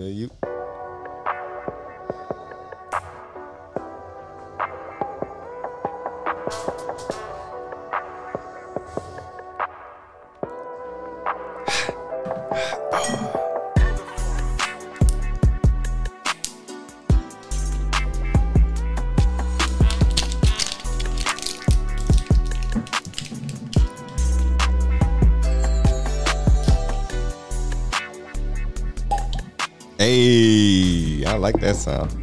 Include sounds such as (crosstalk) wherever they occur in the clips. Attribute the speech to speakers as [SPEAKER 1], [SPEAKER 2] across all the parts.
[SPEAKER 1] Yeah, you. Hey, I like that sound.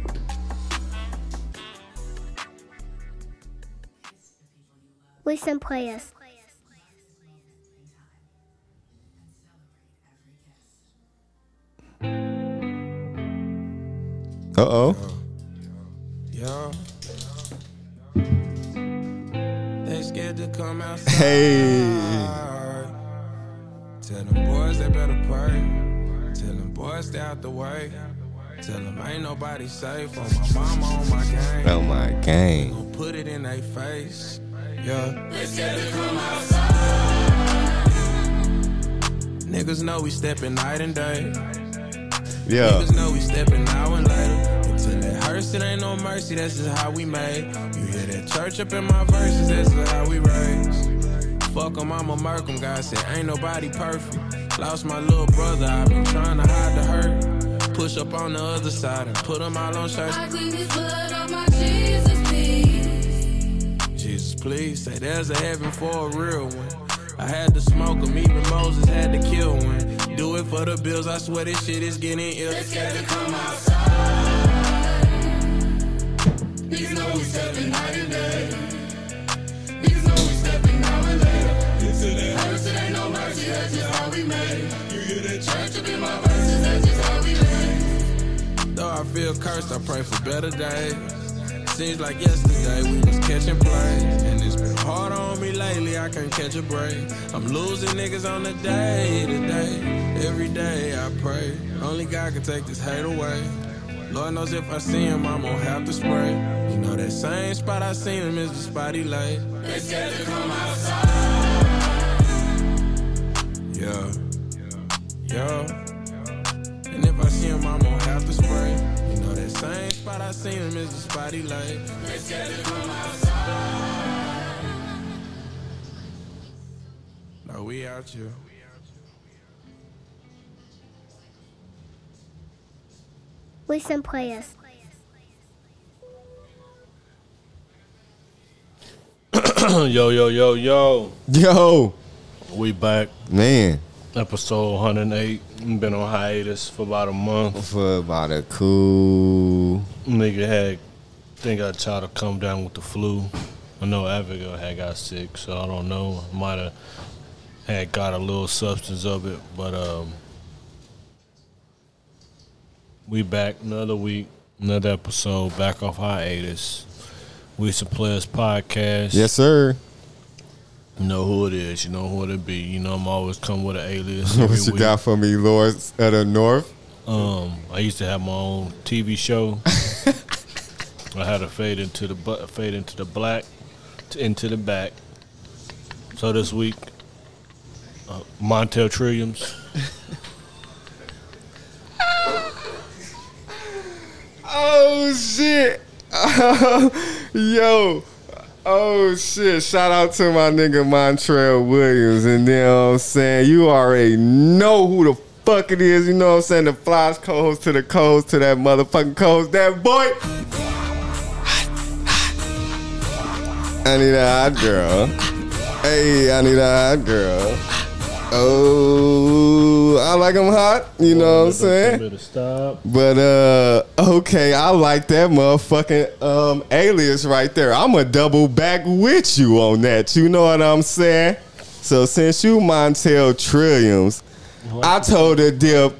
[SPEAKER 2] Listen, play us.
[SPEAKER 1] Uh oh.
[SPEAKER 3] Yo. They scared to come outside.
[SPEAKER 1] Hey.
[SPEAKER 3] Tell them boys they better pray. Tell them boys stay out the way. Tell them ain't nobody safe. On my mama, on my game.
[SPEAKER 1] Oh my gang.
[SPEAKER 3] Gon' put it in their face. Yeah. They scared to come outside. Niggas know we stepping night and day.
[SPEAKER 1] Yeah.
[SPEAKER 3] Niggas know we stepping now and later. Until that hearse, it ain't no mercy. That's just how we made. You hear that church up in my verses? That's just how we raised. Fuck 'em, I'm a murk 'em. God said, ain't nobody perfect. Lost my little brother. I've been trying to hide the hurt. Push up on the other side and put 'em out on shirts.
[SPEAKER 4] I clean his blood off my Jesus, please.
[SPEAKER 3] Jesus, please say there's a heaven for a real one. I had to smoke 'em, even Moses had to kill one. Do it for the bills, I swear this shit is getting ill.
[SPEAKER 4] They scared to come outside. Niggas know we stepping night and day. Niggas know we stepping now and later. Hurts, it ain't no mercy, that's just how we made. You hear that church up in my verses, that's just how we made.
[SPEAKER 3] Though I feel cursed, I pray for better days. Seems like yesterday we was catching plays, and it's been hard on me lately. I can't catch a break. I'm losing niggas on the day to day. Every day I pray. Only God can take this hate away. Lord knows if I see him, I'm gonna have to spray. You know that same spot I seen him is the spot he lay.
[SPEAKER 4] They scared to come outside.
[SPEAKER 3] Yeah. Yeah. And if I see him, I'm gonna have to spray. You know that same spot I seen him is the spot he lay.
[SPEAKER 4] They scared to come outside.
[SPEAKER 3] Now we out here.
[SPEAKER 2] Listen, play us.
[SPEAKER 5] yo, yo, yo, yo.
[SPEAKER 1] Yo,
[SPEAKER 5] We back.
[SPEAKER 1] man.
[SPEAKER 5] Episode 108. Been on hiatus for about a month.
[SPEAKER 1] For about a cool.
[SPEAKER 5] Nigga had, think I tried to come down with the flu. I know Abigail had got sick, so I don't know. Might have had got a little substance of it, but um, we back another week, another episode, back off hiatus. We some players podcast.
[SPEAKER 1] Yes, sir.
[SPEAKER 5] You know who it is. You know who it be. You know I'm always come with an alias. every
[SPEAKER 1] What you
[SPEAKER 5] week.
[SPEAKER 1] got for me, Lord of the North?
[SPEAKER 5] Um, I used to have my own
[SPEAKER 1] (laughs)
[SPEAKER 5] TV show. I had to fade into the bu- fade into the black, t- into the back. So this week, uh, Montel Trilliums.
[SPEAKER 1] Oh shit. (laughs) Yo. Oh shit. Shout out to my nigga Montrell Williams. And then you know what I'm saying? You already know who the fuck it is. You know what I'm saying? The flies coast to the coast to that motherfucking coast. That boy. I need a hot girl. Hey, I need a hot girl. Oh, I like 'em hot. You know what I'm saying?
[SPEAKER 5] Better stop.
[SPEAKER 1] But uh okay, I like that motherfucking um alias right there. I'm a double back with you on that. You know what I'm saying? So since you Montel Trilliums, I told her dip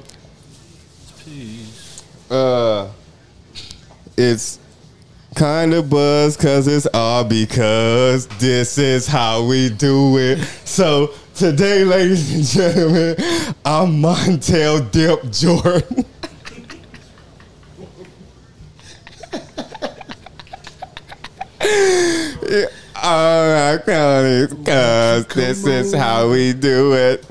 [SPEAKER 5] Please.
[SPEAKER 1] uh it's kind of buzz cuz it's all because this is how we do it. So today ladies and gentlemen, I'm Montel Dip Jordan. (laughs) All right, cause this is how we do it.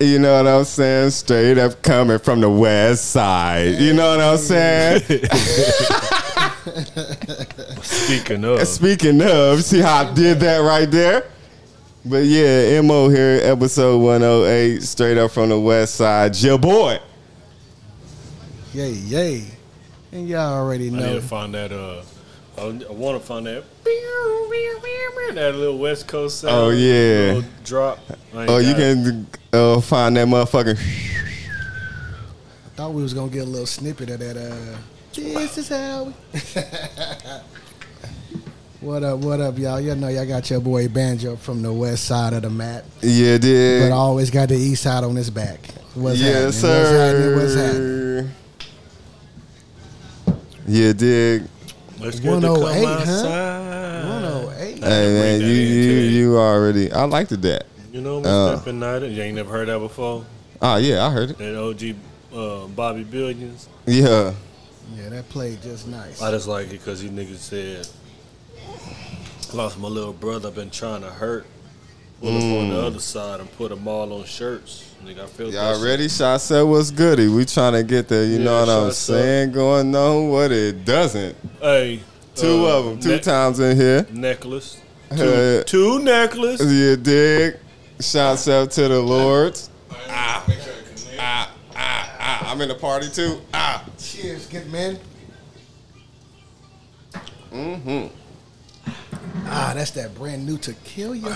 [SPEAKER 1] You know what I'm saying? Straight up coming from the west side. You know what I'm saying?
[SPEAKER 6] (laughs)
[SPEAKER 5] Speaking of,
[SPEAKER 1] Speaking of, see how I did that right there? But yeah, MO here, episode 108, straight up from the west side. Your boy.
[SPEAKER 6] Yay, yay. And y'all already
[SPEAKER 5] I need to
[SPEAKER 6] know.
[SPEAKER 5] find that. Uh, I, I want to find that. That little West Coast sound.
[SPEAKER 1] Oh, yeah.
[SPEAKER 5] little drop. I ain't
[SPEAKER 1] Oh, you
[SPEAKER 5] got it.
[SPEAKER 1] can uh, find that motherfucker.
[SPEAKER 6] I thought we was gonna get a little snippet of that uh This is how we (laughs) What up, what up, y'all? You know y'all got your boy Banjo from the west side of the map.
[SPEAKER 1] Yeah,
[SPEAKER 6] But I
[SPEAKER 1] did.
[SPEAKER 6] always got the east side on his back. What's happening?
[SPEAKER 1] yes,
[SPEAKER 6] What's happening? What's happening?
[SPEAKER 1] sir. Yeah, dig.
[SPEAKER 5] Let's get to come
[SPEAKER 6] 108, huh?
[SPEAKER 5] outside.
[SPEAKER 6] 108.
[SPEAKER 1] Hey man,
[SPEAKER 5] that
[SPEAKER 1] you
[SPEAKER 5] in,
[SPEAKER 1] you
[SPEAKER 5] too.
[SPEAKER 1] you already. I liked it that.
[SPEAKER 5] You know,
[SPEAKER 1] Uh.
[SPEAKER 5] Mr. Penitent. You ain't never heard that before.
[SPEAKER 1] Oh yeah, I heard it.
[SPEAKER 5] That OG uh, Bobby Billions.
[SPEAKER 1] Yeah,
[SPEAKER 6] Yeah, that played just nice.
[SPEAKER 5] I just like it because you niggas said, lost my little brother, been trying to hurt. Put him on the other side and put them all on shirts. Nigga, I feel that
[SPEAKER 1] Mm. y'all
[SPEAKER 5] shit.
[SPEAKER 1] ready? Shot said what's goody. We trying to get there. You know what
[SPEAKER 5] Yeah,
[SPEAKER 1] I'm
[SPEAKER 5] Shot said.
[SPEAKER 1] saying? Going on what it doesn't.
[SPEAKER 5] Hey.
[SPEAKER 1] Two
[SPEAKER 5] uh,
[SPEAKER 1] of them, two
[SPEAKER 5] ne-
[SPEAKER 1] times in here.
[SPEAKER 5] Necklace.
[SPEAKER 1] Uh,
[SPEAKER 5] Two, two necklace.
[SPEAKER 1] You dig? Shouts out to the Lord. Ah, ah, ah. I'm in the party too. Ah.
[SPEAKER 6] Cheers, good man. Mm-hmm.
[SPEAKER 1] Mm-hmm.
[SPEAKER 6] Ah, that's that brand new tequila.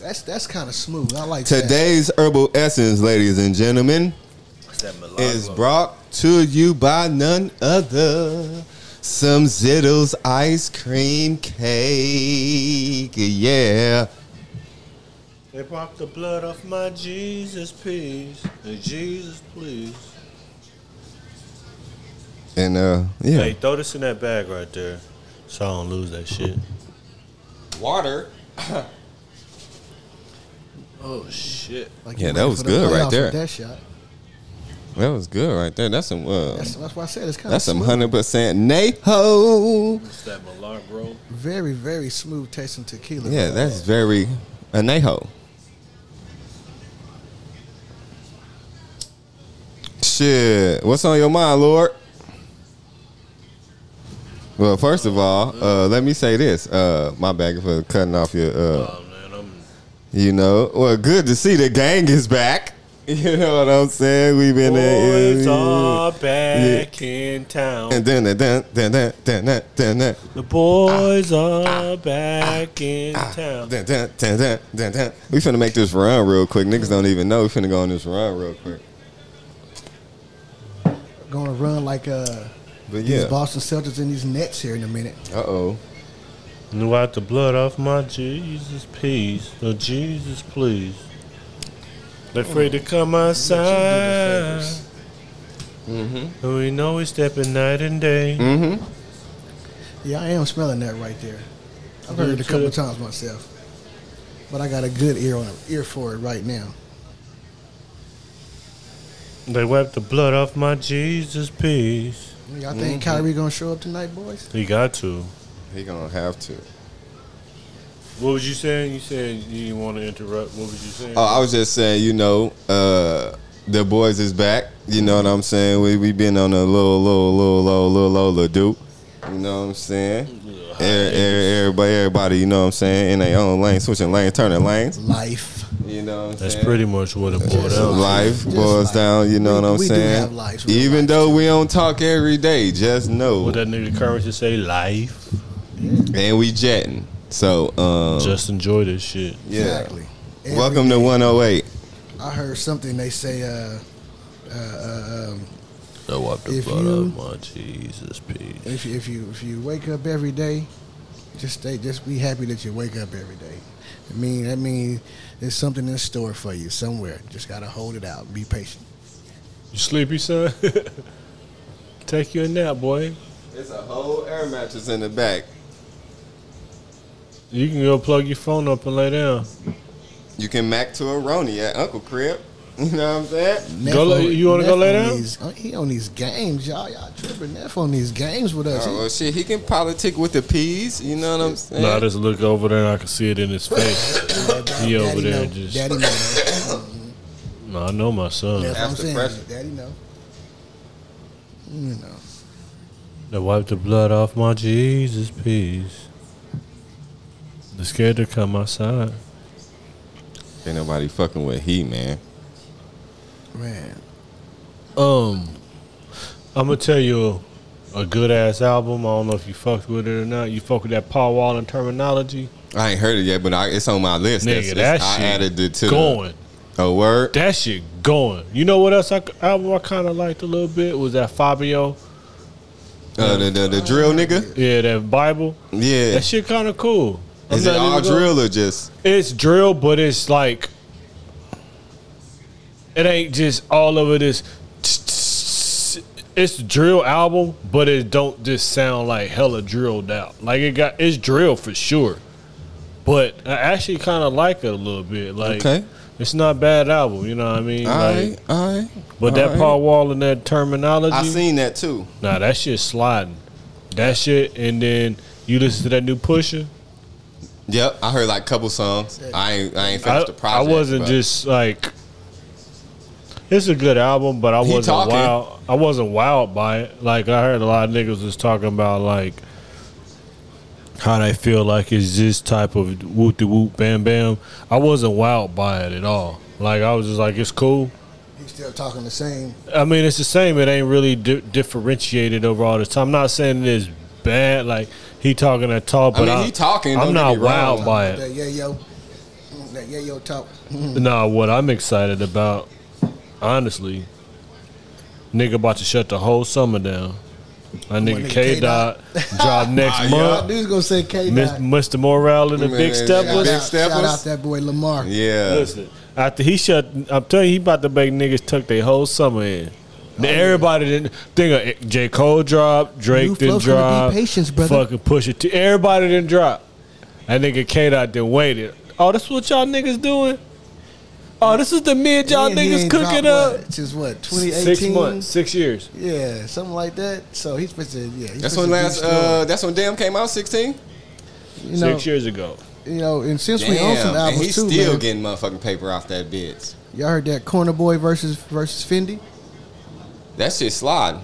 [SPEAKER 6] that's that's kind of smooth. I like that.
[SPEAKER 1] Today's herbal essence, ladies and gentlemen,
[SPEAKER 5] It's that Milagro.
[SPEAKER 1] is brought to you by none other. Some Zittles ice cream cake. Yeah.
[SPEAKER 5] They broke the blood off my Jesus, peace. And Jesus, please.
[SPEAKER 1] And uh yeah.
[SPEAKER 5] Hey, throw this in that bag right there so I don't lose that shit.
[SPEAKER 1] Water.
[SPEAKER 5] Oh, shit.
[SPEAKER 6] Like
[SPEAKER 1] Yeah,
[SPEAKER 6] you
[SPEAKER 1] that
[SPEAKER 6] ready
[SPEAKER 1] was
[SPEAKER 6] for the
[SPEAKER 1] good right
[SPEAKER 6] playoffs with
[SPEAKER 1] there.
[SPEAKER 6] That shot.
[SPEAKER 1] That was good right there. That's some uh,
[SPEAKER 6] That's, that's why I said it's kind of
[SPEAKER 1] that's some hundred percent Neho.
[SPEAKER 5] It's that Milagro.
[SPEAKER 6] very very smooth tasting tequila.
[SPEAKER 1] Yeah, that's very a Neho. Shit, what's on your mind, Lord? Well, first of all, uh, let me say this. Uh, my bad for cutting off your, uh,
[SPEAKER 5] Oh, man, I'm
[SPEAKER 1] you know. Well, good to see the gang is back. (laughs) You know what I'm saying? We've been
[SPEAKER 5] Boys
[SPEAKER 1] there.
[SPEAKER 5] are back in town.
[SPEAKER 1] And then, then, then, then, then, then, then, then, then.
[SPEAKER 5] the boys
[SPEAKER 1] ah,
[SPEAKER 5] are back in town.
[SPEAKER 1] Dun, dun, dun, dun, dun, dun. We finna make this run real quick. Niggas don't even know we finna go on this run real quick.
[SPEAKER 6] Going to run like uh
[SPEAKER 1] But
[SPEAKER 6] these
[SPEAKER 1] yeah.
[SPEAKER 6] Boston Celtics and these Nets here in a minute.
[SPEAKER 1] Uh oh.
[SPEAKER 5] Knew out the blood off my Jesus, peace. Oh, Jesus, please. They're afraid to come outside. Mm-hmm. We know we stepping night and day.
[SPEAKER 1] Mm hmm.
[SPEAKER 6] Yeah, I am smelling that right there. I've
[SPEAKER 5] You
[SPEAKER 6] heard it a couple
[SPEAKER 5] should.
[SPEAKER 6] times myself, but I got a good ear on ear for it right now.
[SPEAKER 5] They wiped the blood off my Jesus, peace.
[SPEAKER 6] Y'all
[SPEAKER 5] Mm-hmm.
[SPEAKER 6] think Kyrie gonna show up tonight, boys?
[SPEAKER 5] He got to.
[SPEAKER 1] He gonna have to.
[SPEAKER 5] What was you saying? You said you didn't want to interrupt. What was you saying?
[SPEAKER 1] Oh, I was just saying, you know, uh, the boys is back. You know what I'm saying? We we been on a little, little, little, low, little, low, little dupe. You know what I'm saying?
[SPEAKER 5] Ugh.
[SPEAKER 1] Every- every- everybody, everybody, you know what I'm saying? In their own lane, switching lanes, turning lanes.
[SPEAKER 6] Life.
[SPEAKER 1] You know what I'm
[SPEAKER 5] That's
[SPEAKER 1] saying?
[SPEAKER 5] pretty much what it boiled
[SPEAKER 6] Just
[SPEAKER 5] down. to.
[SPEAKER 1] life
[SPEAKER 6] Just
[SPEAKER 1] boils
[SPEAKER 6] life.
[SPEAKER 1] down. You know
[SPEAKER 6] We-
[SPEAKER 1] what I'm
[SPEAKER 6] we do
[SPEAKER 1] saying?
[SPEAKER 6] have lives, we have
[SPEAKER 1] Even
[SPEAKER 6] lives,
[SPEAKER 1] though we don't talk every day, just know,
[SPEAKER 5] What that nigga currency say? Life.
[SPEAKER 1] and we jetting. So, um,
[SPEAKER 5] Just enjoy this shit.
[SPEAKER 1] yeah.
[SPEAKER 6] Exactly. Every-
[SPEAKER 1] Welcome to 108.
[SPEAKER 6] I heard something they say. Uh, uh, uh, um,
[SPEAKER 5] They wiped
[SPEAKER 6] the If blood you-
[SPEAKER 5] my Jesus, peace.
[SPEAKER 6] if you, if you if you wake up every day, just stay. Just be happy that you wake up every day. I mean, that means there's something in store for you somewhere. Just gotta hold it out. Be patient.
[SPEAKER 5] You sleepy, son? (laughs) Take you a nap, boy.
[SPEAKER 1] It's a whole air mattress in the back.
[SPEAKER 5] You can go plug your phone up and lay down.
[SPEAKER 1] You can mac to a Roni at Uncle Crib. (laughs) You know what I'm saying?
[SPEAKER 6] Neff
[SPEAKER 5] Go lay- you wanna go
[SPEAKER 6] Neff
[SPEAKER 5] lay
[SPEAKER 6] on
[SPEAKER 5] down?
[SPEAKER 6] these- oh, he on these games, y'all. Y'all tripping Neff on these games with us.
[SPEAKER 1] Oh well, shit, he can politic with the peas. You know what I'm saying?
[SPEAKER 5] No, I just look over there and I can see it in his
[SPEAKER 6] (laughs)
[SPEAKER 5] face.
[SPEAKER 6] He-
[SPEAKER 5] he over
[SPEAKER 6] Daddy
[SPEAKER 5] there
[SPEAKER 6] know.
[SPEAKER 5] just-
[SPEAKER 6] Daddy know. that.
[SPEAKER 5] No, I know my son.
[SPEAKER 6] Neff, I'm
[SPEAKER 1] That's the
[SPEAKER 6] saying,
[SPEAKER 1] pressure.
[SPEAKER 6] Daddy know. You know.
[SPEAKER 5] They wiped the blood off my Jesus piece. They're scared to come outside.
[SPEAKER 1] Ain't nobody fucking with he, man.
[SPEAKER 6] Man,
[SPEAKER 5] Um, I'm gonna tell you a, a good ass album. I don't know if you fucked with it or not. You fuck with that Paul Wall and terminology,
[SPEAKER 1] I ain't heard it yet, but I, it's on my list. That's-
[SPEAKER 5] nigga. That
[SPEAKER 1] it's-
[SPEAKER 5] shit
[SPEAKER 1] I added it to
[SPEAKER 5] going.
[SPEAKER 1] The, a word.
[SPEAKER 5] That shit going. You know what else I, album I kind of liked a little bit was that Fabio.
[SPEAKER 1] Uh, the, the the drill nigga.
[SPEAKER 5] Yeah, that Bible.
[SPEAKER 1] Yeah.
[SPEAKER 5] That shit kind of cool. I'm
[SPEAKER 1] Is it
[SPEAKER 5] not even
[SPEAKER 1] all
[SPEAKER 5] gonna-
[SPEAKER 1] drill or just?
[SPEAKER 5] It's drill, but it's like it ain't just all over this. It's drill album, but it don't just sound like hella drilled out. Like it got it's drill for sure, but I actually kind of like it a little bit. Like
[SPEAKER 1] Okay.
[SPEAKER 5] it's not a bad album, you know what I mean?
[SPEAKER 1] All
[SPEAKER 5] Like,
[SPEAKER 1] right, all right.
[SPEAKER 5] but that
[SPEAKER 1] alright.
[SPEAKER 5] Paul Wall and that terminology,
[SPEAKER 1] I seen that too.
[SPEAKER 5] nah, that shit sliding. That shit, and then you listen to that new Pusher.
[SPEAKER 1] Yep, I heard like a couple songs. I ain't, I ain't
[SPEAKER 5] I,
[SPEAKER 1] finished the project.
[SPEAKER 5] I wasn't
[SPEAKER 1] but-
[SPEAKER 5] just like it's a good album, but I
[SPEAKER 1] He
[SPEAKER 5] wasn't
[SPEAKER 1] talking.
[SPEAKER 5] wild. I wasn't wild by it. Like I heard a lot of niggas was talking about like how they feel like it's this type of whoop de whoop bam bam. I wasn't wild by it at all. Like I was just like it's cool.
[SPEAKER 6] he's still talking the same.
[SPEAKER 5] I mean, it's the same. It ain't really di- differentiated over all the time. I'm not saying it is bad. Like he talking that talk,
[SPEAKER 1] I
[SPEAKER 5] but
[SPEAKER 1] mean, he talking,
[SPEAKER 5] I'm
[SPEAKER 1] don't get
[SPEAKER 5] not
[SPEAKER 1] me wrong.
[SPEAKER 5] wild by it.
[SPEAKER 6] That yeah yo, that yeah yo talk.
[SPEAKER 1] Uh,
[SPEAKER 5] Nah, what I'm excited about, honestly, nigga about to shut the whole summer down. My nigga
[SPEAKER 6] nigga
[SPEAKER 5] K Dot
[SPEAKER 1] (laughs)
[SPEAKER 5] drop next
[SPEAKER 6] Y'all
[SPEAKER 5] month.
[SPEAKER 6] dudes gonna say K.
[SPEAKER 5] Mis-
[SPEAKER 6] Dot.
[SPEAKER 5] Mr. Morale and the
[SPEAKER 1] Man,
[SPEAKER 5] Big
[SPEAKER 1] shout
[SPEAKER 5] Steppers.
[SPEAKER 1] Big
[SPEAKER 6] Shout out,
[SPEAKER 1] Steppers.
[SPEAKER 6] shout out that boy Lamar.
[SPEAKER 1] Yeah.
[SPEAKER 5] Listen, after he shut, I'm telling you, he about to make niggas tuck their whole summer in. Then everybody didn't think of it. J. Cole dropped, Drake
[SPEAKER 6] New
[SPEAKER 5] didn't
[SPEAKER 6] flow's gonna be
[SPEAKER 5] drop,
[SPEAKER 6] patience, brother.
[SPEAKER 5] fucking push it to everybody didn't drop. That nigga K Dot then waited. Oh, that's what y'all niggas doing? Oh, this is the mid y'all
[SPEAKER 6] And he
[SPEAKER 5] niggas
[SPEAKER 6] ain't
[SPEAKER 5] cooking
[SPEAKER 6] dropped
[SPEAKER 5] up.
[SPEAKER 6] What, since what
[SPEAKER 5] Six
[SPEAKER 6] 2018?
[SPEAKER 5] months, six years.
[SPEAKER 6] Yeah, something like that. So he's supposed to. Yeah, he's
[SPEAKER 1] That's
[SPEAKER 6] supposed
[SPEAKER 1] when
[SPEAKER 6] to be
[SPEAKER 1] last.
[SPEAKER 6] strong.
[SPEAKER 1] Uh, that's when Damn came out. Sixteen.
[SPEAKER 6] you know,
[SPEAKER 5] six years ago.
[SPEAKER 6] you know, and since we
[SPEAKER 1] Damn,
[SPEAKER 6] own some
[SPEAKER 1] and
[SPEAKER 6] albums
[SPEAKER 1] he's
[SPEAKER 6] too,
[SPEAKER 1] still
[SPEAKER 6] man,
[SPEAKER 1] getting motherfucking paper off that bitch.
[SPEAKER 6] y'all heard that Corner Boy versus versus Fendi?
[SPEAKER 1] That shit sliding.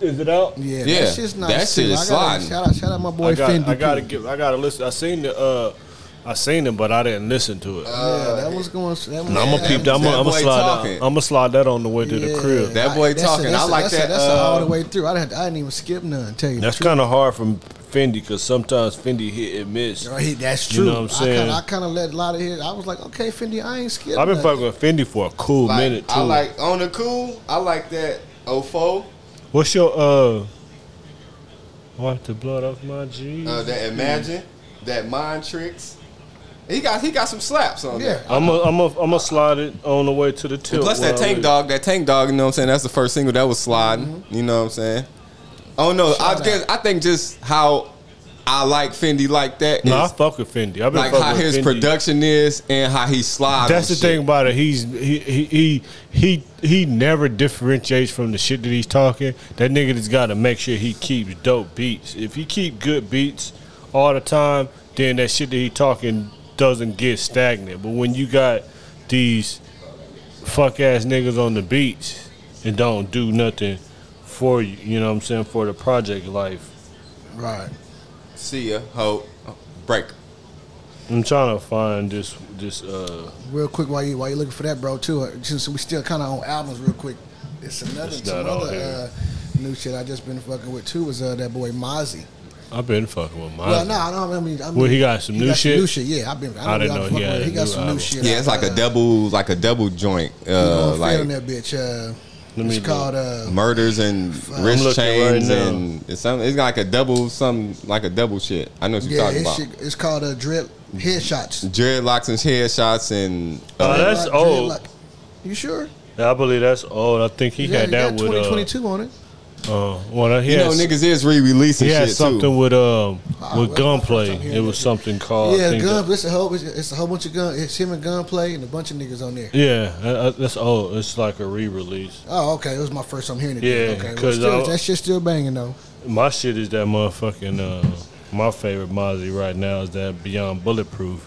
[SPEAKER 5] Is it out?
[SPEAKER 6] Yeah,
[SPEAKER 1] Yeah,
[SPEAKER 6] that shit's nice.
[SPEAKER 1] that shit
[SPEAKER 6] too.
[SPEAKER 1] is
[SPEAKER 6] I gotta,
[SPEAKER 1] sliding.
[SPEAKER 6] shout out, shout out, my boy
[SPEAKER 5] I got.
[SPEAKER 6] Fendi.
[SPEAKER 5] I gotta
[SPEAKER 6] too.
[SPEAKER 5] give. I gotta listen. I seen the. Uh, I seen it, but I didn't listen to it.
[SPEAKER 6] yeah, that was going. That was,
[SPEAKER 5] And I'm gonna peep. That, I'm
[SPEAKER 1] that
[SPEAKER 5] gonna
[SPEAKER 1] boy
[SPEAKER 5] slide.
[SPEAKER 1] talking.
[SPEAKER 5] That, I'm gonna slide that on the way to
[SPEAKER 6] Yeah.
[SPEAKER 5] the crib.
[SPEAKER 1] That boy
[SPEAKER 6] that's a-
[SPEAKER 1] talking.
[SPEAKER 6] that's
[SPEAKER 1] I
[SPEAKER 6] a-
[SPEAKER 1] like
[SPEAKER 6] that's a-
[SPEAKER 1] that,
[SPEAKER 6] that's a
[SPEAKER 1] uh,
[SPEAKER 6] all the way through. I didn't, I didn't even skip none. Tell you,
[SPEAKER 5] That's
[SPEAKER 6] the truth.
[SPEAKER 5] kind of hard from Fendi because sometimes Fendi hit and miss.
[SPEAKER 6] Right, he- that's
[SPEAKER 5] You
[SPEAKER 6] true.
[SPEAKER 5] know what I'm saying?
[SPEAKER 6] I kinda, I kinda let a lot of his. I was like, okay, Fendi, I ain't skipping.
[SPEAKER 5] I've been
[SPEAKER 6] nothing.
[SPEAKER 5] fucking with Fendi for a cool
[SPEAKER 1] Like,
[SPEAKER 5] minute too.
[SPEAKER 1] I like on the cool. I like that. 04,
[SPEAKER 5] What's your uh? Wipe the blood off my jeans.
[SPEAKER 6] Mm-hmm.
[SPEAKER 1] uh, that Imagine, that Mind Tricks. He got he got some slaps on
[SPEAKER 6] Yeah,
[SPEAKER 1] there.
[SPEAKER 5] I'm a, I'm a, I'm a slide it on the way to the tilt.
[SPEAKER 1] Plus that
[SPEAKER 5] while
[SPEAKER 1] Tank
[SPEAKER 5] we-
[SPEAKER 1] Dog, that Tank Dog. You know what I'm saying? That's the first single that was sliding. You know what I'm saying? Oh no, I
[SPEAKER 6] Mm-hmm. Shout
[SPEAKER 1] guess I think just how I like Fendi like that is
[SPEAKER 5] No, I fuck with Fendi. I've been
[SPEAKER 1] like
[SPEAKER 5] fucking
[SPEAKER 1] how
[SPEAKER 5] with
[SPEAKER 1] his
[SPEAKER 5] Fendi.
[SPEAKER 1] production is and how he slides.
[SPEAKER 5] That's the
[SPEAKER 1] on shit.
[SPEAKER 5] thing about it. He's he, he he he he never differentiates from the shit that he's talking. That nigga just got to make sure he keeps dope beats. If he keep good beats all the time, then that shit that he talking doesn't get stagnant. But when you got these fuck ass niggas on the beach and don't do nothing for you, you know what I'm saying, for the project life.
[SPEAKER 6] right.
[SPEAKER 1] See ya, ho, Oh, break.
[SPEAKER 5] I'm trying to find this this uh
[SPEAKER 6] Real quick, while you while you looking for that, bro, too. uh, Since we still kind of on albums, real quick. It's another
[SPEAKER 5] It's
[SPEAKER 6] some
[SPEAKER 5] not all
[SPEAKER 6] other uh,
[SPEAKER 5] here.
[SPEAKER 6] new shit I just been fucking with too. Was uh, that boy Mozzie?
[SPEAKER 5] I've been fucking with mine.
[SPEAKER 6] Well, no, I don't. I mean, I mean
[SPEAKER 5] Well, he got some new shit?
[SPEAKER 6] New shit, yeah. I've been. I,
[SPEAKER 5] I
[SPEAKER 6] didn't
[SPEAKER 5] didn't know
[SPEAKER 6] know he,
[SPEAKER 5] he had
[SPEAKER 6] he
[SPEAKER 5] a
[SPEAKER 6] got
[SPEAKER 5] new
[SPEAKER 6] some new
[SPEAKER 5] album.
[SPEAKER 6] shit.
[SPEAKER 1] Yeah, it's like a
[SPEAKER 6] Uh,
[SPEAKER 1] double, like a double joint,
[SPEAKER 6] you know,
[SPEAKER 1] uh,
[SPEAKER 6] I'm
[SPEAKER 1] like
[SPEAKER 6] feeling that bitch. Uh,
[SPEAKER 5] Let me
[SPEAKER 6] it's called. Uh,
[SPEAKER 1] murders and
[SPEAKER 5] I'm
[SPEAKER 1] wrist
[SPEAKER 5] looking
[SPEAKER 1] chains
[SPEAKER 5] right now.
[SPEAKER 1] and it's some. It's like a double, some like a double shit. I know what you're
[SPEAKER 6] yeah,
[SPEAKER 1] talking
[SPEAKER 6] it's,
[SPEAKER 1] about.
[SPEAKER 6] shit, it's called uh, Dread Headshots.
[SPEAKER 1] Dreadlocks and headshots and
[SPEAKER 5] Oh,
[SPEAKER 1] uh,
[SPEAKER 5] that's
[SPEAKER 6] Dreadlock-
[SPEAKER 5] old.
[SPEAKER 6] Dreadlock. You sure?
[SPEAKER 5] I believe that's old. I think he
[SPEAKER 6] yeah,
[SPEAKER 5] had
[SPEAKER 6] you
[SPEAKER 5] that
[SPEAKER 6] got
[SPEAKER 5] with uh,
[SPEAKER 6] 2022 on it.
[SPEAKER 5] Uh, well, he
[SPEAKER 1] You know,
[SPEAKER 5] has,
[SPEAKER 1] niggas is re-releasing
[SPEAKER 5] he had
[SPEAKER 1] shit
[SPEAKER 5] something
[SPEAKER 1] too.
[SPEAKER 5] with um
[SPEAKER 6] Oh,
[SPEAKER 5] with
[SPEAKER 6] that's my first
[SPEAKER 5] gunplay.
[SPEAKER 6] time hearing
[SPEAKER 5] It was
[SPEAKER 6] that.
[SPEAKER 5] something called I
[SPEAKER 6] yeah,
[SPEAKER 5] think
[SPEAKER 6] gun. It's a whole. It's, it's a whole bunch of gun. It's him and Gunplay and a bunch of niggas on there.
[SPEAKER 5] that- yeah, uh, uh, that's oh, it's like a re-release.
[SPEAKER 6] Oh, okay. It was my first time hearing it.
[SPEAKER 5] Yeah,
[SPEAKER 6] Okay. Well,
[SPEAKER 5] 'cause
[SPEAKER 6] still,
[SPEAKER 5] I-
[SPEAKER 6] that shit's still banging though.
[SPEAKER 5] My shit is that motherfucking. Uh, my favorite Mozzie right now is that Beyond Bulletproof.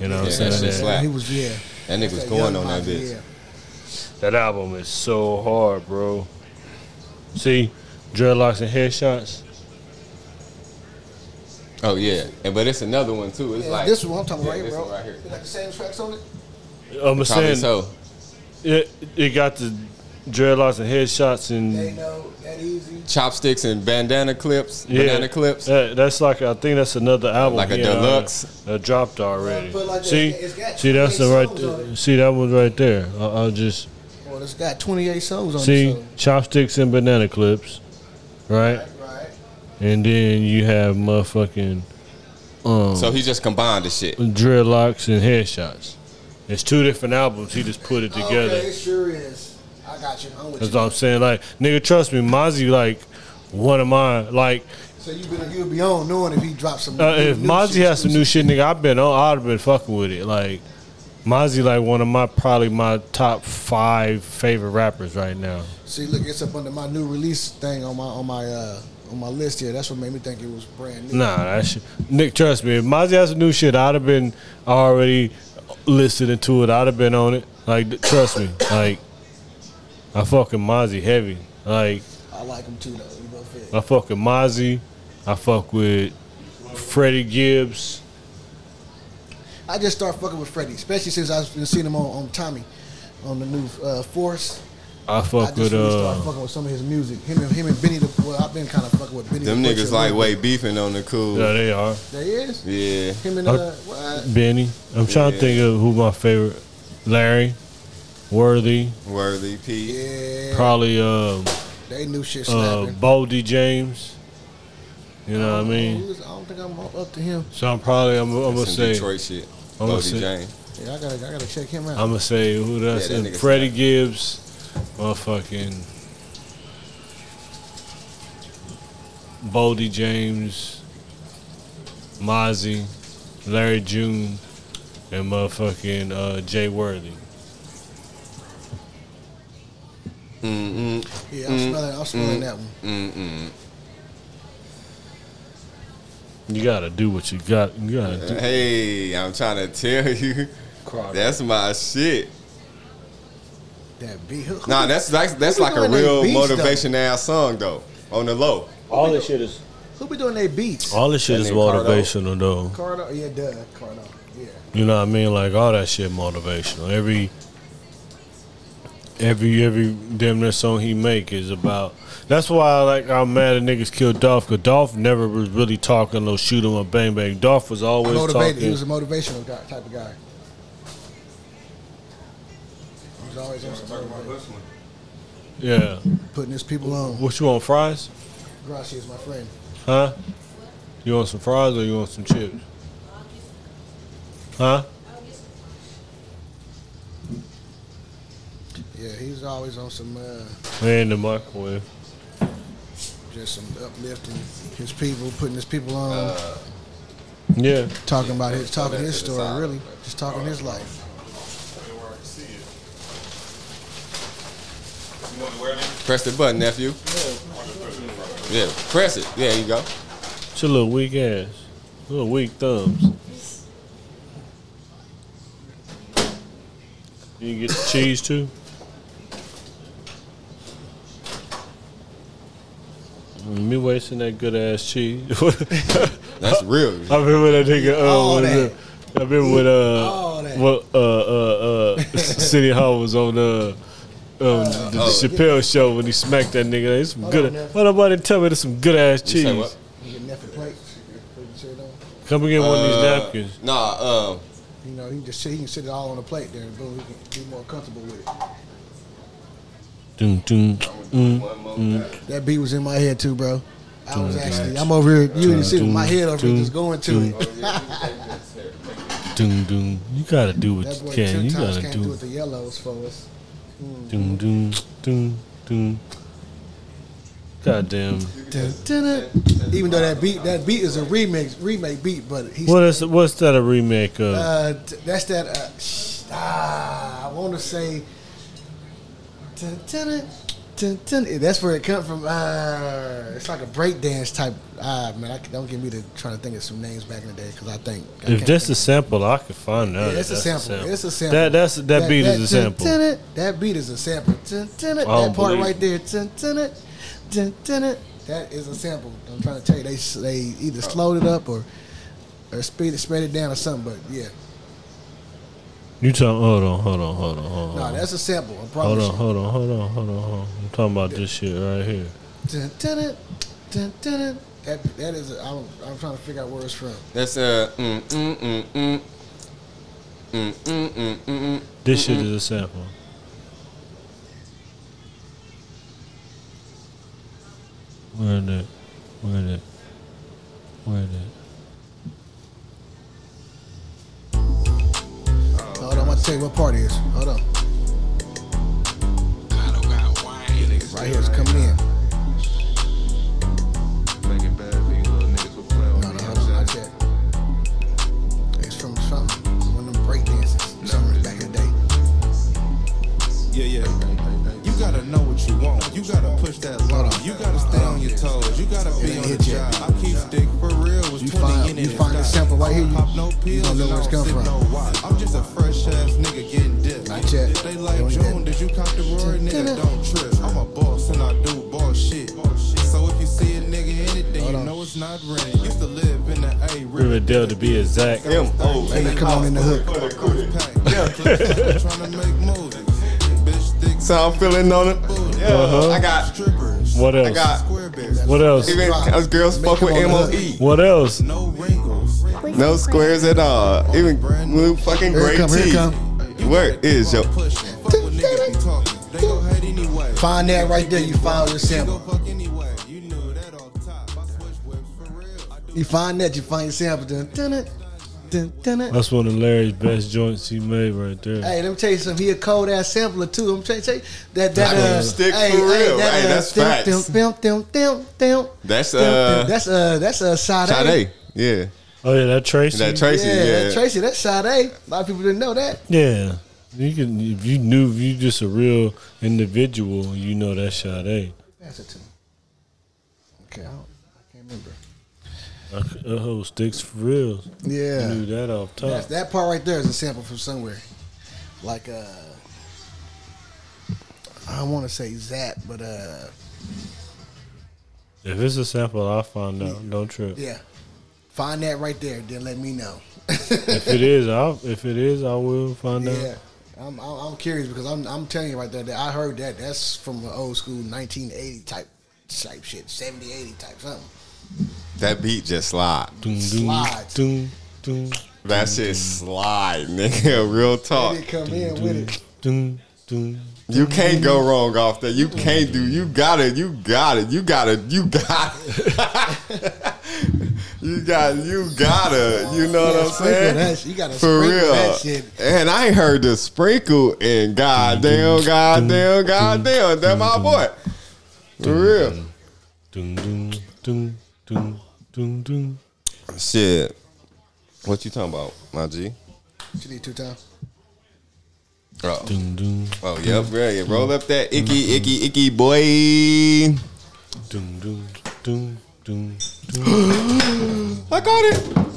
[SPEAKER 5] You know what I'm
[SPEAKER 1] Yeah,
[SPEAKER 5] saying?
[SPEAKER 1] that shit
[SPEAKER 5] That-
[SPEAKER 1] slap. Slap.
[SPEAKER 6] He was yeah.
[SPEAKER 1] That nigga was
[SPEAKER 6] That
[SPEAKER 1] going
[SPEAKER 6] young
[SPEAKER 1] on that
[SPEAKER 6] Mozzie,
[SPEAKER 1] bitch.
[SPEAKER 6] yeah.
[SPEAKER 5] That album is so hard, bro. See, dreadlocks and headshots.
[SPEAKER 1] Oh yeah, and but it's another one too. It's
[SPEAKER 6] Yeah,
[SPEAKER 1] like
[SPEAKER 6] this one I'm talking
[SPEAKER 1] Yeah,
[SPEAKER 6] about, right,
[SPEAKER 1] this
[SPEAKER 6] bro.
[SPEAKER 1] one right here.
[SPEAKER 6] They got the same tracks on it.
[SPEAKER 5] I'm
[SPEAKER 1] Probably
[SPEAKER 5] saying
[SPEAKER 1] so.
[SPEAKER 5] it, it got the dreadlocks and headshots
[SPEAKER 6] They
[SPEAKER 5] and
[SPEAKER 6] know that easy.
[SPEAKER 1] Chopsticks and bandana clips,
[SPEAKER 5] yeah,
[SPEAKER 1] banana clips.
[SPEAKER 5] that- that's like I think that's another album.
[SPEAKER 1] Like a
[SPEAKER 5] he had, uh,
[SPEAKER 1] deluxe?
[SPEAKER 5] that dropped already.
[SPEAKER 6] But like that,
[SPEAKER 5] see,
[SPEAKER 6] it's got
[SPEAKER 5] see, that's the right.
[SPEAKER 6] 28 songs on it.
[SPEAKER 5] see that one right there. I, I'll just
[SPEAKER 6] Well, it's got 28 songs on
[SPEAKER 5] see
[SPEAKER 6] it. so-
[SPEAKER 5] chopsticks and banana clips, right?
[SPEAKER 6] Right.
[SPEAKER 5] And then you have motherfucking um,
[SPEAKER 1] So he just combined the shit.
[SPEAKER 5] dreadlocks and headshots. It's two different albums. He just put it together.
[SPEAKER 6] Oh, Okay, it sure is. I got you. I'm with
[SPEAKER 5] That's
[SPEAKER 6] you.
[SPEAKER 5] what I'm saying. Like, nigga, trust me, Mozzie, like, one of mine. Like,
[SPEAKER 6] So you been you'll be on knowing if he drops some.
[SPEAKER 5] uh,
[SPEAKER 6] new-
[SPEAKER 5] if
[SPEAKER 6] new
[SPEAKER 5] Mozzie
[SPEAKER 6] shit.
[SPEAKER 5] has some new shit, nigga, I've been on, I'd have been fucking with it. Like, Mozzie, like, one of my, probably my top five favorite rappers right now.
[SPEAKER 6] See, look, it's up under my new release thing on my on my uh on my list here. That's what made me think it was brand new.
[SPEAKER 5] Nah, that shit. Nick, trust me, if Mozzie has some new shit, I'd have been already listening to it. I'd have been on it. Like, th- trust me. Like, I fucking Mozzie heavy. Like,
[SPEAKER 6] I like him too, though. You both fit.
[SPEAKER 5] I fuck with Mozzie. I fuck with Freddie Gibbs.
[SPEAKER 6] I just start fucking with Freddie, especially since I've been seeing him on, on Tommy, on the new uh, Force.
[SPEAKER 5] I
[SPEAKER 6] I
[SPEAKER 5] fuck
[SPEAKER 6] just
[SPEAKER 5] with
[SPEAKER 6] really
[SPEAKER 5] uh,
[SPEAKER 6] started fucking with some of his music. Him and him and Benny. The, well, I've been kind of fucking with Benny.
[SPEAKER 1] Them
[SPEAKER 6] the
[SPEAKER 1] niggas
[SPEAKER 6] Butcher.
[SPEAKER 1] like way beefing on the cool.
[SPEAKER 5] Yeah, they are.
[SPEAKER 6] There he is.
[SPEAKER 1] Yeah.
[SPEAKER 6] Him and
[SPEAKER 5] Uh,
[SPEAKER 6] uh, what?
[SPEAKER 5] Benny. I'm trying to
[SPEAKER 1] Yeah.
[SPEAKER 5] think of who my favorite. Larry, Worthy,
[SPEAKER 1] Worthy P.
[SPEAKER 6] Yeah,
[SPEAKER 5] probably uh,
[SPEAKER 6] they new shit
[SPEAKER 5] uh,
[SPEAKER 6] slapping.
[SPEAKER 5] Boldy James. You know what I mean?
[SPEAKER 6] Who is- I don't think I'm up to him.
[SPEAKER 5] So I'm probably I'm, I'm gonna
[SPEAKER 1] Some
[SPEAKER 5] say
[SPEAKER 1] Detroit shit.
[SPEAKER 5] I'ma
[SPEAKER 1] Bodie
[SPEAKER 5] say-
[SPEAKER 1] James.
[SPEAKER 6] Yeah, I gotta, I gotta check him out.
[SPEAKER 5] I'm gonna say who does
[SPEAKER 1] Yeah, that
[SPEAKER 5] and
[SPEAKER 1] nigga
[SPEAKER 5] Freddie
[SPEAKER 1] slapped.
[SPEAKER 5] Gibbs, motherfucking Boldy James, Mozzie, Larry June, and motherfucking uh, Jay Worthy.
[SPEAKER 6] yeah,
[SPEAKER 1] Mm.
[SPEAKER 6] I'm smelling, I'm smelling that one.
[SPEAKER 5] You gotta do what you got. You gotta do.
[SPEAKER 1] Hey, I'm trying to tell you, (laughs) that's my shit.
[SPEAKER 6] That beat. Who-
[SPEAKER 1] Nah, that's that's, that's
[SPEAKER 6] Who be
[SPEAKER 1] like a
[SPEAKER 6] doing they
[SPEAKER 1] real
[SPEAKER 6] beats, though?
[SPEAKER 1] motivation ass song though. On the low.
[SPEAKER 5] All this shit is
[SPEAKER 6] Who be doing their beats?
[SPEAKER 5] all this shit
[SPEAKER 1] That
[SPEAKER 5] is
[SPEAKER 1] nigga Cardo.
[SPEAKER 5] motivational though.
[SPEAKER 6] Cardo, yeah, duh, Cardo, yeah.
[SPEAKER 5] You know what I mean? Like all that shit motivational. Every every every damn near song he make is about. That's why like I'm mad at niggas killed Dolph because Dolph never was really talking no shoot 'em or bang bang. Dolph was always
[SPEAKER 6] Motivated.
[SPEAKER 5] talking.
[SPEAKER 6] He was a motivational guy, type of guy. He was always on some motivation.
[SPEAKER 5] yeah.
[SPEAKER 6] putting his people on.
[SPEAKER 5] What you want fries?
[SPEAKER 6] Grashi is my friend.
[SPEAKER 5] Huh? You want some fries or you want some chips? Huh?
[SPEAKER 6] Yeah, he was always on some uh,
[SPEAKER 5] Man, the microwave.
[SPEAKER 6] just some uplifting his people, putting his people on,
[SPEAKER 1] Uh,
[SPEAKER 5] Yeah.
[SPEAKER 6] talking about his talking his
[SPEAKER 1] to the
[SPEAKER 6] story,
[SPEAKER 1] side.
[SPEAKER 6] really, just talking his life.
[SPEAKER 1] Press the button, nephew. Yeah, press it. Yeah, you go.
[SPEAKER 5] It's your little weak ass. Little weak thumbs. You get the cheese too? Mm, Me wasting that good ass cheese. (laughs) I've
[SPEAKER 1] That's real.
[SPEAKER 5] been with that nigga. Uh,
[SPEAKER 6] All
[SPEAKER 5] what is
[SPEAKER 6] that.
[SPEAKER 5] it? I've been with
[SPEAKER 6] All
[SPEAKER 5] uh,
[SPEAKER 6] that.
[SPEAKER 5] what uh, uh, uh, (laughs) City Hall was on uh, um, the
[SPEAKER 1] oh.
[SPEAKER 5] Chappelle show when he smacked that nigga. It's some
[SPEAKER 6] Uh, Hold
[SPEAKER 5] good.
[SPEAKER 6] on, man.
[SPEAKER 5] Why nobody tell me there's some good ass
[SPEAKER 1] You say
[SPEAKER 5] cheese?
[SPEAKER 1] what?
[SPEAKER 6] He get nothing plate. Put his shit on.
[SPEAKER 5] Come and get one of these
[SPEAKER 1] Uh,
[SPEAKER 5] napkins.
[SPEAKER 1] Nah, um,
[SPEAKER 6] You know, he just sit, he can sit it all on the plate there, and boom, he can be more comfortable with it.
[SPEAKER 5] Dun, dun, mm.
[SPEAKER 6] That beat was in my head too, bro. I was actually, I'm over here. You didn't see my head over here just going to it.
[SPEAKER 5] Doom doom. You gotta do what
[SPEAKER 6] That
[SPEAKER 5] you
[SPEAKER 6] boy two
[SPEAKER 5] can. You
[SPEAKER 6] times
[SPEAKER 5] gotta
[SPEAKER 6] can't do,
[SPEAKER 5] do.
[SPEAKER 6] it. The yellows for us.
[SPEAKER 5] Doom doom doom doom. Goddamn.
[SPEAKER 6] Dun, dun, dun. Even though that beat that beat is a remix remake beat, but he's
[SPEAKER 5] What is what's that a remake of?
[SPEAKER 6] uh, t- that's that. Uh, sh- ah, I want to say. Dun, dun, dun, dun, dun. Eh, That's where it come from. Uh, it's like a breakdance type. Ah, man, I, don't get me to trying to think of some names back in the day because I think I
[SPEAKER 5] if
[SPEAKER 6] can't
[SPEAKER 5] that's a
[SPEAKER 6] think
[SPEAKER 5] sample, I could find out.
[SPEAKER 6] of- Yeah, it's a
[SPEAKER 5] if that's
[SPEAKER 6] sample. It's a sample.
[SPEAKER 5] That that's that, beat is a
[SPEAKER 6] dun,
[SPEAKER 5] sample.
[SPEAKER 6] dun, dun, that beat is a sample. Dun, dun, dun,
[SPEAKER 5] I don't
[SPEAKER 6] that part
[SPEAKER 5] believe
[SPEAKER 6] right there. Dun, dun, dun, dun, dun, dun. that is a sample. I'm trying to tell you, they s- they either slowed it up or or speed it, sped it down or something. But yeah,
[SPEAKER 5] You talking? Hold on, hold on, hold on, hold on.
[SPEAKER 6] no, that's a sample.
[SPEAKER 5] Oh.
[SPEAKER 6] I
[SPEAKER 5] hold
[SPEAKER 6] promise
[SPEAKER 5] on, hold on, hold on, hold on, hold on. I'm talking about this shit right here.
[SPEAKER 6] you. Dun, dun, dun, dun, dun, dun. That that is. A, I'm I'm trying to figure out where it's from.
[SPEAKER 1] That's uh, mm, mm, mm, mm. Mm, mm, mm, mm, mm.
[SPEAKER 5] This shit is a sample. Where is it? Where is it? Where is it?
[SPEAKER 6] Hold on, I'm gonna tell you what part it is. Hold on,
[SPEAKER 3] I don't got wine.
[SPEAKER 6] right here it's coming in.
[SPEAKER 7] Making bad for you little niggas who play on
[SPEAKER 6] No,
[SPEAKER 7] me.
[SPEAKER 6] no,
[SPEAKER 7] I'm
[SPEAKER 6] hold on, not
[SPEAKER 7] saying?
[SPEAKER 6] yet. It's from something. One of them break dances. Something back in the day.
[SPEAKER 7] Yeah, yeah. You gotta know what you want. You gotta push that line. You gotta stay on your toes. You gotta be on the job. I keep stick for real. Was
[SPEAKER 6] You
[SPEAKER 7] 20
[SPEAKER 6] find-
[SPEAKER 7] in
[SPEAKER 6] you
[SPEAKER 7] it.
[SPEAKER 6] find
[SPEAKER 7] Stop.
[SPEAKER 6] this sample right here, you-
[SPEAKER 7] Pop no
[SPEAKER 6] you
[SPEAKER 7] pills.
[SPEAKER 6] gonna know
[SPEAKER 7] and
[SPEAKER 6] where it's
[SPEAKER 7] I don't
[SPEAKER 6] come
[SPEAKER 7] sip
[SPEAKER 6] from.
[SPEAKER 7] no wine. I'm just a fresh ass nigga getting dipped.
[SPEAKER 6] Not yet.
[SPEAKER 7] If They like
[SPEAKER 6] Don't yet.
[SPEAKER 7] June. Did you cop the roar? Nigga, don't trip. I'm a boss and I do boss shit. So if you see a nigga in it, then you
[SPEAKER 6] on.
[SPEAKER 7] know it's not rent. Used to live in the A.
[SPEAKER 5] Riverdale to be exact.
[SPEAKER 1] M O
[SPEAKER 6] Hey,
[SPEAKER 1] N.
[SPEAKER 6] come on in the hook.
[SPEAKER 7] (laughs) Trying to make movies. Bitch, thick
[SPEAKER 1] So I'm feeling on it. Yeah,
[SPEAKER 6] Uh-huh.
[SPEAKER 1] I got,
[SPEAKER 7] strippers.
[SPEAKER 5] What
[SPEAKER 1] I
[SPEAKER 5] else?
[SPEAKER 1] got.
[SPEAKER 7] Square bears.
[SPEAKER 5] What else?
[SPEAKER 1] Even us girls fuck with M O E.
[SPEAKER 5] What else?
[SPEAKER 7] No wrinkles.
[SPEAKER 1] No squares at all. Even blue fucking
[SPEAKER 6] Here it
[SPEAKER 1] gray
[SPEAKER 6] come, here it
[SPEAKER 1] tea.
[SPEAKER 6] come.
[SPEAKER 1] Where is your?
[SPEAKER 7] Pushing. Fuck with niggas be talking. They go hate anyway.
[SPEAKER 6] Find that right there. You find your
[SPEAKER 7] She
[SPEAKER 6] sample.
[SPEAKER 7] go fuck anyway. You knew that off top. I switch whips for real. I do
[SPEAKER 6] You find that. You find your sample. Dun, dun, dun, dun, dun, dun.
[SPEAKER 5] That's one of Larry's best joints he made right there.
[SPEAKER 6] Hey, let me tell you something. He a cold ass sampler too. I'm trying to tell you that that
[SPEAKER 1] I
[SPEAKER 6] uh,
[SPEAKER 1] mean, stick
[SPEAKER 6] hey,
[SPEAKER 1] for real.
[SPEAKER 6] that,
[SPEAKER 1] Hey,
[SPEAKER 6] uh,
[SPEAKER 1] that's
[SPEAKER 6] dun,
[SPEAKER 1] facts.
[SPEAKER 6] dun, dun, dun, dun, dun,
[SPEAKER 1] That's
[SPEAKER 6] dun, dun.
[SPEAKER 1] uh,
[SPEAKER 6] that's uh that's uh Sade.
[SPEAKER 1] Sade. Yeah,
[SPEAKER 5] Oh yeah, that Tracy.
[SPEAKER 1] that Tracy.
[SPEAKER 6] Yeah, that
[SPEAKER 1] Yeah,
[SPEAKER 6] Tracy. That's Sade. A lot of people didn't know that.
[SPEAKER 5] Yeah. You can if you knew if you just a real individual, you know that Sade.
[SPEAKER 6] That's it to me. Okay, I, don't, I can't remember.
[SPEAKER 5] That whole sticks for real. You
[SPEAKER 6] Yeah,
[SPEAKER 5] knew that off top.
[SPEAKER 6] That's, that part right there is a sample from somewhere, like uh, I want to say Zap, but uh,
[SPEAKER 5] If it's a sample, I'll find out. Don't trip.
[SPEAKER 6] yeah, find that right there. Then let me know.
[SPEAKER 5] If it is, I'll if it is, I will find
[SPEAKER 6] Yeah,
[SPEAKER 5] out.
[SPEAKER 6] I'm, I'm I'm curious because I'm I'm telling you right there that I heard that that's from an old school 1980 type type shit, 70 80 type something.
[SPEAKER 1] that beat just slide.
[SPEAKER 5] Doom,
[SPEAKER 6] Slides.
[SPEAKER 5] doom, doom,
[SPEAKER 1] That shit slide, (laughs) nigga. Real talk.
[SPEAKER 6] They did come in with
[SPEAKER 5] doom,
[SPEAKER 6] it.
[SPEAKER 5] doom, doom.
[SPEAKER 1] You can't go wrong off that. You can't do. You got it. You got it. You got it. You got it. (laughs) you got. You got it. You know what
[SPEAKER 6] Yeah,
[SPEAKER 1] I'm
[SPEAKER 6] sprinkle
[SPEAKER 1] saying?
[SPEAKER 6] that shit. You gotta
[SPEAKER 1] For
[SPEAKER 6] sprinkle
[SPEAKER 1] real.
[SPEAKER 6] that shit.
[SPEAKER 1] And I ain't heard the sprinkle in goddamn, goddamn, goddamn. That my boy. For real.
[SPEAKER 5] Doom, doom, doom, doom, doom, doom.
[SPEAKER 1] Shit. What you talking about, my G?
[SPEAKER 6] You need two times.
[SPEAKER 1] Oh,
[SPEAKER 5] Doom, doom,
[SPEAKER 1] oh yep, yeah. Roll up that icky, icky, icky boy.
[SPEAKER 5] doom, doom, doom, doom.
[SPEAKER 1] I got it.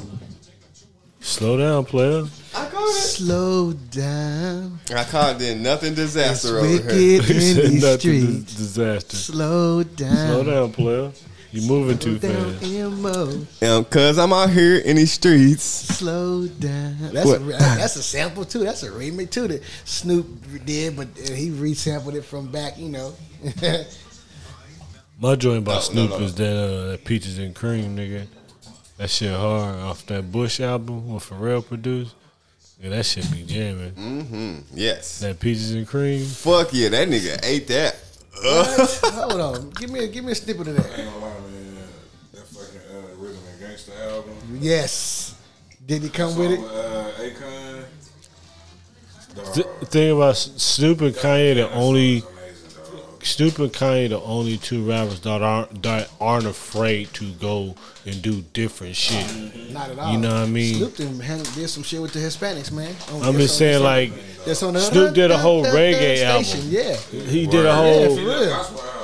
[SPEAKER 5] Slow down, player. (laughs)
[SPEAKER 1] I got it.
[SPEAKER 6] Slow down,
[SPEAKER 1] I called in nothing
[SPEAKER 6] it's
[SPEAKER 1] disaster over here. (laughs)
[SPEAKER 6] wicked in these
[SPEAKER 5] nothing dis-
[SPEAKER 6] streets.
[SPEAKER 5] disaster.
[SPEAKER 6] Slow down,
[SPEAKER 5] Slow down, player. You moving too
[SPEAKER 6] down,
[SPEAKER 5] fast.
[SPEAKER 6] mo.
[SPEAKER 1] Um, Cause I'm out here in these streets.
[SPEAKER 6] Slow down. That's
[SPEAKER 1] What?
[SPEAKER 6] a re- that's a sample too. That's a remake too that Snoop did, but uh, he resampled it from back. You know, (laughs)
[SPEAKER 5] My joint by
[SPEAKER 1] No, no,
[SPEAKER 5] Snoop
[SPEAKER 1] no, no.
[SPEAKER 5] is that uh, that peaches and cream, nigga. That shit hard off that Bush album what Pharrell produced. Yeah, that shit be jamming.
[SPEAKER 1] Mm-hmm. Mm, Yes.
[SPEAKER 5] That peaches and cream.
[SPEAKER 1] Fuck yeah, that nigga ate that.
[SPEAKER 6] What? hold on, give me a, give me a snippet of that.
[SPEAKER 8] That fucking uh, Rhythm and Gangsta album.
[SPEAKER 6] Yes, did he come with it?
[SPEAKER 8] Uh, Akon. Dog,
[SPEAKER 5] Th- thing about S- Snoop and Kanye, the only
[SPEAKER 8] amazing, dog.
[SPEAKER 5] Snoop and Kanye the only two rappers that aren't that aren't afraid to go and do different shit.
[SPEAKER 6] Not at all.
[SPEAKER 5] You know what I mean?
[SPEAKER 6] Snoop done had- did some shit with the Hispanics, man. On-
[SPEAKER 5] I'm
[SPEAKER 6] that's
[SPEAKER 5] just
[SPEAKER 6] on-
[SPEAKER 5] saying,
[SPEAKER 6] that's on-
[SPEAKER 5] like
[SPEAKER 6] that's on the
[SPEAKER 5] Snoop did a whole reggae
[SPEAKER 6] station,
[SPEAKER 5] album.
[SPEAKER 6] Yeah,
[SPEAKER 5] he did a
[SPEAKER 6] yeah,
[SPEAKER 5] whole.
[SPEAKER 6] for real.
[SPEAKER 8] That's what happened.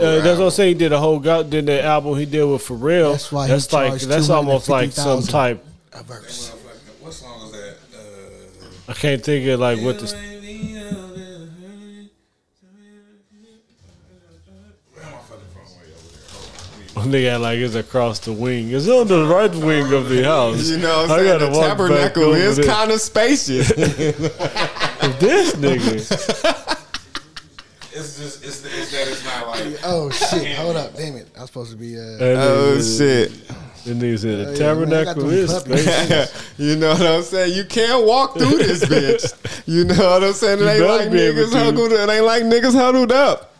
[SPEAKER 5] Uh, that's what I'm saying. He did a whole God did the album he did with Pharrell.
[SPEAKER 6] That's
[SPEAKER 5] That's,
[SPEAKER 6] why he
[SPEAKER 5] like
[SPEAKER 6] charged
[SPEAKER 5] that's almost like some
[SPEAKER 6] $250,000.
[SPEAKER 5] type.
[SPEAKER 6] A verse.
[SPEAKER 8] Motherfucker, What song was that? Uh,
[SPEAKER 5] I can't think of like what this. Nigga, like it's across the wing. It's on the right wing of the house.
[SPEAKER 1] You know what I'm saying? The
[SPEAKER 5] walk back
[SPEAKER 1] tabernacle
[SPEAKER 5] over
[SPEAKER 1] is
[SPEAKER 5] there.
[SPEAKER 1] kind of spacious.
[SPEAKER 5] (laughs) this
[SPEAKER 1] (laughs)
[SPEAKER 5] nigga.
[SPEAKER 8] it's just it's, the, it's that it's not like
[SPEAKER 6] Oh shit! Hold up, damn it! I was supposed to be. Uh,
[SPEAKER 1] (laughs) oh, shit. (laughs)
[SPEAKER 5] And nigga said the
[SPEAKER 6] yeah, man, I got
[SPEAKER 5] tabernacle
[SPEAKER 6] them
[SPEAKER 5] is
[SPEAKER 6] puppies.
[SPEAKER 5] spacious.
[SPEAKER 6] (laughs)
[SPEAKER 1] you know what I'm saying? You can't walk through
[SPEAKER 5] (laughs)
[SPEAKER 1] this bitch. You know what I'm saying? It ain't
[SPEAKER 5] better
[SPEAKER 1] like
[SPEAKER 5] be able
[SPEAKER 1] niggas
[SPEAKER 5] to.
[SPEAKER 1] huddled. It ain't like niggas huddled up.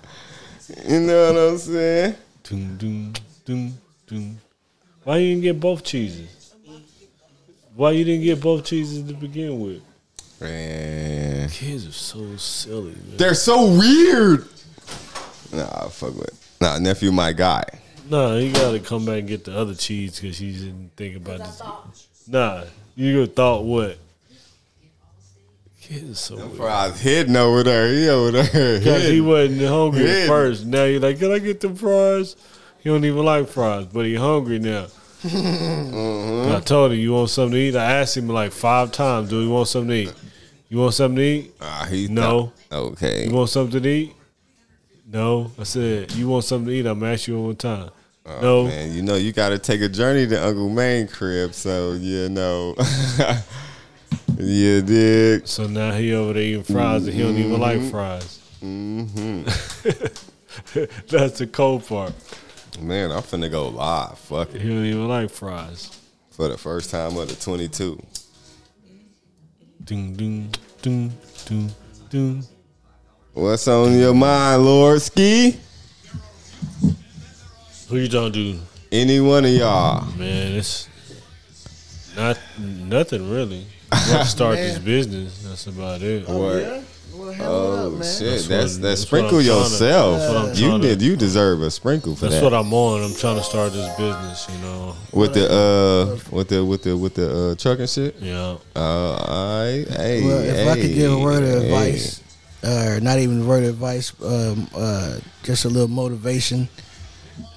[SPEAKER 1] You know what I'm saying?
[SPEAKER 5] Doom, doom, doom, doom. Why you didn't get both cheeses? Why you didn't get both cheeses to begin with?
[SPEAKER 1] Man.
[SPEAKER 5] Kids are so silly, man.
[SPEAKER 1] They're so weird. Nah, fuck with. Nah, nephew, my guy.
[SPEAKER 5] Nah, you gotta come back and get the other cheese because she didn't think about this. Nah, you gonna thought what? Kids are so weird.
[SPEAKER 1] Bro, I was hitting over there. He over there.
[SPEAKER 5] Because he
[SPEAKER 1] hitting.
[SPEAKER 5] wasn't hungry
[SPEAKER 1] Yeah.
[SPEAKER 5] at first. Now you're like, can I get the fries? He don't even like fries, but he hungry now.
[SPEAKER 1] Mm-hmm.
[SPEAKER 5] I told him, you want something to eat? I asked him like five times, do you want something to eat? You want something to eat?
[SPEAKER 1] Ah, he
[SPEAKER 5] No.
[SPEAKER 1] Okay.
[SPEAKER 5] You want something to eat? No. I said, you want something to eat? I'm asking you one time. no.
[SPEAKER 1] Oh, Man, you know you got to take a journey to Uncle Main crib, so you (laughs) know. you dig?
[SPEAKER 5] So now he over there eating fries and he don't even like fries.
[SPEAKER 6] Mm-hmm.
[SPEAKER 5] Mm-hmm. (laughs) That's the cold part.
[SPEAKER 1] Man, I'm finna go live. Fuck it.
[SPEAKER 5] He don't even like fries.
[SPEAKER 1] For the first time of the 22.
[SPEAKER 5] Doom, doom, doom, doom, doom.
[SPEAKER 1] What's on your mind, Lord Ski?
[SPEAKER 5] Who you talking to?
[SPEAKER 1] Any one of y'all?
[SPEAKER 5] Man, it's not nothing really. Want to start
[SPEAKER 6] (laughs)
[SPEAKER 5] this business. That's about it.
[SPEAKER 1] What?
[SPEAKER 6] yeah. Well, hell
[SPEAKER 1] Oh
[SPEAKER 6] up, man.
[SPEAKER 1] shit! That's
[SPEAKER 5] Oh, That's
[SPEAKER 1] that's,
[SPEAKER 5] what- that's
[SPEAKER 1] sprinkle
[SPEAKER 5] what I'm tryna-
[SPEAKER 1] yourself.
[SPEAKER 5] that's what I'm
[SPEAKER 1] you
[SPEAKER 5] tryna-
[SPEAKER 1] did. You deserve a sprinkle for
[SPEAKER 5] That's
[SPEAKER 1] that.
[SPEAKER 5] what I'm on. I'm trying to start this business, you know.
[SPEAKER 1] with the uh, with the with the with the uh, truck and shit.
[SPEAKER 5] Yeah.
[SPEAKER 1] Uh, all right. Hey,
[SPEAKER 6] Well, if I could give a word of
[SPEAKER 1] hey.
[SPEAKER 6] advice, or not even a word of advice, um, uh, just a little motivation,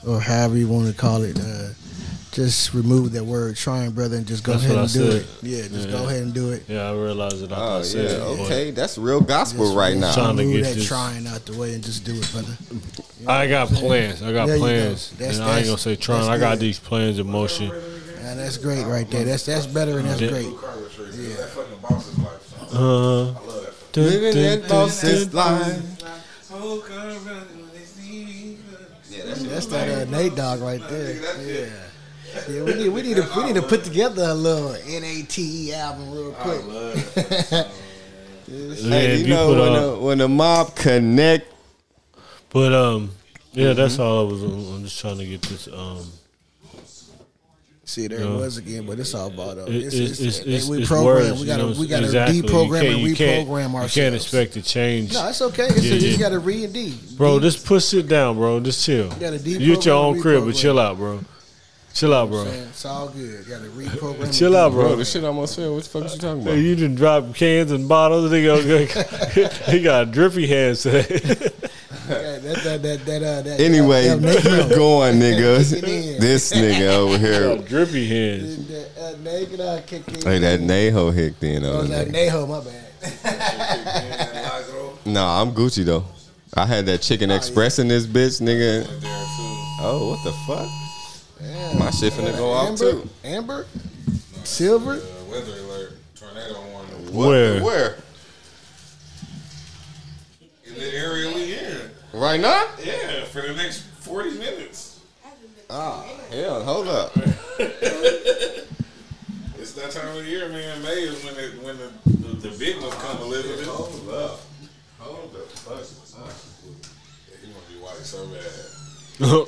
[SPEAKER 6] or however you want to call it, uh, just remove that word "trying," brother, and just go
[SPEAKER 5] That's
[SPEAKER 6] ahead
[SPEAKER 5] what
[SPEAKER 6] and
[SPEAKER 5] I
[SPEAKER 6] do
[SPEAKER 5] said.
[SPEAKER 6] it. Yeah, just
[SPEAKER 5] Yeah.
[SPEAKER 6] go ahead and do it.
[SPEAKER 5] Yeah, I realize that I
[SPEAKER 1] Oh yeah,
[SPEAKER 5] said it, but
[SPEAKER 1] okay, that's real gospel
[SPEAKER 6] Just
[SPEAKER 1] right now.
[SPEAKER 5] Tryna
[SPEAKER 6] remove
[SPEAKER 5] get
[SPEAKER 6] that
[SPEAKER 5] this-
[SPEAKER 6] trying out the way and just do it, brother.
[SPEAKER 5] I got plans. I got
[SPEAKER 6] There you go.
[SPEAKER 5] plans.
[SPEAKER 6] That's-
[SPEAKER 5] and I ain't
[SPEAKER 6] that's-
[SPEAKER 5] gonna say trying.
[SPEAKER 6] that's
[SPEAKER 5] I got
[SPEAKER 6] good.
[SPEAKER 5] these plans in motion.
[SPEAKER 6] And that's great right there. That's that's better and that's
[SPEAKER 5] Yeah.
[SPEAKER 6] great.
[SPEAKER 8] yeah. that fucking boss's life. Song.
[SPEAKER 5] Uh,
[SPEAKER 8] I love that. Fucking.
[SPEAKER 1] Living that boss's
[SPEAKER 5] Boss's
[SPEAKER 1] life.
[SPEAKER 8] Oh, come run when they see me. Yeah, that shit.
[SPEAKER 6] That's that uh, Nate dog right there.
[SPEAKER 8] Nigga, that
[SPEAKER 6] Yeah.
[SPEAKER 8] shit.
[SPEAKER 6] Yeah, we need we need to we need to put together a little NATE album real
[SPEAKER 8] I
[SPEAKER 6] quick.
[SPEAKER 8] love that.
[SPEAKER 1] Hey, you, know when the, when the mob connect,
[SPEAKER 5] But um, yeah, that's
[SPEAKER 6] Mm-hmm.
[SPEAKER 5] all I was. on. I'm just trying to get this. Um,
[SPEAKER 6] See, there
[SPEAKER 5] Yeah.
[SPEAKER 6] it was again, but it's all about us.
[SPEAKER 5] it-
[SPEAKER 6] It's,
[SPEAKER 5] it's, it's, it's,
[SPEAKER 6] we
[SPEAKER 5] it's
[SPEAKER 6] program.
[SPEAKER 5] words,
[SPEAKER 6] we gotta
[SPEAKER 5] you know,
[SPEAKER 6] we gotta
[SPEAKER 5] exactly. You
[SPEAKER 6] deprogram
[SPEAKER 5] can't-
[SPEAKER 6] and
[SPEAKER 5] you can't-
[SPEAKER 6] reprogram ourselves.
[SPEAKER 5] You can't expect to change,
[SPEAKER 6] No, it's okay. It's
[SPEAKER 5] Yeah,
[SPEAKER 6] you
[SPEAKER 5] yeah.
[SPEAKER 6] gotta re and D.
[SPEAKER 5] bro. Just put shit down, bro. Just chill. You
[SPEAKER 6] gotta
[SPEAKER 5] at your
[SPEAKER 6] deprogram,
[SPEAKER 5] own crib, but
[SPEAKER 6] reprogram.
[SPEAKER 5] chill out, bro. Chill out,
[SPEAKER 6] Man,
[SPEAKER 5] bro.
[SPEAKER 6] It's all good. You gotta reprogram. and
[SPEAKER 5] Chill out,
[SPEAKER 1] bro,
[SPEAKER 5] bro.
[SPEAKER 1] the shit almost fell. What the fuck is you talking
[SPEAKER 5] Hey,
[SPEAKER 1] about?
[SPEAKER 5] You didn't drop cans and bottles. They
[SPEAKER 6] (laughs)
[SPEAKER 5] got, he got drippy hands today. (laughs)
[SPEAKER 6] do That, that, that, that, that, uh, that,
[SPEAKER 1] Anyway,
[SPEAKER 6] that, that,
[SPEAKER 1] keep going,
[SPEAKER 6] Kick it
[SPEAKER 1] niggas.
[SPEAKER 6] in.
[SPEAKER 1] this nigga over here.
[SPEAKER 5] got drippy hands.
[SPEAKER 6] that, uh, naked eye kick in.
[SPEAKER 1] Hey, that Neho hicked in
[SPEAKER 6] Oh,
[SPEAKER 1] over
[SPEAKER 6] that
[SPEAKER 1] there.
[SPEAKER 6] Neho, my bad.
[SPEAKER 1] Nah, I'm Gucci though. I had that Chicken Express in this bitch, nigga. Oh, what the fuck?
[SPEAKER 6] Damn.
[SPEAKER 1] My shit finna go off
[SPEAKER 6] Amber,
[SPEAKER 1] too.
[SPEAKER 6] Amber, silver.
[SPEAKER 8] Uh, weather alert. Tornado warning.
[SPEAKER 1] What-
[SPEAKER 5] Where?
[SPEAKER 1] Where?
[SPEAKER 8] In the area we in.
[SPEAKER 1] Right now?
[SPEAKER 8] Yeah, for the next 40 minutes.
[SPEAKER 1] Ah, Hell, hold up.
[SPEAKER 8] It's that time of the year, man. May is when it, when the, the, the big ones come, Elizabeth. Hold up. Hold the fuck up. Yeah, he want to be white so bad. I'm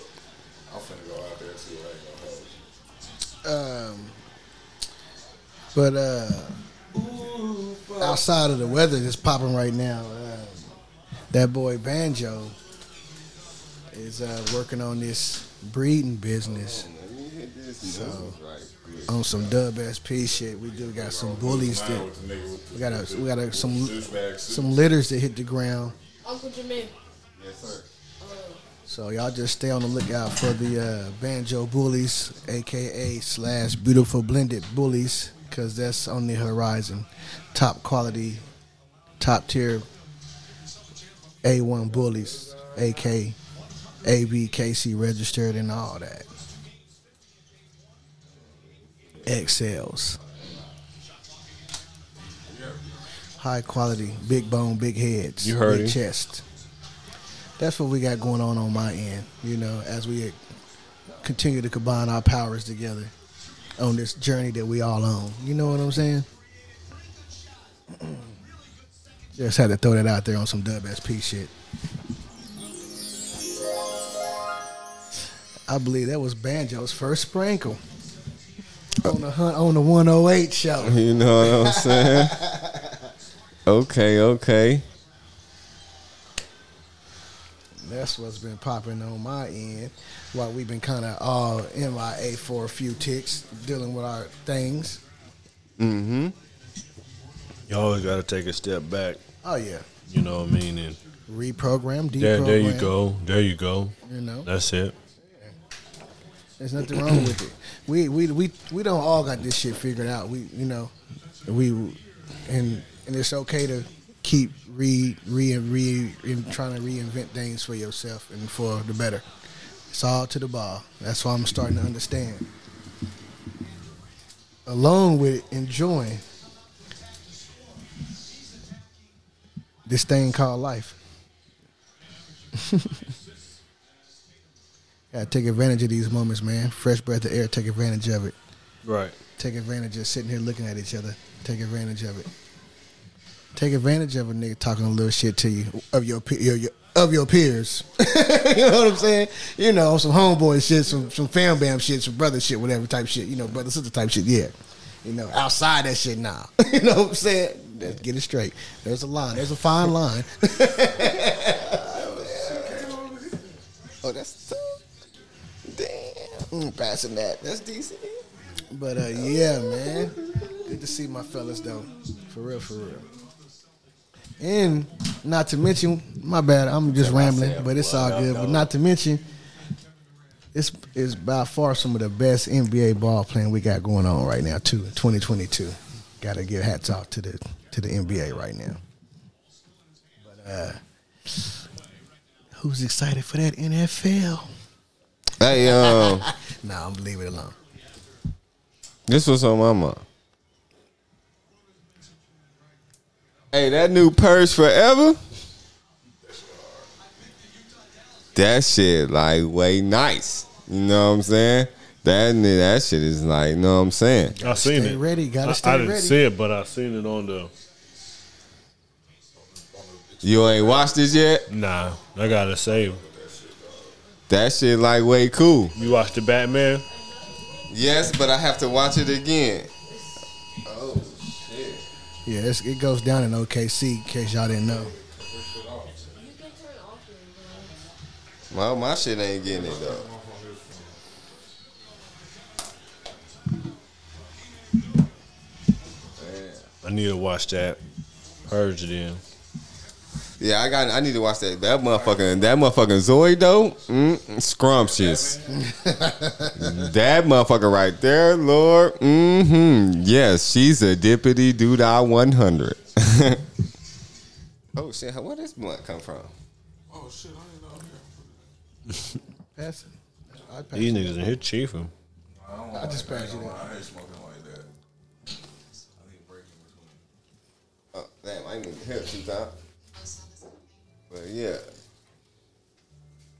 [SPEAKER 8] finna go out there and see what I ain't gonna hold you.
[SPEAKER 6] Um, but uh, outside of the weather that's popping right now, uh, that boy Banjo is uh, working on this breeding business
[SPEAKER 1] Oh, So,
[SPEAKER 6] on some dub SP shit. We do got some bullies that we got a, we got a, some some litters that hit the ground.
[SPEAKER 9] Uncle Jermaine.
[SPEAKER 6] So y'all just stay on the lookout for the uh, banjo bullies, aka slash beautiful blended bullies, because that's on the horizon. Top quality, top tier, A1 bullies, AK, ABKC registered and all that. XLs. High quality, big bone, big heads,
[SPEAKER 1] You heard
[SPEAKER 6] big
[SPEAKER 1] him.
[SPEAKER 6] chest that's what we got going on on my end. You know, as we continue to combine our powers together on this journey that we all on. You know what I'm saying? (clears throat) Just had to throw that out there on some dub SP shit. I believe that was Banjo's first sprinkle on the hunt on the 108 show.
[SPEAKER 1] you know what I'm saying? (laughs) okay, okay.
[SPEAKER 6] That's what's been popping on my end. While we've been kind of all MIA for a few ticks, dealing with our things.
[SPEAKER 1] Mm-hmm.
[SPEAKER 5] You always got to take a step back.
[SPEAKER 6] Oh yeah,
[SPEAKER 5] You know what I mean? And
[SPEAKER 6] reprogram, deprogram.
[SPEAKER 5] there, there you go. There you go.
[SPEAKER 6] You know,
[SPEAKER 5] That's it.
[SPEAKER 6] there's nothing wrong with it. We we we we don't all got this shit figured out. We you know, we and and it's okay to keep re re re in trying to reinvent things for yourself and for the better. It's all to the ball. That's why I'm starting to understand. Along with enjoying this thing called life. Gotta take advantage of these moments, man. Fresh breath of air, take advantage of it.
[SPEAKER 5] Right.
[SPEAKER 6] Take advantage of sitting here looking at each other. Take advantage of it. Take advantage of a nigga talking a little shit to you of your pe- your, your of your peers. (laughs) you know what I'm saying? You know, some homeboy shit, some some fam bam shit, some brother shit, whatever type shit. You know, brother sister type shit. Yeah. You know, outside that shit now. (laughs) you know what I'm saying? Let's get it straight. There's a line. There's a fine line. (laughs) oh, that's damn. Mm, Passing that. That's decent. But uh, yeah, man, good to see my fellas though, for real, for real. And not to mention, my bad, I'm just rambling, but it's all good. But not to mention, it's is by far some of the best NBA ball playing we got going on right now too. 2022, got to give hats off to the to the NBA right now. But uh, who's excited for that NFL?
[SPEAKER 1] Hey, um,
[SPEAKER 6] Nah, I'm leaving it alone.
[SPEAKER 1] this was on my mind. Hey, that new purse forever. That shit like way nice. You know what I'm saying? That that shit is like, you know what I'm saying?
[SPEAKER 5] I seen
[SPEAKER 6] stay
[SPEAKER 5] it.
[SPEAKER 6] ready, gotta
[SPEAKER 5] I,
[SPEAKER 6] stay
[SPEAKER 5] I didn't
[SPEAKER 6] ready.
[SPEAKER 5] see it, but I seen it on the.
[SPEAKER 1] You ain't watched it yet?
[SPEAKER 5] Nah, I gotta say,
[SPEAKER 1] That shit like way cool.
[SPEAKER 5] you watched the Batman.
[SPEAKER 1] Yes, but I have to watch it again.
[SPEAKER 6] Yeah, it's, it goes down in OKC. In case y'all didn't know.
[SPEAKER 1] My my shit ain't getting it though.
[SPEAKER 5] I need to watch that. Purge then.
[SPEAKER 1] Yeah, I got. I need to watch that. That motherfucking. That motherfucking Zoid though. Mm, scrumptious. (laughs) that motherfucker right there, Lord. Mm-hmm. Yes, she's a dippity doodah one hundred. (laughs) oh shit! Where this blunt come from?
[SPEAKER 8] Oh shit! I didn't know.
[SPEAKER 6] Pass it. I, pass
[SPEAKER 5] These niggas in here chiefing.
[SPEAKER 6] it. I just passed you that.
[SPEAKER 8] I hate smoking like that. I need a break in between.
[SPEAKER 1] Oh, damn, I ain't even hear it two times. But yeah.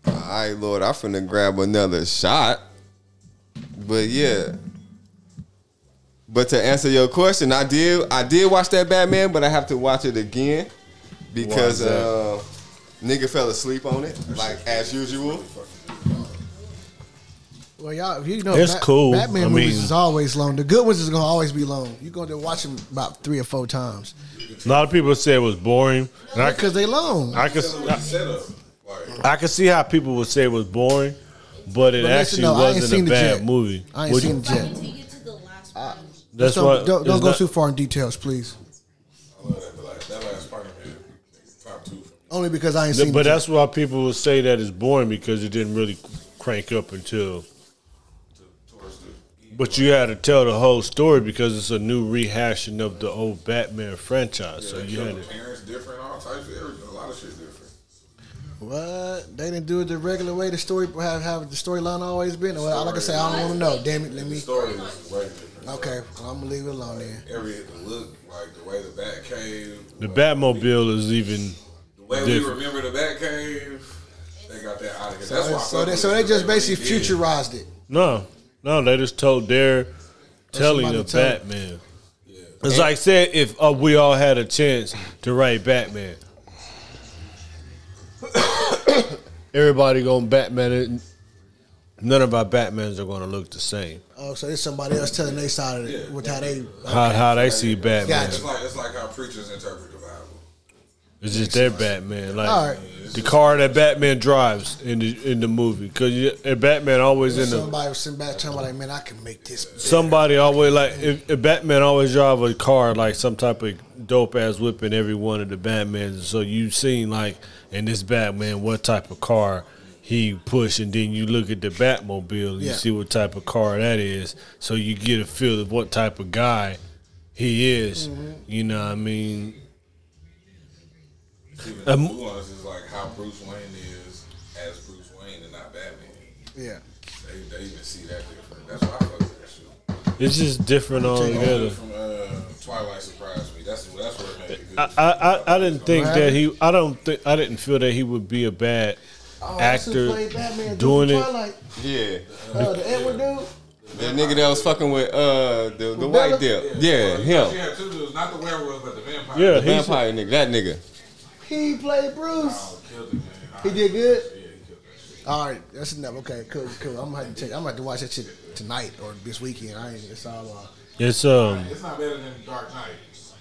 [SPEAKER 1] All right, Lord, I finna grab another shot. But yeah. But to answer your question, I did I did watch that Batman, but I have to watch it again because
[SPEAKER 5] Why is that?
[SPEAKER 1] uh, nigga fell asleep on it, like as usual.
[SPEAKER 6] Well, y'all, you know,
[SPEAKER 5] It's cool.
[SPEAKER 6] Batman
[SPEAKER 5] I
[SPEAKER 6] movies
[SPEAKER 5] mean-
[SPEAKER 6] is always long. The good ones is gonna always be long. You gonna watch them about three or four times
[SPEAKER 5] A lot of people said it was boring, and I,
[SPEAKER 6] because they long.
[SPEAKER 5] I could,
[SPEAKER 8] Set up.
[SPEAKER 5] I could see how people would say it was boring, but it
[SPEAKER 6] But listen,
[SPEAKER 5] actually
[SPEAKER 6] though, I ain't seen
[SPEAKER 5] wasn't
[SPEAKER 6] the
[SPEAKER 5] a bad
[SPEAKER 6] jet.
[SPEAKER 5] movie.
[SPEAKER 6] I ain't
[SPEAKER 5] Would you-
[SPEAKER 6] seen it yet.
[SPEAKER 5] That's
[SPEAKER 6] don't,
[SPEAKER 5] why
[SPEAKER 6] don't, don't
[SPEAKER 5] it's
[SPEAKER 6] go
[SPEAKER 5] not-
[SPEAKER 6] too far in details, please. Only because I ain't seen.
[SPEAKER 5] But
[SPEAKER 6] it
[SPEAKER 5] that's why people would say that it's boring because it didn't really crank up until. But you had to tell the whole story because it's a new rehashing of the old Batman franchise. so you had to.
[SPEAKER 8] Parents different, all types of everything. A lot of shit's different.
[SPEAKER 6] yet. what they didn't do it the regular way. The story have, have the storyline always been. Well, like I say, I don't want to know. Damn it, let
[SPEAKER 8] The
[SPEAKER 6] me.
[SPEAKER 8] story was way different.
[SPEAKER 6] Okay, well, I'm gonna leave it alone then.
[SPEAKER 8] Every the look, like the way the Bat cave,
[SPEAKER 5] The Batmobile is even.
[SPEAKER 8] the way
[SPEAKER 5] Different.
[SPEAKER 8] we remember the Bat cave. They got that out of here. That's
[SPEAKER 6] So,
[SPEAKER 8] why. I
[SPEAKER 6] so
[SPEAKER 8] fuck
[SPEAKER 6] they
[SPEAKER 8] with
[SPEAKER 6] so
[SPEAKER 8] it,
[SPEAKER 6] they
[SPEAKER 8] 'cause
[SPEAKER 6] just
[SPEAKER 8] really
[SPEAKER 6] basically
[SPEAKER 8] did.
[SPEAKER 6] futurized it.
[SPEAKER 5] No, no, they just told their telling
[SPEAKER 6] somebody
[SPEAKER 5] of
[SPEAKER 6] tell-
[SPEAKER 5] Batman. It's like said if uh, we all had a chance to write Batman, (coughs) everybody going Batman. It, none of our Batmans are going to look the same.
[SPEAKER 6] Oh, so there's somebody else telling their side of it with how they.
[SPEAKER 5] How how they see Batman?
[SPEAKER 6] Gotcha.
[SPEAKER 8] It's like it's like how preachers interpret the Bible.
[SPEAKER 5] It's just their Batman, like
[SPEAKER 6] All right.
[SPEAKER 5] the car that Batman drives in the in the movie. Because Batman always in the
[SPEAKER 6] Somebody was sitting back talking about like, man, I can make this.
[SPEAKER 5] Somebody always like if, if Batman always drive a car like some type of dope ass whip in every one of the Batmans. So you seen like in this Batman what type of car he push, and then you look at the Batmobile and you
[SPEAKER 6] Yeah.
[SPEAKER 5] see what type of car that is. So you get a feel of what type of guy he is.
[SPEAKER 6] Mm-hmm.
[SPEAKER 5] You know what I mean?
[SPEAKER 8] Even
[SPEAKER 5] Um,
[SPEAKER 8] the nuance is like how Bruce Wayne is as Bruce Wayne and not Batman.
[SPEAKER 6] Yeah.
[SPEAKER 8] They, they even see that different. That's why I fuck with that shit.
[SPEAKER 5] It's just different altogether.
[SPEAKER 8] From uh, Twilight surprised me. That's that's what made it good.
[SPEAKER 5] I, I, I- I didn't think that he. I don't think I didn't feel that he would be a bad actor doing it.
[SPEAKER 1] Yeah.
[SPEAKER 6] Oh, the Edward dude.
[SPEAKER 1] That nigga that was fucking with uh the, the
[SPEAKER 6] With
[SPEAKER 1] white
[SPEAKER 6] Bella?
[SPEAKER 1] dude. Yeah, him.
[SPEAKER 8] She had two dudes, not the werewolf, but the vampire.
[SPEAKER 5] Yeah, he's,
[SPEAKER 1] Vampire nigga, that nigga.
[SPEAKER 6] He played Bruce.
[SPEAKER 8] Killed it, man.
[SPEAKER 6] He did good. All right, that's enough. Okay, cool, cool. I'm gonna have to check. I'm gonna have to watch that shit tonight or this weekend. I ain't. It's all. Uh,
[SPEAKER 5] It's um.
[SPEAKER 8] It's not better than Dark Knight.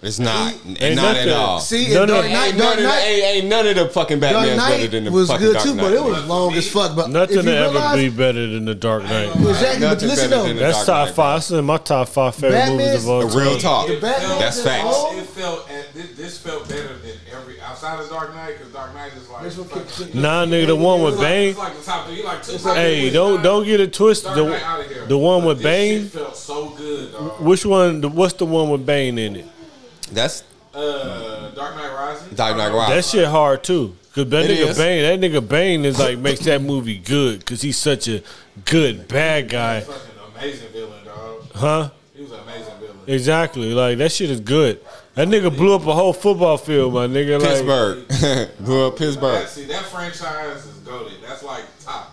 [SPEAKER 1] It's not.
[SPEAKER 5] Ain't
[SPEAKER 1] not at
[SPEAKER 5] nothing.
[SPEAKER 1] all.
[SPEAKER 6] see,
[SPEAKER 5] No,
[SPEAKER 6] and
[SPEAKER 5] no.
[SPEAKER 6] Dark Knight.
[SPEAKER 1] ain't, none
[SPEAKER 6] Dark
[SPEAKER 1] of the,
[SPEAKER 6] Knight.
[SPEAKER 1] ain't, ain't none of the fucking
[SPEAKER 6] Dark
[SPEAKER 1] Batman's better than
[SPEAKER 6] Knight
[SPEAKER 1] the
[SPEAKER 6] was
[SPEAKER 1] fucking
[SPEAKER 6] good
[SPEAKER 1] Dark
[SPEAKER 6] too,
[SPEAKER 1] Knight.
[SPEAKER 6] but it was long as fuck. But if
[SPEAKER 5] Nothing
[SPEAKER 6] you
[SPEAKER 5] to ever
[SPEAKER 6] realize-
[SPEAKER 5] be better than The Dark Knight.
[SPEAKER 6] Exactly. But
[SPEAKER 1] Nothing
[SPEAKER 6] listen
[SPEAKER 1] better
[SPEAKER 6] though,
[SPEAKER 1] than that.
[SPEAKER 5] That's
[SPEAKER 1] Dark
[SPEAKER 5] top
[SPEAKER 1] Knight.
[SPEAKER 5] five. It's in my top five favorite movies
[SPEAKER 6] Batman's
[SPEAKER 5] of all time.
[SPEAKER 1] real talk.
[SPEAKER 6] The Batman
[SPEAKER 1] That's
[SPEAKER 6] is
[SPEAKER 1] facts.
[SPEAKER 6] old.
[SPEAKER 8] It felt at, this, this felt better than every outside of Dark Knight because Dark Knight is like
[SPEAKER 6] This one
[SPEAKER 8] fuck-
[SPEAKER 6] kicked- kicked-
[SPEAKER 5] Nah, nigga, the one with
[SPEAKER 8] It's like-
[SPEAKER 5] Bane.
[SPEAKER 8] It's like the top three. You like two.
[SPEAKER 5] Hey, don't don't get it twisted. The, the one with Bane.
[SPEAKER 8] felt so good. Dog.
[SPEAKER 5] Which one? The, what's the one with Bane in it?
[SPEAKER 1] That's
[SPEAKER 8] Uh, Dark Knight Rising.
[SPEAKER 1] Dark Knight Rock.
[SPEAKER 5] That shit hard too. Cause that
[SPEAKER 1] Uh-huh. It
[SPEAKER 5] nigga
[SPEAKER 1] is.
[SPEAKER 5] Bane, that nigga Bane is like makes that movie good. Cause he's such a good bad guy,
[SPEAKER 8] Fucking amazing villain, dog.
[SPEAKER 5] huh?
[SPEAKER 8] He was an amazing villain.
[SPEAKER 5] Exactly. Like that shit is good. That nigga blew up a whole football field, my nigga. Like,
[SPEAKER 1] Pittsburgh. (laughs) Grew up Pittsburgh.
[SPEAKER 8] That, see, that franchise is goaded. That's like top.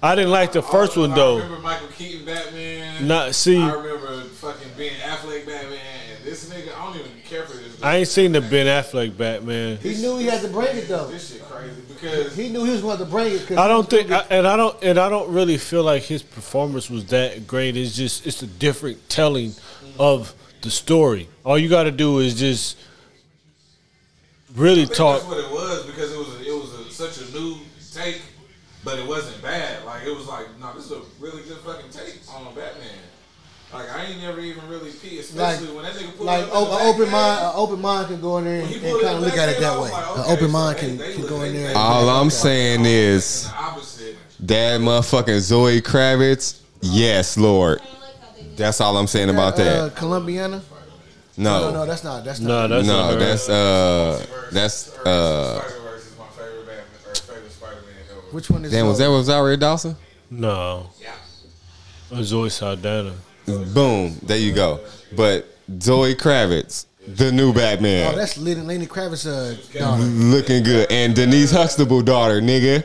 [SPEAKER 5] I didn't like the first one
[SPEAKER 8] I
[SPEAKER 5] though.
[SPEAKER 8] remember Michael Keaton Batman.
[SPEAKER 5] Not see.
[SPEAKER 8] I remember fucking Ben Affleck Batman. And this nigga, I don't even care for this.
[SPEAKER 5] I ain't seen the Ben Affleck Batman.
[SPEAKER 6] He knew he had to bring it though.
[SPEAKER 8] This shit crazy because
[SPEAKER 6] He knew he was going to bring it. 'cause
[SPEAKER 5] I don't think, I, and I don't, and I don't really feel like his performance was that great. It's just, it's a different telling of the story. All you got to do is just really
[SPEAKER 8] I think
[SPEAKER 5] talk.
[SPEAKER 8] That's what it was because it was a, it was a, such a new take, but it wasn't bad. Like it was like, no, this is a really good fucking take on Batman. Like I ain't never even really peed,
[SPEAKER 6] like,
[SPEAKER 8] especially when that nigga pulled
[SPEAKER 6] like
[SPEAKER 8] up in
[SPEAKER 6] oh,
[SPEAKER 8] the
[SPEAKER 6] an open
[SPEAKER 8] Batcave.
[SPEAKER 6] mind, an open mind can go in there
[SPEAKER 8] When
[SPEAKER 6] and,
[SPEAKER 8] he pulled
[SPEAKER 6] kind
[SPEAKER 8] up
[SPEAKER 6] of
[SPEAKER 8] in
[SPEAKER 6] look at
[SPEAKER 8] Batcave,
[SPEAKER 6] it
[SPEAKER 8] I
[SPEAKER 6] that way.
[SPEAKER 8] was like,
[SPEAKER 6] An
[SPEAKER 8] okay,
[SPEAKER 6] open
[SPEAKER 8] so
[SPEAKER 6] mind
[SPEAKER 8] they-
[SPEAKER 6] can,
[SPEAKER 8] they
[SPEAKER 6] can
[SPEAKER 8] look-
[SPEAKER 6] go in
[SPEAKER 8] they-
[SPEAKER 6] there. and-
[SPEAKER 1] All I'm saying is
[SPEAKER 8] The opposite.
[SPEAKER 1] that motherfucking Zoe Kravitz. Yes, Lord. That's all I'm saying about
[SPEAKER 6] Uh,
[SPEAKER 1] that. Oh.
[SPEAKER 6] Columbiana? No, no,
[SPEAKER 1] No,
[SPEAKER 6] that's not. That's
[SPEAKER 5] No,
[SPEAKER 6] not.
[SPEAKER 5] that's not
[SPEAKER 1] no,
[SPEAKER 5] her.
[SPEAKER 1] that's uh, that's uh.
[SPEAKER 8] Spider Verse is my favorite Batman or favorite Spider Man ever.
[SPEAKER 6] Which one is? uh,
[SPEAKER 1] Damn, was that Rosario Dawson?
[SPEAKER 5] no.
[SPEAKER 8] Yeah.
[SPEAKER 5] It's Zoe Saldana.
[SPEAKER 1] Boom, there you go. But Zoe Kravitz, the new
[SPEAKER 6] Oh,
[SPEAKER 1] Batman,
[SPEAKER 6] that's Lenny, Lenny Kravitz. Uh, daughter.
[SPEAKER 1] looking good, and Denise Huxtable daughter, nigga.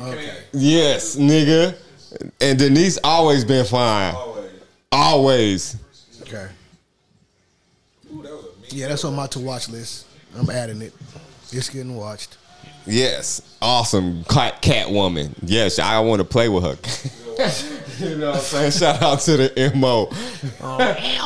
[SPEAKER 8] Okay.
[SPEAKER 1] Yes, nigga. And Denise always been fine,
[SPEAKER 8] Always.
[SPEAKER 1] always.
[SPEAKER 6] Okay.
[SPEAKER 8] Ooh, that was a mean.
[SPEAKER 6] Yeah, that's on my to watch list. I'm adding it. It's getting watched.
[SPEAKER 1] Yes, awesome cat, cat woman. Yes, I want to play with her. (laughs) You know what I'm saying? Shout out to the MO. I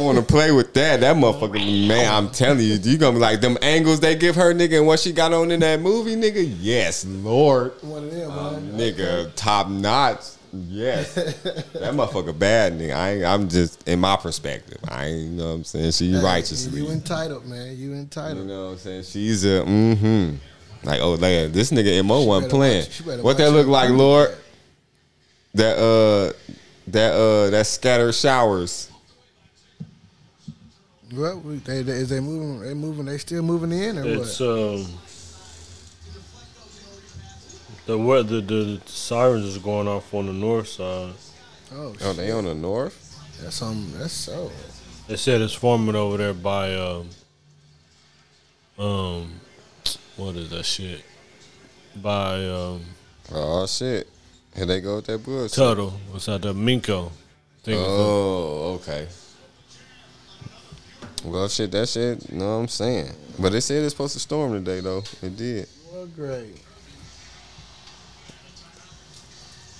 [SPEAKER 1] want to play with that. That motherfucker, man, I'm telling you, you going to be like, them angles they give her, nigga, and what she got on in that movie, nigga? Yes, Lord.
[SPEAKER 6] One of them, man.
[SPEAKER 1] Nigga, top notch.
[SPEAKER 6] (laughs)
[SPEAKER 1] Yes. that motherfucker bad, nigga. I ain't, I'm just, in my perspective, I ain't, you know what I'm saying? She
[SPEAKER 6] Hey,
[SPEAKER 1] righteously.
[SPEAKER 6] You entitled, man. You
[SPEAKER 1] You
[SPEAKER 6] entitled.
[SPEAKER 1] know what I'm saying? She's a mm-hmm. Like, oh man, this nigga MO wasn't
[SPEAKER 6] better
[SPEAKER 1] playing.
[SPEAKER 6] watch- she better
[SPEAKER 1] What that
[SPEAKER 6] watch
[SPEAKER 1] look
[SPEAKER 6] her
[SPEAKER 1] like,
[SPEAKER 6] mouth.
[SPEAKER 1] Lord? That uh that uh that scatter showers.
[SPEAKER 6] Well, we- they, they, is they moving? They moving? They still moving in or
[SPEAKER 5] It's
[SPEAKER 6] what?
[SPEAKER 5] um the weather the, the sirens is going off on the north side.
[SPEAKER 6] oh, shit.
[SPEAKER 1] Oh, they on the north?
[SPEAKER 6] that's um, that's so.
[SPEAKER 5] They said it's forming over there by um um what is that shit? By um
[SPEAKER 1] Oh shit. Here they go with that bullshit.
[SPEAKER 5] Tuttle. What's that the Minko? Thing
[SPEAKER 1] Oh, okay. Well shit, that shit, you know what I'm saying. But it said it's supposed to storm today though. It did.
[SPEAKER 6] Well, great.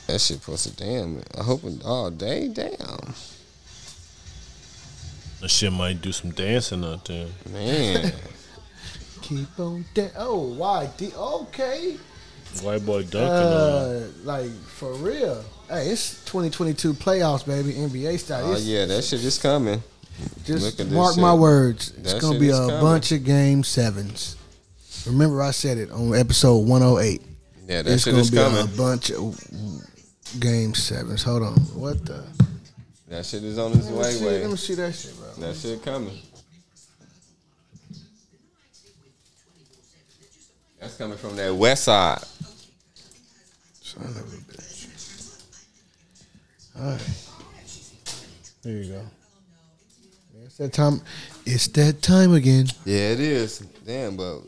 [SPEAKER 1] That shit supposed to damn I hope it all day, damn.
[SPEAKER 5] That shit might do some dancing out there.
[SPEAKER 6] (laughs)
[SPEAKER 1] Man.
[SPEAKER 6] Keep on da- Oh, why? D- okay.
[SPEAKER 5] White boy dunking on.
[SPEAKER 6] Uh, like for real. Hey, it's 2022 playoffs, baby. NBA style.
[SPEAKER 1] oh
[SPEAKER 6] It's-
[SPEAKER 1] yeah, that shit is coming.
[SPEAKER 6] Just
[SPEAKER 1] Look at this
[SPEAKER 6] mark
[SPEAKER 1] shit.
[SPEAKER 6] my words. It's
[SPEAKER 1] That
[SPEAKER 6] gonna
[SPEAKER 1] shit
[SPEAKER 6] be a
[SPEAKER 1] is coming.
[SPEAKER 6] bunch of game sevens. Remember, I said it on episode 108.
[SPEAKER 1] Yeah, that
[SPEAKER 6] It's
[SPEAKER 1] shit
[SPEAKER 6] gonna
[SPEAKER 1] is
[SPEAKER 6] be
[SPEAKER 1] coming.
[SPEAKER 6] a bunch of game sevens. Hold on. What the?
[SPEAKER 1] That shit is on its
[SPEAKER 6] Let me,
[SPEAKER 1] way,
[SPEAKER 6] see,
[SPEAKER 1] way.
[SPEAKER 6] let me see that shit, bro.
[SPEAKER 1] That shit coming. That's coming from that west side.
[SPEAKER 6] Son of a bitch. All right. There you go. It's that time. It's that time again.
[SPEAKER 1] Yeah, it is. Damn, but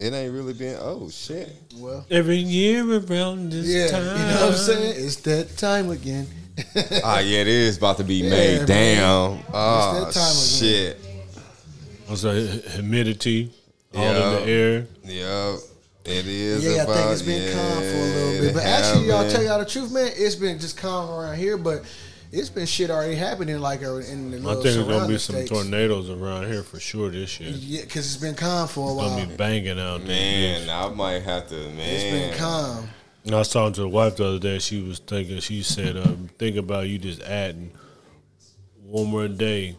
[SPEAKER 1] it ain't really been. Oh shit.
[SPEAKER 6] Well,
[SPEAKER 5] Every year around this
[SPEAKER 6] yeah.
[SPEAKER 5] time.
[SPEAKER 6] You know what I'm saying? It's that time again.
[SPEAKER 1] Ah, yeah, it is about to be
[SPEAKER 6] Yeah,
[SPEAKER 1] May.
[SPEAKER 6] man.
[SPEAKER 1] Damn. Oh
[SPEAKER 6] that time again.
[SPEAKER 1] shit.
[SPEAKER 5] It's like humidity all
[SPEAKER 1] Yeah.
[SPEAKER 5] in the air.
[SPEAKER 1] Yup. It is.
[SPEAKER 6] Yeah, I
[SPEAKER 1] about,
[SPEAKER 6] think it's been calm for a
[SPEAKER 1] yeah,
[SPEAKER 6] little bit. But
[SPEAKER 1] it
[SPEAKER 6] actually, y'all
[SPEAKER 1] happened.
[SPEAKER 6] tell y'all the truth, man. It's been just calm around here, but it's been shit already happening, like uh, in the
[SPEAKER 5] I
[SPEAKER 6] little
[SPEAKER 5] think there's gonna be
[SPEAKER 6] surrounding
[SPEAKER 5] some
[SPEAKER 6] states.
[SPEAKER 5] tornadoes around here for sure this year.
[SPEAKER 6] Yeah, because it's been calm for a while.
[SPEAKER 5] Gonna
[SPEAKER 1] Uh.
[SPEAKER 5] be banging out there.
[SPEAKER 1] Man, I might have to. Man,
[SPEAKER 6] it's been calm.
[SPEAKER 5] And I was talking to the wife the other day. She was thinking. She said, um, "Think about you just adding one more day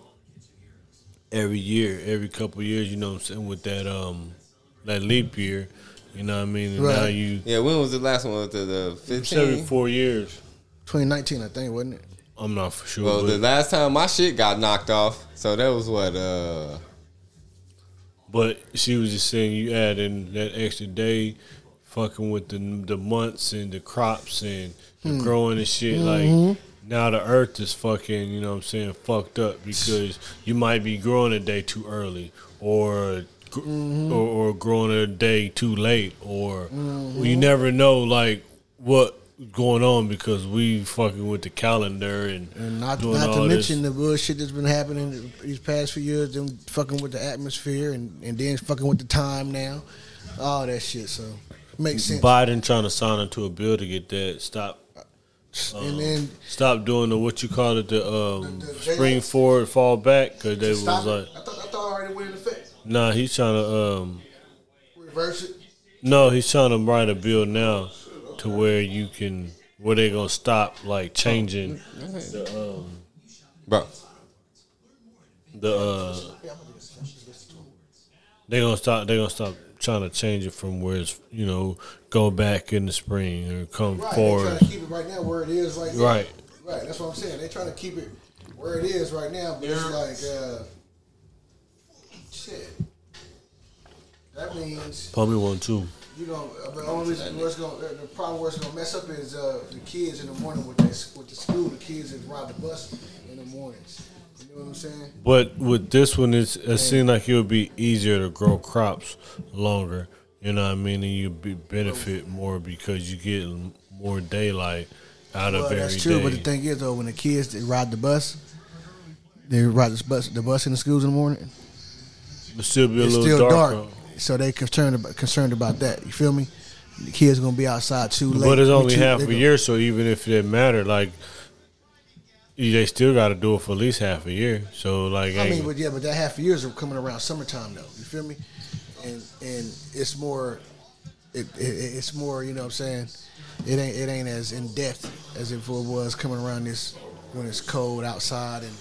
[SPEAKER 5] every year, every couple years. You know what I'm saying? With that um, that leap year, you know what I mean? And now
[SPEAKER 6] Right.
[SPEAKER 5] you
[SPEAKER 1] Yeah, when was the last one? Was it The
[SPEAKER 5] seventy
[SPEAKER 1] 15?
[SPEAKER 5] four years.
[SPEAKER 6] 2019, I think, wasn't it?
[SPEAKER 5] I'm not for sure.
[SPEAKER 1] Well,
[SPEAKER 5] but,
[SPEAKER 1] the last time my shit got knocked off, so that was what. uh
[SPEAKER 5] but she was just saying you add in that extra day, fucking with the the months and the crops and the
[SPEAKER 6] Hmm.
[SPEAKER 5] growing and shit. Like
[SPEAKER 6] Mm-hmm.
[SPEAKER 5] now the earth is fucking, you know what I'm saying, fucked up because you might be growing a day too early or gr-
[SPEAKER 6] Mm-hmm.
[SPEAKER 5] or, or growing a day too late or you
[SPEAKER 6] Mm-hmm.
[SPEAKER 5] never know like what going on because we fucking with the calendar and,
[SPEAKER 6] And not
[SPEAKER 5] doing
[SPEAKER 6] not to
[SPEAKER 5] all this.
[SPEAKER 6] mention the bullshit that's been happening these past few years, them fucking with the atmosphere and, and then fucking with the time now. All that shit, so makes sense.
[SPEAKER 5] Biden trying to sign into a bill to get that stop
[SPEAKER 6] and then
[SPEAKER 5] stop doing the what you call it the, um,
[SPEAKER 6] The- the- they
[SPEAKER 5] spring
[SPEAKER 6] like-
[SPEAKER 5] forward fall back because they was
[SPEAKER 6] stop it.
[SPEAKER 5] like
[SPEAKER 6] I thought I thought I already went in effect.
[SPEAKER 5] nah he's trying to um
[SPEAKER 6] Reverse it.
[SPEAKER 5] no he's trying to write a bill now to where you can where they gonna stop like changing
[SPEAKER 1] Bro,
[SPEAKER 5] the uh they gonna stop they gonna stop trying to change it from where it's you know go back in the spring or come
[SPEAKER 6] Right. They're
[SPEAKER 5] forward
[SPEAKER 6] trying to keep it right now where it is right now.
[SPEAKER 5] right
[SPEAKER 6] Right. That's what I'm saying. They're trying to keep it where it is right now, but it's like uh shit. That means
[SPEAKER 5] pull me one too
[SPEAKER 6] you know the only reason where it's gonna the the problem where it's gonna mess up is uh the kids in the morning with their s- with the school, the kids that ride the bus in the mornings. You know what I'm saying?
[SPEAKER 5] But with this one, it's, it seemed like it would be easier to grow crops longer. You know what I mean? And you be benefit more because you get more daylight out of
[SPEAKER 6] Well,
[SPEAKER 5] every day.
[SPEAKER 6] that's true, but the thing is though, when the kids that ride the bus, they ride the bus the bus in the schools in the morning.
[SPEAKER 5] It'll still be a
[SPEAKER 6] it's
[SPEAKER 5] little
[SPEAKER 6] still
[SPEAKER 5] dark.
[SPEAKER 6] dark,
[SPEAKER 5] though.
[SPEAKER 6] so they concerned about, concerned about that. You feel me? The kids gonna be outside too late.
[SPEAKER 5] But it's
[SPEAKER 6] We
[SPEAKER 5] only
[SPEAKER 6] too-
[SPEAKER 5] half
[SPEAKER 6] they
[SPEAKER 5] a
[SPEAKER 6] gonna-
[SPEAKER 5] year, so even if it matter, like you- they still got to do it for at least half a year. So like,
[SPEAKER 6] I mean,
[SPEAKER 5] ain't-
[SPEAKER 6] but yeah, but that half a year is coming around summertime though. You feel me? And and it's more, it, it it's more. You know what I'm saying? It ain't it ain't as in depth as if it was coming around this when it's cold outside and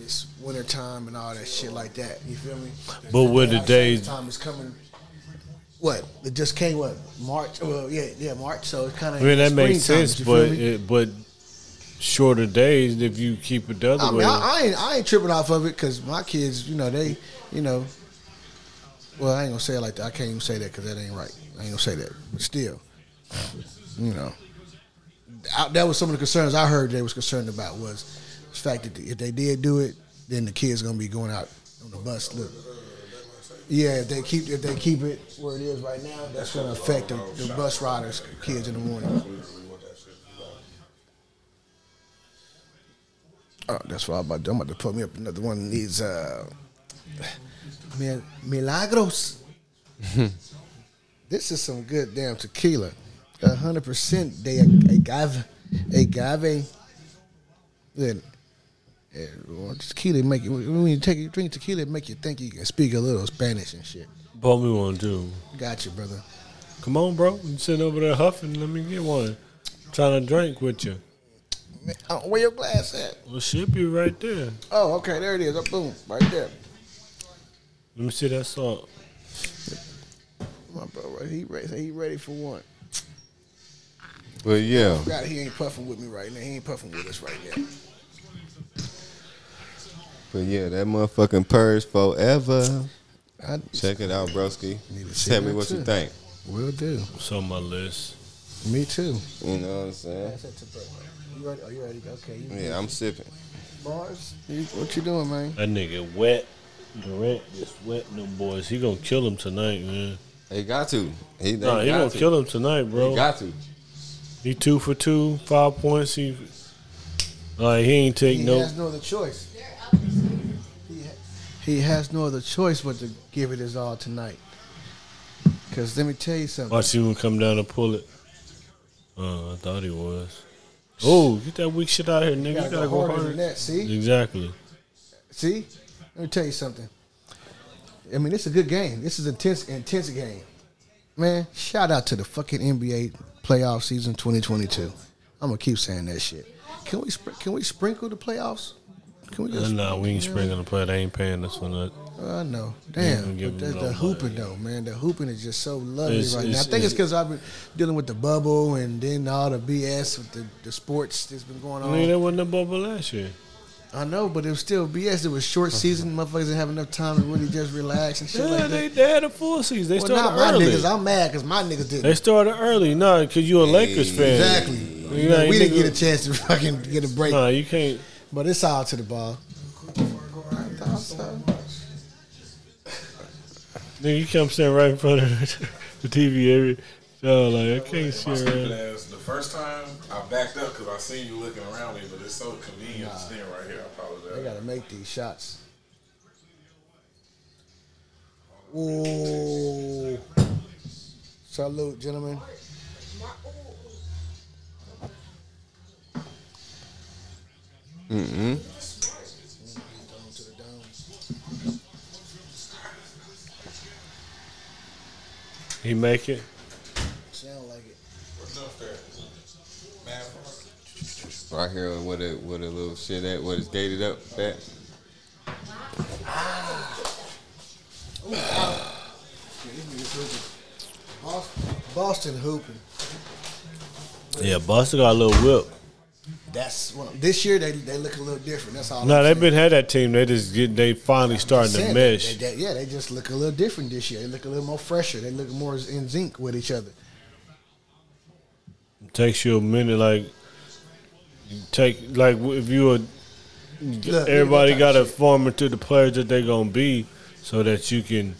[SPEAKER 6] it's winter time and all that shit like that. You feel me?
[SPEAKER 5] But with the
[SPEAKER 6] Outside
[SPEAKER 5] days-
[SPEAKER 6] time is coming. What it just came what March? Well, yeah, yeah, March. So it's kind of
[SPEAKER 5] I mean that makes sense, but it, but shorter days if you keep it the other
[SPEAKER 6] I mean,
[SPEAKER 5] way.
[SPEAKER 6] I, I ain't I ain't tripping off of it because my kids, you know, they, you know, well, I ain't gonna say it like that. I can't even say that because that ain't right. I ain't gonna say that, but still, you know, I, that was some of the concerns I heard they was concerned about was the fact that if they did do it, then the kids gonna be going out on the bus. Look, yeah, if they keep if they keep it where it is right now, that's gonna affect the, the bus riders, kids in the morning. Oh, that's why I'm about, to, I'm about to put me up another one of these uh, mil- milagros. this is some good damn tequila. 100% de agave. Agave. Then, eh, well, tequila make you, when you take you drink tequila, it make you think you can speak a little Spanish and shit.
[SPEAKER 5] Bought me one too.
[SPEAKER 6] Got you, brother.
[SPEAKER 5] Come on, bro. You sitting over there huffing. Let me get one. Trying to drink with you.
[SPEAKER 6] Man, oh, where your glass at?
[SPEAKER 5] Well, should be right there.
[SPEAKER 6] Oh, okay, there it is. Oh, boom, right there.
[SPEAKER 5] Let me see that salt.
[SPEAKER 6] My brother, he ready, he ready for one.
[SPEAKER 1] But yeah,
[SPEAKER 6] God, he ain't puffing with me right now. He ain't puffing with us right now.
[SPEAKER 1] but yeah, that motherfucking purge forever.
[SPEAKER 6] I
[SPEAKER 1] Check it out, broski.
[SPEAKER 6] Need to see
[SPEAKER 1] Tell me
[SPEAKER 6] that
[SPEAKER 1] what you
[SPEAKER 6] too.
[SPEAKER 1] think.
[SPEAKER 6] will do.
[SPEAKER 5] It's on my list.
[SPEAKER 6] Me too.
[SPEAKER 1] You know what I'm saying?
[SPEAKER 6] You ready? Are you ready? Okay. You
[SPEAKER 1] Yeah, I'm sipping.
[SPEAKER 6] Bars. You- What you doing, man?
[SPEAKER 5] That nigga wet. Durant just wet them boys. He gonna kill him tonight, man.
[SPEAKER 1] They got to. He, they
[SPEAKER 5] Nah, he
[SPEAKER 1] got
[SPEAKER 5] gonna
[SPEAKER 1] to.
[SPEAKER 5] kill him tonight, bro.
[SPEAKER 1] They got to.
[SPEAKER 5] He two for two, five points. He like he ain't take
[SPEAKER 6] He
[SPEAKER 5] no.
[SPEAKER 6] has no other choice. He, ha- he has no other choice but to give it his all tonight. Cause let me tell you something.
[SPEAKER 5] Watch you come down and pull it. Uh, I thought he was. Oh, get that weak shit out of here, nigga.
[SPEAKER 6] You
[SPEAKER 5] You
[SPEAKER 6] gotta, go, harder, than that. See,
[SPEAKER 5] Exactly.
[SPEAKER 6] see. Let me tell you something. I mean, it's a good game. This is intense, intense game. Man, shout out to the fucking NBA playoff season 2022. I'm gonna keep saying that shit. Can we spr- can we sprinkle the playoffs? Can we
[SPEAKER 5] Uh,
[SPEAKER 6] just Uh,
[SPEAKER 5] nah, we ain't springing the play. They ain't paying us for that.
[SPEAKER 6] I know.
[SPEAKER 5] we
[SPEAKER 6] Damn.
[SPEAKER 5] give
[SPEAKER 6] But
[SPEAKER 5] them
[SPEAKER 6] the,
[SPEAKER 5] no
[SPEAKER 6] the hooping,
[SPEAKER 5] money.
[SPEAKER 6] though, man. The hooping is just so lovely
[SPEAKER 5] It's-
[SPEAKER 6] right now. I
[SPEAKER 5] it's-
[SPEAKER 6] think
[SPEAKER 5] it's-
[SPEAKER 6] it's because I've been dealing with the bubble and then all the BS with the, the sports that's been going
[SPEAKER 5] I mean,
[SPEAKER 6] on.
[SPEAKER 5] that wasn't a bubble last year.
[SPEAKER 6] I know, but it was still BS. It was short season. Motherfuckers didn't have enough time to really just relax and shit
[SPEAKER 5] Yeah,
[SPEAKER 6] like
[SPEAKER 5] they,
[SPEAKER 6] that.
[SPEAKER 5] they had a full season. They
[SPEAKER 6] Well, not
[SPEAKER 5] started
[SPEAKER 6] my
[SPEAKER 5] early.
[SPEAKER 6] niggas. I'm mad because my niggas didn't.
[SPEAKER 5] they started early, nah, because you a Lakers fan.
[SPEAKER 6] exactly.
[SPEAKER 5] You know,
[SPEAKER 6] we
[SPEAKER 5] you
[SPEAKER 6] didn't
[SPEAKER 5] nigga-
[SPEAKER 6] get a chance to fucking get a break.
[SPEAKER 5] Nah, you can't.
[SPEAKER 6] But it's all to the ball.
[SPEAKER 5] Nigga, you come stand right in front of (laughs) the TV every. So like, I can't
[SPEAKER 8] My
[SPEAKER 5] see
[SPEAKER 8] stupid
[SPEAKER 5] around.
[SPEAKER 8] ass, the first time I backed up because I seen you looking around me, but it's so convenient to stand right here. I
[SPEAKER 6] They
[SPEAKER 8] apologize.
[SPEAKER 6] gotta make these shots. Ooh. Salute, gentlemen. Mm-hmm.
[SPEAKER 5] He make it.
[SPEAKER 6] Sound like it.
[SPEAKER 1] Right here, with a with a little shit at what is gated up. That
[SPEAKER 6] Boston, Boston hooping.
[SPEAKER 5] Yeah, Boston got a little whip.
[SPEAKER 6] That's what I'm- this year they they look a little different. That's all.
[SPEAKER 5] No,
[SPEAKER 6] I'm
[SPEAKER 5] they've
[SPEAKER 6] saying.
[SPEAKER 5] been had that team. They just get they finally starting to
[SPEAKER 6] Saying
[SPEAKER 5] mesh.
[SPEAKER 6] that- that- yeah, they just look a little different this year. They look a little more fresher. They look more in zinc with each other.
[SPEAKER 5] Mm-hmm. takes you a minute, like you take like if you a
[SPEAKER 6] Look,
[SPEAKER 5] everybody
[SPEAKER 6] look at
[SPEAKER 5] got to
[SPEAKER 6] that shit.
[SPEAKER 5] form into the players that they gonna be, so that you can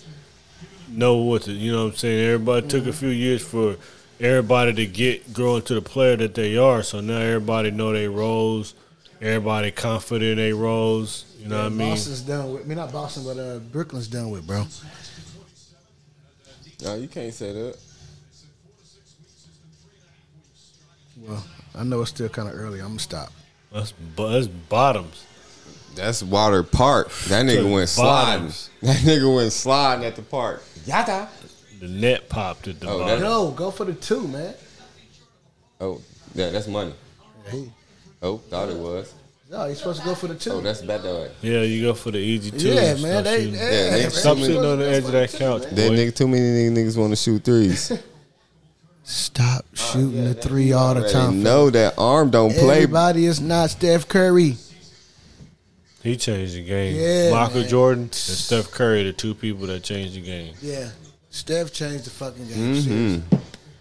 [SPEAKER 5] know what to. You know what I'm saying? Everybody took
[SPEAKER 6] Mm-hmm.
[SPEAKER 5] a few years for everybody to get growing to the player that they are. So now everybody know their roles. Everybody confident in their roles. You know what I mean?
[SPEAKER 6] Boston's done with. I mean, not Boston, but uh, Brooklyn's done with, bro.
[SPEAKER 1] no, you can't say that.
[SPEAKER 6] Well, I know it's still kind of early. I'm gonna stop.
[SPEAKER 5] That's, bo- that's bottoms.
[SPEAKER 1] That's Water Park. That nigga went sliding.
[SPEAKER 5] Bottoms.
[SPEAKER 1] (laughs) That nigga went sliding at the park. Yada.
[SPEAKER 5] The net popped at the
[SPEAKER 1] Oh,
[SPEAKER 5] bottom.
[SPEAKER 6] No, go for the two, man.
[SPEAKER 1] Oh, yeah, that's money.
[SPEAKER 6] Hey.
[SPEAKER 1] Oh, thought it was.
[SPEAKER 6] No, you're supposed to go for the two.
[SPEAKER 1] Oh, that's bad dog.
[SPEAKER 5] Yeah, you go for the easy two.
[SPEAKER 6] yeah,
[SPEAKER 5] Stop
[SPEAKER 6] man. They,
[SPEAKER 5] shooting.
[SPEAKER 6] yeah,
[SPEAKER 1] Yeah, they
[SPEAKER 6] man.
[SPEAKER 5] Stop
[SPEAKER 1] Too
[SPEAKER 5] sitting
[SPEAKER 1] many-
[SPEAKER 5] on the edge of that couch.
[SPEAKER 1] That
[SPEAKER 5] boy.
[SPEAKER 1] nigga, too many nigga- niggas want to shoot (laughs) threes.
[SPEAKER 6] Stop
[SPEAKER 1] Oh,
[SPEAKER 6] shooting the three all the
[SPEAKER 1] They
[SPEAKER 6] time.
[SPEAKER 1] know that arm don't play.
[SPEAKER 6] Everybody is not Steph Curry.
[SPEAKER 5] He changed the game.
[SPEAKER 6] Yeah,
[SPEAKER 5] Michael
[SPEAKER 6] man.
[SPEAKER 5] Jordan and Steph Curry, the two people that changed the game.
[SPEAKER 6] Yeah. Steph changed the fucking game. Seriously.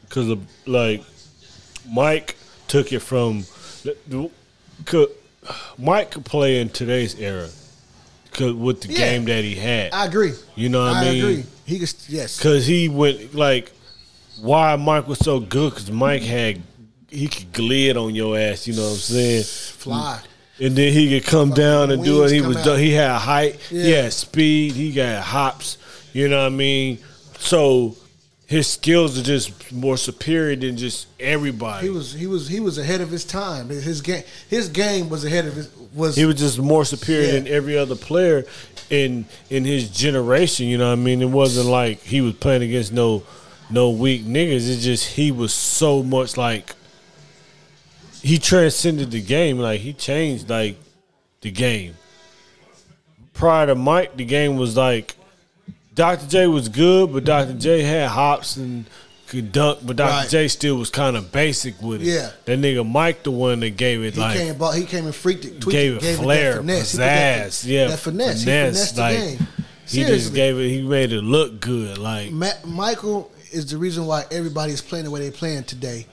[SPEAKER 5] Because, like, Mike took it from. the- the- Could, Mike could play in today's era 'cause with the
[SPEAKER 6] Yeah.
[SPEAKER 5] game that he had.
[SPEAKER 6] I agree.
[SPEAKER 5] you know what I,
[SPEAKER 6] I,
[SPEAKER 5] mean?
[SPEAKER 6] agree. He could, yes.
[SPEAKER 5] Cause he went like, why Mike was so good? Cause Mike had he could glide on your ass. You know what I'm saying?
[SPEAKER 6] Fly.
[SPEAKER 5] And then he could come down and do it.
[SPEAKER 6] wings
[SPEAKER 5] He
[SPEAKER 6] come
[SPEAKER 5] was
[SPEAKER 6] out.
[SPEAKER 5] done. he had height, he
[SPEAKER 6] Yeah.
[SPEAKER 5] had speed, he got hops. You know what I mean? So his skills are just more superior than just everybody.
[SPEAKER 6] He was he was he was ahead of his time. His, his game his game was ahead of his was
[SPEAKER 5] He was just more superior
[SPEAKER 6] Yeah.
[SPEAKER 5] than every other player in in his generation. You know what I mean? It wasn't like he was playing against no no weak niggas. It's just he was so much like he transcended the game. Like he changed like the game. Prior to Mike, the game was like Dr. J was good, but Dr. J had hops and could dunk, but Dr.
[SPEAKER 6] Right.
[SPEAKER 5] J still was kind of basic with it.
[SPEAKER 6] Yeah.
[SPEAKER 5] that nigga Mike, the one that gave it
[SPEAKER 6] he
[SPEAKER 5] like
[SPEAKER 6] came ball, he came and freaked it, tweaked
[SPEAKER 5] gave it
[SPEAKER 6] gave
[SPEAKER 5] flair,
[SPEAKER 6] it that finesse, He put that,
[SPEAKER 5] pizzazz, yeah,
[SPEAKER 6] that finesse, he finessed the
[SPEAKER 5] like,
[SPEAKER 6] game.
[SPEAKER 5] He just
[SPEAKER 6] Seriously.
[SPEAKER 5] gave it. He made it look good. Like
[SPEAKER 6] Ma- Michael is the reason why everybody is playing the way they're playing today.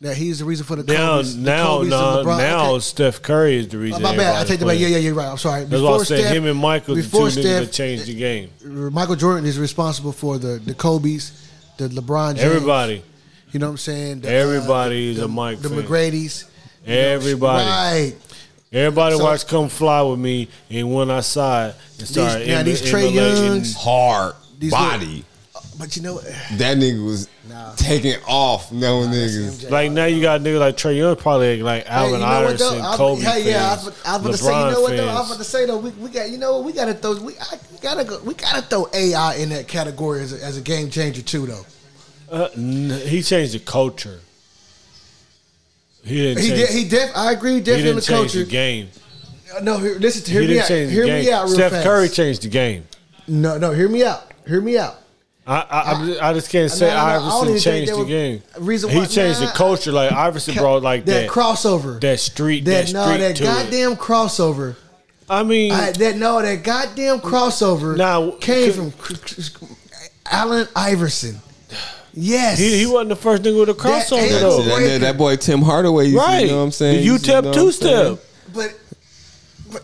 [SPEAKER 6] That he's the reason for the
[SPEAKER 5] now,
[SPEAKER 6] Kobe's, the
[SPEAKER 5] now,
[SPEAKER 6] Kobe's
[SPEAKER 5] nah,
[SPEAKER 6] and LeBron.
[SPEAKER 5] now,
[SPEAKER 6] Okay.
[SPEAKER 5] Steph Curry is the reason.
[SPEAKER 6] my bad. I
[SPEAKER 5] everybody's
[SPEAKER 6] take the back. Yeah,
[SPEAKER 5] playing.
[SPEAKER 6] yeah, you're right. I'm sorry.
[SPEAKER 5] That's why I said him and Michael, the two
[SPEAKER 6] before
[SPEAKER 5] niggas
[SPEAKER 6] Steph,
[SPEAKER 5] that changed the game.
[SPEAKER 6] Michael Jordan is responsible for the the Kobe's, the LeBron. James,
[SPEAKER 5] Everybody,
[SPEAKER 6] You know what I'm saying? The, uh,
[SPEAKER 5] Everybody is
[SPEAKER 6] the,
[SPEAKER 5] a Mike
[SPEAKER 6] The
[SPEAKER 5] fan.
[SPEAKER 6] McGrady's.
[SPEAKER 5] everybody,
[SPEAKER 6] Right.
[SPEAKER 5] everybody
[SPEAKER 6] So-
[SPEAKER 5] watched "Come Fly with Me" and went outside and started.
[SPEAKER 6] now
[SPEAKER 5] em-
[SPEAKER 6] these Trae
[SPEAKER 5] emulating-
[SPEAKER 6] Youngs-
[SPEAKER 1] Hard
[SPEAKER 6] These
[SPEAKER 1] body.
[SPEAKER 6] But you know,
[SPEAKER 1] that nigga was
[SPEAKER 6] Nah.
[SPEAKER 1] taking off. No
[SPEAKER 6] that's
[SPEAKER 1] niggas.
[SPEAKER 6] MJ.
[SPEAKER 5] Like now you got niggas like Trey Young probably like Alvin Iverson,
[SPEAKER 6] I,
[SPEAKER 5] Kobe
[SPEAKER 6] hey, yeah, I was,
[SPEAKER 5] fans,
[SPEAKER 6] I was about to say, you
[SPEAKER 5] LeBron
[SPEAKER 6] know what though? I
[SPEAKER 5] fans.
[SPEAKER 6] was about to say though, we, we got, you know, what? we gotta throw, we, I, we gotta go, we gotta throw AI in that category as a, as a game changer too, though.
[SPEAKER 5] Uh, n- he changed the culture. He didn't.
[SPEAKER 6] He
[SPEAKER 5] change,
[SPEAKER 6] did, he def, I agree, definitely
[SPEAKER 5] didn't
[SPEAKER 6] the
[SPEAKER 5] change
[SPEAKER 6] culture.
[SPEAKER 5] the game.
[SPEAKER 6] No, here, listen,
[SPEAKER 5] He
[SPEAKER 6] hear me
[SPEAKER 5] didn't
[SPEAKER 6] out.
[SPEAKER 5] change the
[SPEAKER 6] Hear
[SPEAKER 5] game.
[SPEAKER 6] me out, real
[SPEAKER 5] Steph
[SPEAKER 6] fast.
[SPEAKER 5] Curry changed the game.
[SPEAKER 6] No, no, hear me out. Hear me out.
[SPEAKER 5] I I, I, just, I just can't say
[SPEAKER 6] no, no, I don't
[SPEAKER 5] Iverson
[SPEAKER 6] even think
[SPEAKER 5] changed
[SPEAKER 6] there
[SPEAKER 5] the
[SPEAKER 6] was
[SPEAKER 5] game.
[SPEAKER 6] a reason
[SPEAKER 5] he
[SPEAKER 6] why-
[SPEAKER 5] changed
[SPEAKER 6] nah,
[SPEAKER 5] the culture. Like Iverson brought like that
[SPEAKER 6] that
[SPEAKER 5] that,
[SPEAKER 6] crossover.
[SPEAKER 5] street that,
[SPEAKER 6] that
[SPEAKER 5] street
[SPEAKER 6] no, that
[SPEAKER 5] to it.
[SPEAKER 6] goddamn crossover.
[SPEAKER 5] I mean,
[SPEAKER 6] I, that no, that goddamn crossover
[SPEAKER 5] Now,
[SPEAKER 6] came
[SPEAKER 5] could-
[SPEAKER 6] from Cr- Cr- Allen Iverson. Yes,
[SPEAKER 5] he, he wasn't the first nigga with a crossover
[SPEAKER 6] ain't
[SPEAKER 1] That,
[SPEAKER 5] though.
[SPEAKER 6] no
[SPEAKER 1] that- that- that boy Tim Hardaway, used to,
[SPEAKER 5] right?
[SPEAKER 1] you know what I'm saying?
[SPEAKER 5] The
[SPEAKER 1] Used to, you know
[SPEAKER 5] UTEP
[SPEAKER 1] what
[SPEAKER 5] two
[SPEAKER 1] I'm saying?
[SPEAKER 5] step.
[SPEAKER 6] but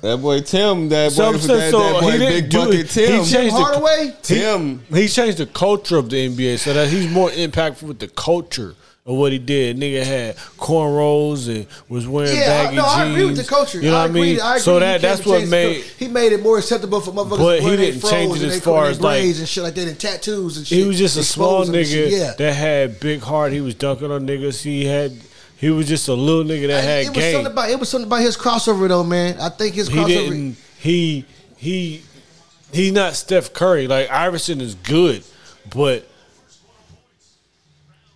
[SPEAKER 1] That boy Tim, that boy,
[SPEAKER 5] So, I'm
[SPEAKER 1] that,
[SPEAKER 5] saying, so
[SPEAKER 1] that boy
[SPEAKER 5] he didn't
[SPEAKER 1] big
[SPEAKER 5] do
[SPEAKER 1] bucket
[SPEAKER 5] it.
[SPEAKER 1] Tim.
[SPEAKER 5] He changed the
[SPEAKER 6] Hardaway.
[SPEAKER 1] Tim,
[SPEAKER 5] He changed the culture of the NBA so that he's more impactful with the culture of what he did. Nigga had cornrows and was wearing
[SPEAKER 6] Yeah,
[SPEAKER 5] baggy
[SPEAKER 6] no,
[SPEAKER 5] jeans.
[SPEAKER 6] I agree with the culture.
[SPEAKER 5] You know
[SPEAKER 6] I
[SPEAKER 5] what I mean?
[SPEAKER 6] Agree, I agree
[SPEAKER 5] so
[SPEAKER 6] he
[SPEAKER 5] that
[SPEAKER 6] came
[SPEAKER 5] that's
[SPEAKER 6] to
[SPEAKER 5] what
[SPEAKER 6] change the
[SPEAKER 5] made
[SPEAKER 6] culture. he made it more acceptable for motherfuckers.
[SPEAKER 5] But
[SPEAKER 6] to
[SPEAKER 5] he
[SPEAKER 6] wear their
[SPEAKER 5] didn't
[SPEAKER 6] froze
[SPEAKER 5] change it
[SPEAKER 6] and
[SPEAKER 5] as
[SPEAKER 6] they
[SPEAKER 5] far
[SPEAKER 6] put their
[SPEAKER 5] as, like-
[SPEAKER 6] braids and shit like that and tattoos and shit.
[SPEAKER 5] he was just a small
[SPEAKER 6] Exposing and
[SPEAKER 5] nigga
[SPEAKER 6] shit, Yeah,
[SPEAKER 5] that had big heart. He was dunking on niggas. He had he was just a little nigga that
[SPEAKER 6] it
[SPEAKER 5] had
[SPEAKER 6] was
[SPEAKER 5] game.
[SPEAKER 6] something about it was something about his crossover though, man. I think his
[SPEAKER 5] he
[SPEAKER 6] crossover.
[SPEAKER 5] didn't he he he's not Steph Curry. Like Iverson is good, but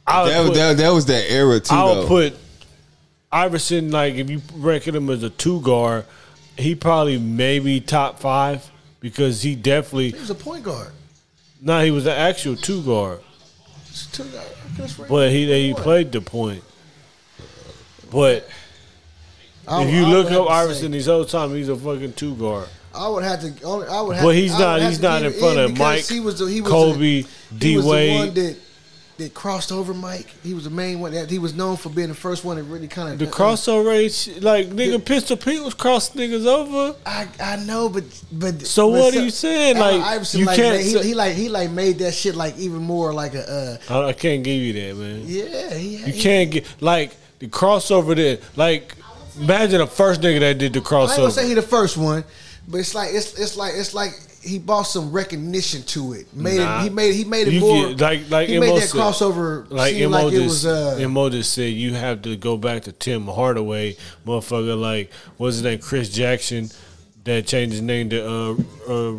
[SPEAKER 5] I would
[SPEAKER 1] that,
[SPEAKER 5] put,
[SPEAKER 1] that, that was that era too.
[SPEAKER 5] I
[SPEAKER 1] though.
[SPEAKER 5] would put Iverson like if you ranking him as a two guard, he probably maybe top five because he definitely
[SPEAKER 6] He was a point guard.
[SPEAKER 5] no he was an actual two guard.
[SPEAKER 6] It's two guard. That's right.
[SPEAKER 5] But he he played the point. But
[SPEAKER 6] I-
[SPEAKER 5] if you
[SPEAKER 6] I
[SPEAKER 5] look
[SPEAKER 6] would have
[SPEAKER 5] up
[SPEAKER 6] to say-
[SPEAKER 5] Iverson, this whole time he's a fucking two guard.
[SPEAKER 6] I would have to. only- I would have.
[SPEAKER 5] But
[SPEAKER 6] to-
[SPEAKER 5] he's
[SPEAKER 6] I would
[SPEAKER 5] not-
[SPEAKER 6] have
[SPEAKER 5] he's
[SPEAKER 6] to
[SPEAKER 5] not
[SPEAKER 6] give
[SPEAKER 5] in
[SPEAKER 6] it
[SPEAKER 5] front of
[SPEAKER 6] because
[SPEAKER 5] Mike,
[SPEAKER 6] He was the, he was
[SPEAKER 5] Kobe,
[SPEAKER 6] the,
[SPEAKER 5] D.
[SPEAKER 6] he was
[SPEAKER 5] Wade.
[SPEAKER 6] the one that that crossed over Mike. He was the main one that he was known for being the first one that really kind of
[SPEAKER 5] The crossover rate, sh- like nigga, Pistol Pete was crossing niggas over.
[SPEAKER 6] I I know, but but
[SPEAKER 5] So
[SPEAKER 6] but
[SPEAKER 5] what are you saying?
[SPEAKER 6] Allen
[SPEAKER 5] Like,
[SPEAKER 6] Iverson,
[SPEAKER 5] you
[SPEAKER 6] like,
[SPEAKER 5] can't
[SPEAKER 6] made-
[SPEAKER 5] say-
[SPEAKER 6] he, he like he like made that shit like even more like a uh,
[SPEAKER 5] I, I can't give you that, man.
[SPEAKER 6] yeah. He,
[SPEAKER 5] You can't get like the crossover there. Like, imagine the first nigga that did the
[SPEAKER 6] I ain't gonna say
[SPEAKER 5] crossover.
[SPEAKER 6] he the first one, but it's like it's it's like it's like he bought some recognition to it. Made
[SPEAKER 5] Nah.
[SPEAKER 6] it. He made. He made it
[SPEAKER 5] You
[SPEAKER 6] more.
[SPEAKER 5] get- like- like
[SPEAKER 6] he made
[SPEAKER 5] Emo
[SPEAKER 6] that
[SPEAKER 5] said-
[SPEAKER 6] crossover
[SPEAKER 5] Like
[SPEAKER 6] seem
[SPEAKER 5] Mo,
[SPEAKER 6] like
[SPEAKER 5] just,
[SPEAKER 6] it was. Uh,
[SPEAKER 5] Mo just said, you have to go back to Tim Hardaway, motherfucker. Like, what's his name? Chris Jackson that changed his name to uh. uh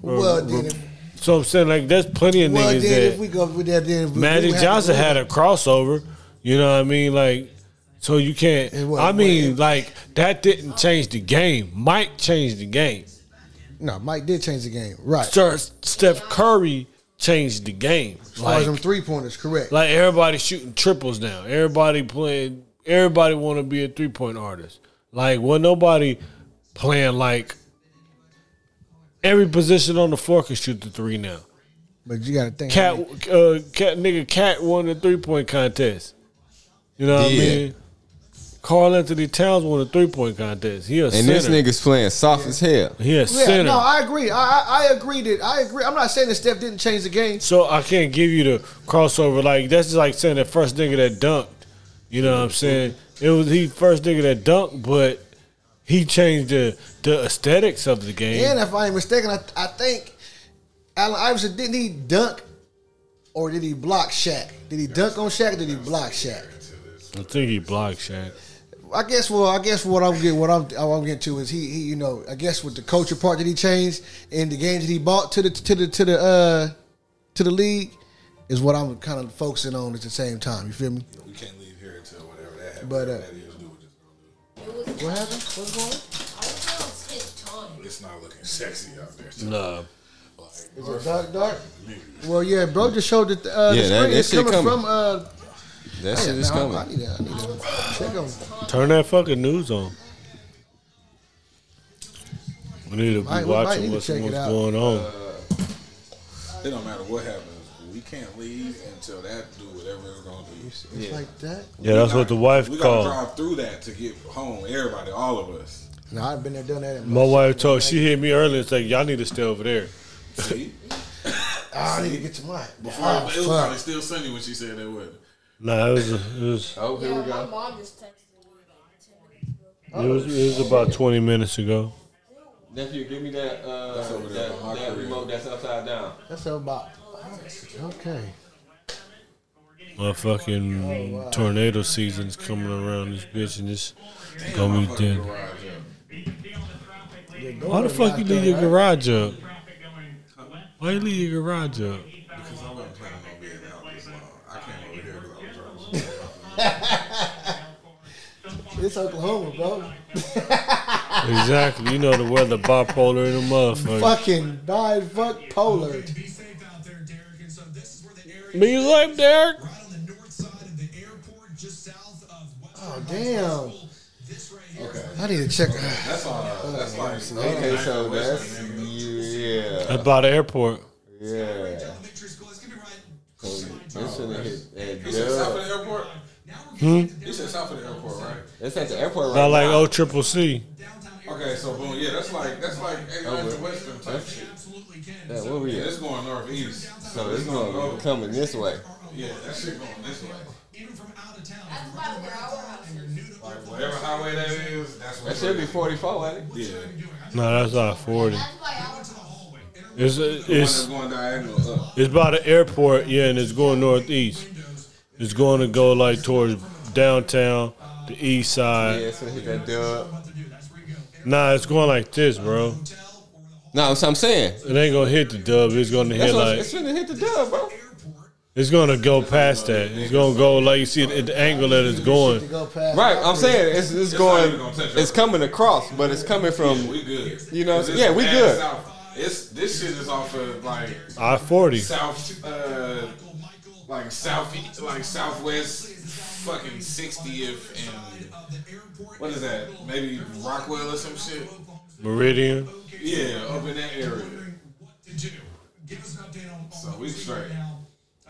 [SPEAKER 6] well,
[SPEAKER 5] uh,
[SPEAKER 6] then, if,
[SPEAKER 5] so I'm saying like there's plenty of
[SPEAKER 6] well,
[SPEAKER 5] niggas
[SPEAKER 6] then
[SPEAKER 5] that
[SPEAKER 6] if we go with that, then if we- we
[SPEAKER 5] Magic
[SPEAKER 6] have to
[SPEAKER 5] Johnson
[SPEAKER 6] go-
[SPEAKER 5] had a crossover. You know what I mean? Like, so you can't.
[SPEAKER 6] It was-
[SPEAKER 5] I mean, like that didn't change the game. Mike changed the game.
[SPEAKER 6] No, Mike did change the game. Right.
[SPEAKER 5] Sir, Steph Curry changed the game.
[SPEAKER 6] as far as
[SPEAKER 5] Like,
[SPEAKER 6] them three pointers, correct.
[SPEAKER 5] like everybody shooting triples now. Everybody playing. Everybody want to be a three point artist. Like, well, nobody playing like every position on the floor can shoot the three now.
[SPEAKER 6] but you got to think.
[SPEAKER 5] Cat, uh, cat, nigga, cat won the three point contest. You know what
[SPEAKER 1] Yeah.
[SPEAKER 5] I mean? Carl Anthony Towns won the three point contest. He a
[SPEAKER 1] And
[SPEAKER 5] center.
[SPEAKER 1] this nigga's playing soft as hell.
[SPEAKER 5] he a
[SPEAKER 6] Yeah,
[SPEAKER 5] center.
[SPEAKER 6] no, I agree. I, I, I agree that I agree. I'm not saying that Steph didn't change the game.
[SPEAKER 5] so I can't give you the crossover. Like that's just like saying the first nigga that dunked. You know what I'm saying? It was he first nigga that dunked, but he changed the the aesthetics of the game.
[SPEAKER 6] And if I ain't mistaken, I, I think Allen Iverson didn't he dunk or did he block Shaq? Did he dunk on Shaq? or Did he block Shaq?
[SPEAKER 5] I think he blocked Shaq.
[SPEAKER 6] I guess. Well, I guess what I'm getting, what I'm, what I'm getting to is he, he, you know, I guess with the culture part that he changed and the games that he bought to the, to the, to the, uh, to the league is what I'm kind of focusing on at the same time. You feel me?
[SPEAKER 8] We can't leave here until whatever that happens.
[SPEAKER 6] But, uh,
[SPEAKER 8] that is do what it's gonna
[SPEAKER 6] What happened? What's going on?
[SPEAKER 8] do. It's not looking sexy out there. So
[SPEAKER 5] No,
[SPEAKER 8] like,
[SPEAKER 6] Is it dark, dark? Well, yeah, bro just showed that uh,
[SPEAKER 1] Yeah, that-
[SPEAKER 6] the
[SPEAKER 1] that
[SPEAKER 6] screen is
[SPEAKER 1] shit
[SPEAKER 6] coming,
[SPEAKER 1] coming.
[SPEAKER 6] from. Uh,
[SPEAKER 1] That shit
[SPEAKER 6] man,
[SPEAKER 1] is
[SPEAKER 6] I- I
[SPEAKER 1] coming.
[SPEAKER 6] need to, I need to check on.
[SPEAKER 5] turn that fucking news on. We need to be
[SPEAKER 6] Might- we might
[SPEAKER 5] watching
[SPEAKER 6] need to
[SPEAKER 5] what's,
[SPEAKER 6] check it
[SPEAKER 5] what's
[SPEAKER 6] out.
[SPEAKER 5] going on.
[SPEAKER 8] it don't matter what happens. We can't leave until that do whatever it's gonna do.
[SPEAKER 6] It's like that.
[SPEAKER 5] Yeah, that's what the wife
[SPEAKER 8] We gotta
[SPEAKER 5] called.
[SPEAKER 8] drive through that to get home. Everybody, all of us.
[SPEAKER 6] No, I've been there, done that. and-
[SPEAKER 5] My wife told she hit me earlier. It's like y'all need to stay over there.
[SPEAKER 8] See,
[SPEAKER 6] Ah, I need to get to mine.
[SPEAKER 8] before
[SPEAKER 6] Ah,
[SPEAKER 8] it was
[SPEAKER 6] fuck.
[SPEAKER 8] probably still sunny when she said that wasn't. it?
[SPEAKER 5] Nah, it was it was
[SPEAKER 1] Oh, here we go.
[SPEAKER 9] mom just texted me like 10 minutes ago.
[SPEAKER 5] it was, it was about twenty minutes ago.
[SPEAKER 10] Nephew, give me that uh,
[SPEAKER 8] over there
[SPEAKER 10] that,
[SPEAKER 8] on my
[SPEAKER 10] that
[SPEAKER 8] career.
[SPEAKER 10] remote that's upside down.
[SPEAKER 6] That's about. Okay.
[SPEAKER 5] My fucking tornado season's coming around this bitch and it's gonna be dead.
[SPEAKER 8] Garage up.
[SPEAKER 5] Why the fuck you leave your garage up? Why you leave your garage up?
[SPEAKER 8] Because I wasn't planning on being out this long. I came over here because I was driving.
[SPEAKER 6] It's Oklahoma, bro.
[SPEAKER 5] Exactly. You know the weather bipolar in the motherfucker.
[SPEAKER 6] Fucking died. Fuck Pollard.
[SPEAKER 11] Be safe out there, Derek. And so this is where the area
[SPEAKER 5] Me like Derek.
[SPEAKER 11] right on the north side of the airport, just south of Western
[SPEAKER 6] Oh
[SPEAKER 11] High
[SPEAKER 6] damn.
[SPEAKER 11] School. This right here.
[SPEAKER 6] I need to check.
[SPEAKER 8] That's all. That's like uh,
[SPEAKER 1] Okay, so that's yeah,
[SPEAKER 5] About the airport.
[SPEAKER 1] yeah.
[SPEAKER 11] Elementary school. It's gonna be right.
[SPEAKER 1] This shoulda hit that
[SPEAKER 8] You said south
[SPEAKER 1] dub.
[SPEAKER 8] of the airport.
[SPEAKER 11] Now we're getting to
[SPEAKER 8] You said south of the airport, right?
[SPEAKER 1] It's at the airport right
[SPEAKER 5] Not like
[SPEAKER 1] now.
[SPEAKER 5] O Triple C.
[SPEAKER 11] the downtown area.
[SPEAKER 8] Okay, so boom, yeah, that's like that's like
[SPEAKER 1] Oh,
[SPEAKER 8] eighty-nine to
[SPEAKER 1] but-
[SPEAKER 8] Western type shit.
[SPEAKER 11] Absolutely can.
[SPEAKER 1] Yeah, where we
[SPEAKER 8] Yeah,
[SPEAKER 1] at?
[SPEAKER 8] it's going northeast.
[SPEAKER 1] So it's going coming this way.
[SPEAKER 8] Yeah, that shit going this way.
[SPEAKER 11] Even from out of town.
[SPEAKER 9] That's about where I was.
[SPEAKER 11] And you're new to
[SPEAKER 8] Like whatever highway that is, that's what.
[SPEAKER 1] That should be 44, ain't it?
[SPEAKER 8] Yeah,
[SPEAKER 5] No, that's not forty.
[SPEAKER 9] That's why I was.
[SPEAKER 5] It's
[SPEAKER 8] it's
[SPEAKER 5] it's
[SPEAKER 8] going diagonal up.
[SPEAKER 5] It's by the airport, yeah, and it's going northeast. It's going to go like towards downtown, the east
[SPEAKER 1] Yeah,
[SPEAKER 5] side.
[SPEAKER 1] it's gonna hit that dub.
[SPEAKER 5] Nah, it's going like this, bro.
[SPEAKER 1] No, that's what I'm saying.
[SPEAKER 5] It ain't gonna hit the dub. It's gonna
[SPEAKER 1] That's
[SPEAKER 5] hit
[SPEAKER 1] what,
[SPEAKER 5] like
[SPEAKER 1] it's gonna hit the dub, bro.
[SPEAKER 5] it's gonna go past that. It's gonna go like you see it at the angle that it's
[SPEAKER 6] To
[SPEAKER 5] going.
[SPEAKER 6] go past.
[SPEAKER 1] Right, I'm saying it's, it's
[SPEAKER 8] not
[SPEAKER 1] going,
[SPEAKER 8] even gonna touch us.
[SPEAKER 1] it's coming across, but it's coming from.
[SPEAKER 8] We good.
[SPEAKER 1] You know,
[SPEAKER 8] 'Cause it's
[SPEAKER 1] yeah, we
[SPEAKER 8] ass
[SPEAKER 1] good.
[SPEAKER 8] south. It's this shit is off of like
[SPEAKER 5] I forty.
[SPEAKER 8] south, uh, like southeast, like southwest, fucking 60th and what is that? Maybe Rockwell or some shit.
[SPEAKER 5] Meridian.
[SPEAKER 8] Yeah, up in that area.
[SPEAKER 11] what to do. Give us an update on
[SPEAKER 8] So we straight.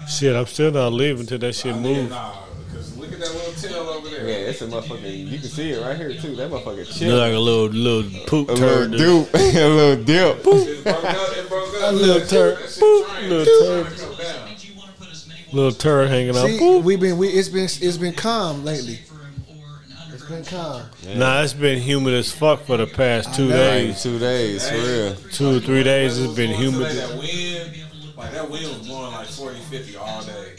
[SPEAKER 5] Shit, I'm still not leaving till that shit
[SPEAKER 8] Yeah,
[SPEAKER 5] moves.
[SPEAKER 8] nah, because look at that little tail over there.
[SPEAKER 1] Yeah, it's a motherfucking. You can see it right here too. That motherfucker
[SPEAKER 5] Look
[SPEAKER 1] chill.
[SPEAKER 5] like a little little poop
[SPEAKER 1] A
[SPEAKER 5] turd.
[SPEAKER 1] little dupe, (laughs) a little dip.
[SPEAKER 8] It broke up. It broke up.
[SPEAKER 5] A little turd.
[SPEAKER 8] That shit
[SPEAKER 5] Boop,
[SPEAKER 8] trying-
[SPEAKER 5] little
[SPEAKER 8] it's
[SPEAKER 5] turd.
[SPEAKER 8] trying to come down.
[SPEAKER 5] Little turd hanging out.
[SPEAKER 6] See, we've been we it's been it's been calm lately. It's It's been calm.
[SPEAKER 5] Nah, it's been humid as fuck for the past two
[SPEAKER 1] know.
[SPEAKER 5] days.
[SPEAKER 1] Two days, for real.
[SPEAKER 5] Two, three days. It's been humid.
[SPEAKER 8] Today, that wind, like that wind was blowing like 40, 50 all day.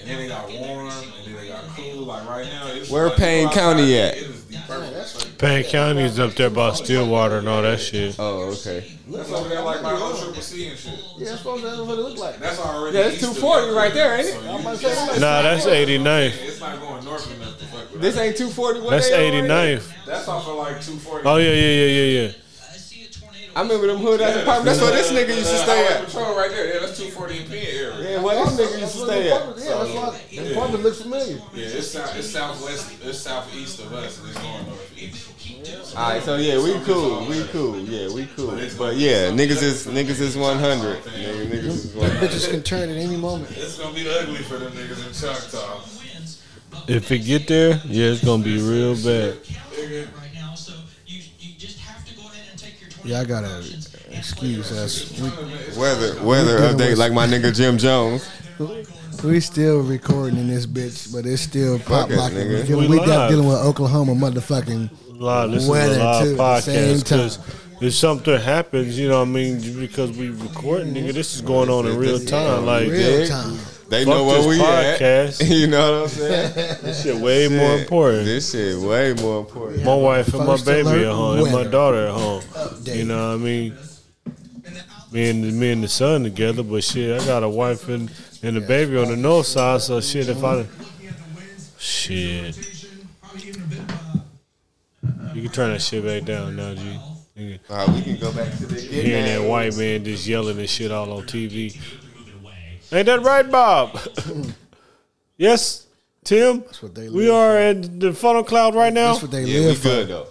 [SPEAKER 8] And then it got warm, and then it got cool. Like right now, it's
[SPEAKER 1] Where
[SPEAKER 8] like,
[SPEAKER 1] Payne County at?
[SPEAKER 8] It is the perfect.
[SPEAKER 5] Payne County is up there by Stillwater and all that shit.
[SPEAKER 1] Oh, okay.
[SPEAKER 8] That's over there like my Ultra C and shit.
[SPEAKER 6] Yeah, that's supposed to what it look like.
[SPEAKER 8] That's already.
[SPEAKER 1] Yeah, it's
[SPEAKER 8] east of
[SPEAKER 1] 240 right there, ain't
[SPEAKER 8] So
[SPEAKER 1] it?
[SPEAKER 8] you-
[SPEAKER 6] I'm about to say, I'm like,
[SPEAKER 5] Nah, that's 89th.
[SPEAKER 8] It's not going north enough to fuck with
[SPEAKER 1] This
[SPEAKER 8] us.
[SPEAKER 1] ain't 240. What
[SPEAKER 5] That's
[SPEAKER 1] they on right
[SPEAKER 5] 89th.
[SPEAKER 8] That's off of like 240.
[SPEAKER 5] Oh yeah, yeah, yeah, yeah, yeah.
[SPEAKER 1] now? I remember them hood ass apartments. That's where this nigga used to stay
[SPEAKER 8] Highway
[SPEAKER 1] at.
[SPEAKER 8] Patrol right there. Yeah, that's 240 in Penn area.
[SPEAKER 1] Yeah, where this nigga used
[SPEAKER 6] that's
[SPEAKER 1] to
[SPEAKER 6] what
[SPEAKER 1] stay
[SPEAKER 6] the
[SPEAKER 1] at.
[SPEAKER 6] apartment- Yeah, that's why the apartment looks familiar.
[SPEAKER 8] Yeah, it's, south, it's southwest, it's southeast of us, and it's going northeast.
[SPEAKER 1] All right, so yeah, we cool, we cool, yeah, we cool. But yeah, niggas is niggas is 100. Nigga, niggas is 100.
[SPEAKER 6] Bitches can turn at any moment.
[SPEAKER 8] It's gonna be ugly for them niggas in Choctaw.
[SPEAKER 5] If it get there, yeah, it's gonna be real bad.
[SPEAKER 6] Yeah, I got to excuse us.
[SPEAKER 1] Weather weather update like my nigga Jim Jones.
[SPEAKER 6] We still recording in this bitch, but it's still pop
[SPEAKER 1] Fuck it,
[SPEAKER 6] locking.
[SPEAKER 1] nigga.
[SPEAKER 6] We, feel-
[SPEAKER 5] We
[SPEAKER 6] we got
[SPEAKER 5] live.
[SPEAKER 6] dealing with Oklahoma motherfucking
[SPEAKER 5] Live, this
[SPEAKER 6] weather
[SPEAKER 5] is a live
[SPEAKER 6] too at the same
[SPEAKER 5] podcast.
[SPEAKER 6] time.
[SPEAKER 5] 'cause if something happens, you know what I mean, because we recording, nigga, this is going on in real time. Like
[SPEAKER 6] real
[SPEAKER 1] yeah.
[SPEAKER 6] time.
[SPEAKER 1] They
[SPEAKER 5] Fuck
[SPEAKER 1] know where
[SPEAKER 5] this
[SPEAKER 1] we
[SPEAKER 5] podcast.
[SPEAKER 1] at. (laughs) You know what I'm saying?
[SPEAKER 6] (laughs)
[SPEAKER 5] this shit way more important.
[SPEAKER 1] This shit way more important.
[SPEAKER 5] My wife and my
[SPEAKER 6] First alert
[SPEAKER 5] baby at home, and my
[SPEAKER 6] weather.
[SPEAKER 5] daughter at home.
[SPEAKER 6] Update.
[SPEAKER 5] You know what I mean? Me and me and the son together, but shit, I got a wife and, and a baby on the north side, so shit, if I shit, you can turn that shit back down now, G. Nigga.
[SPEAKER 1] All right, we can go back to the
[SPEAKER 5] Hearing that white man just yelling and shit all on TV. Ain't that right, Bob? (laughs) yes, Tim.
[SPEAKER 6] what they
[SPEAKER 5] We
[SPEAKER 6] live
[SPEAKER 5] are at the funnel cloud right now.
[SPEAKER 6] That's what they
[SPEAKER 1] Yeah, we
[SPEAKER 6] live for.
[SPEAKER 1] good though.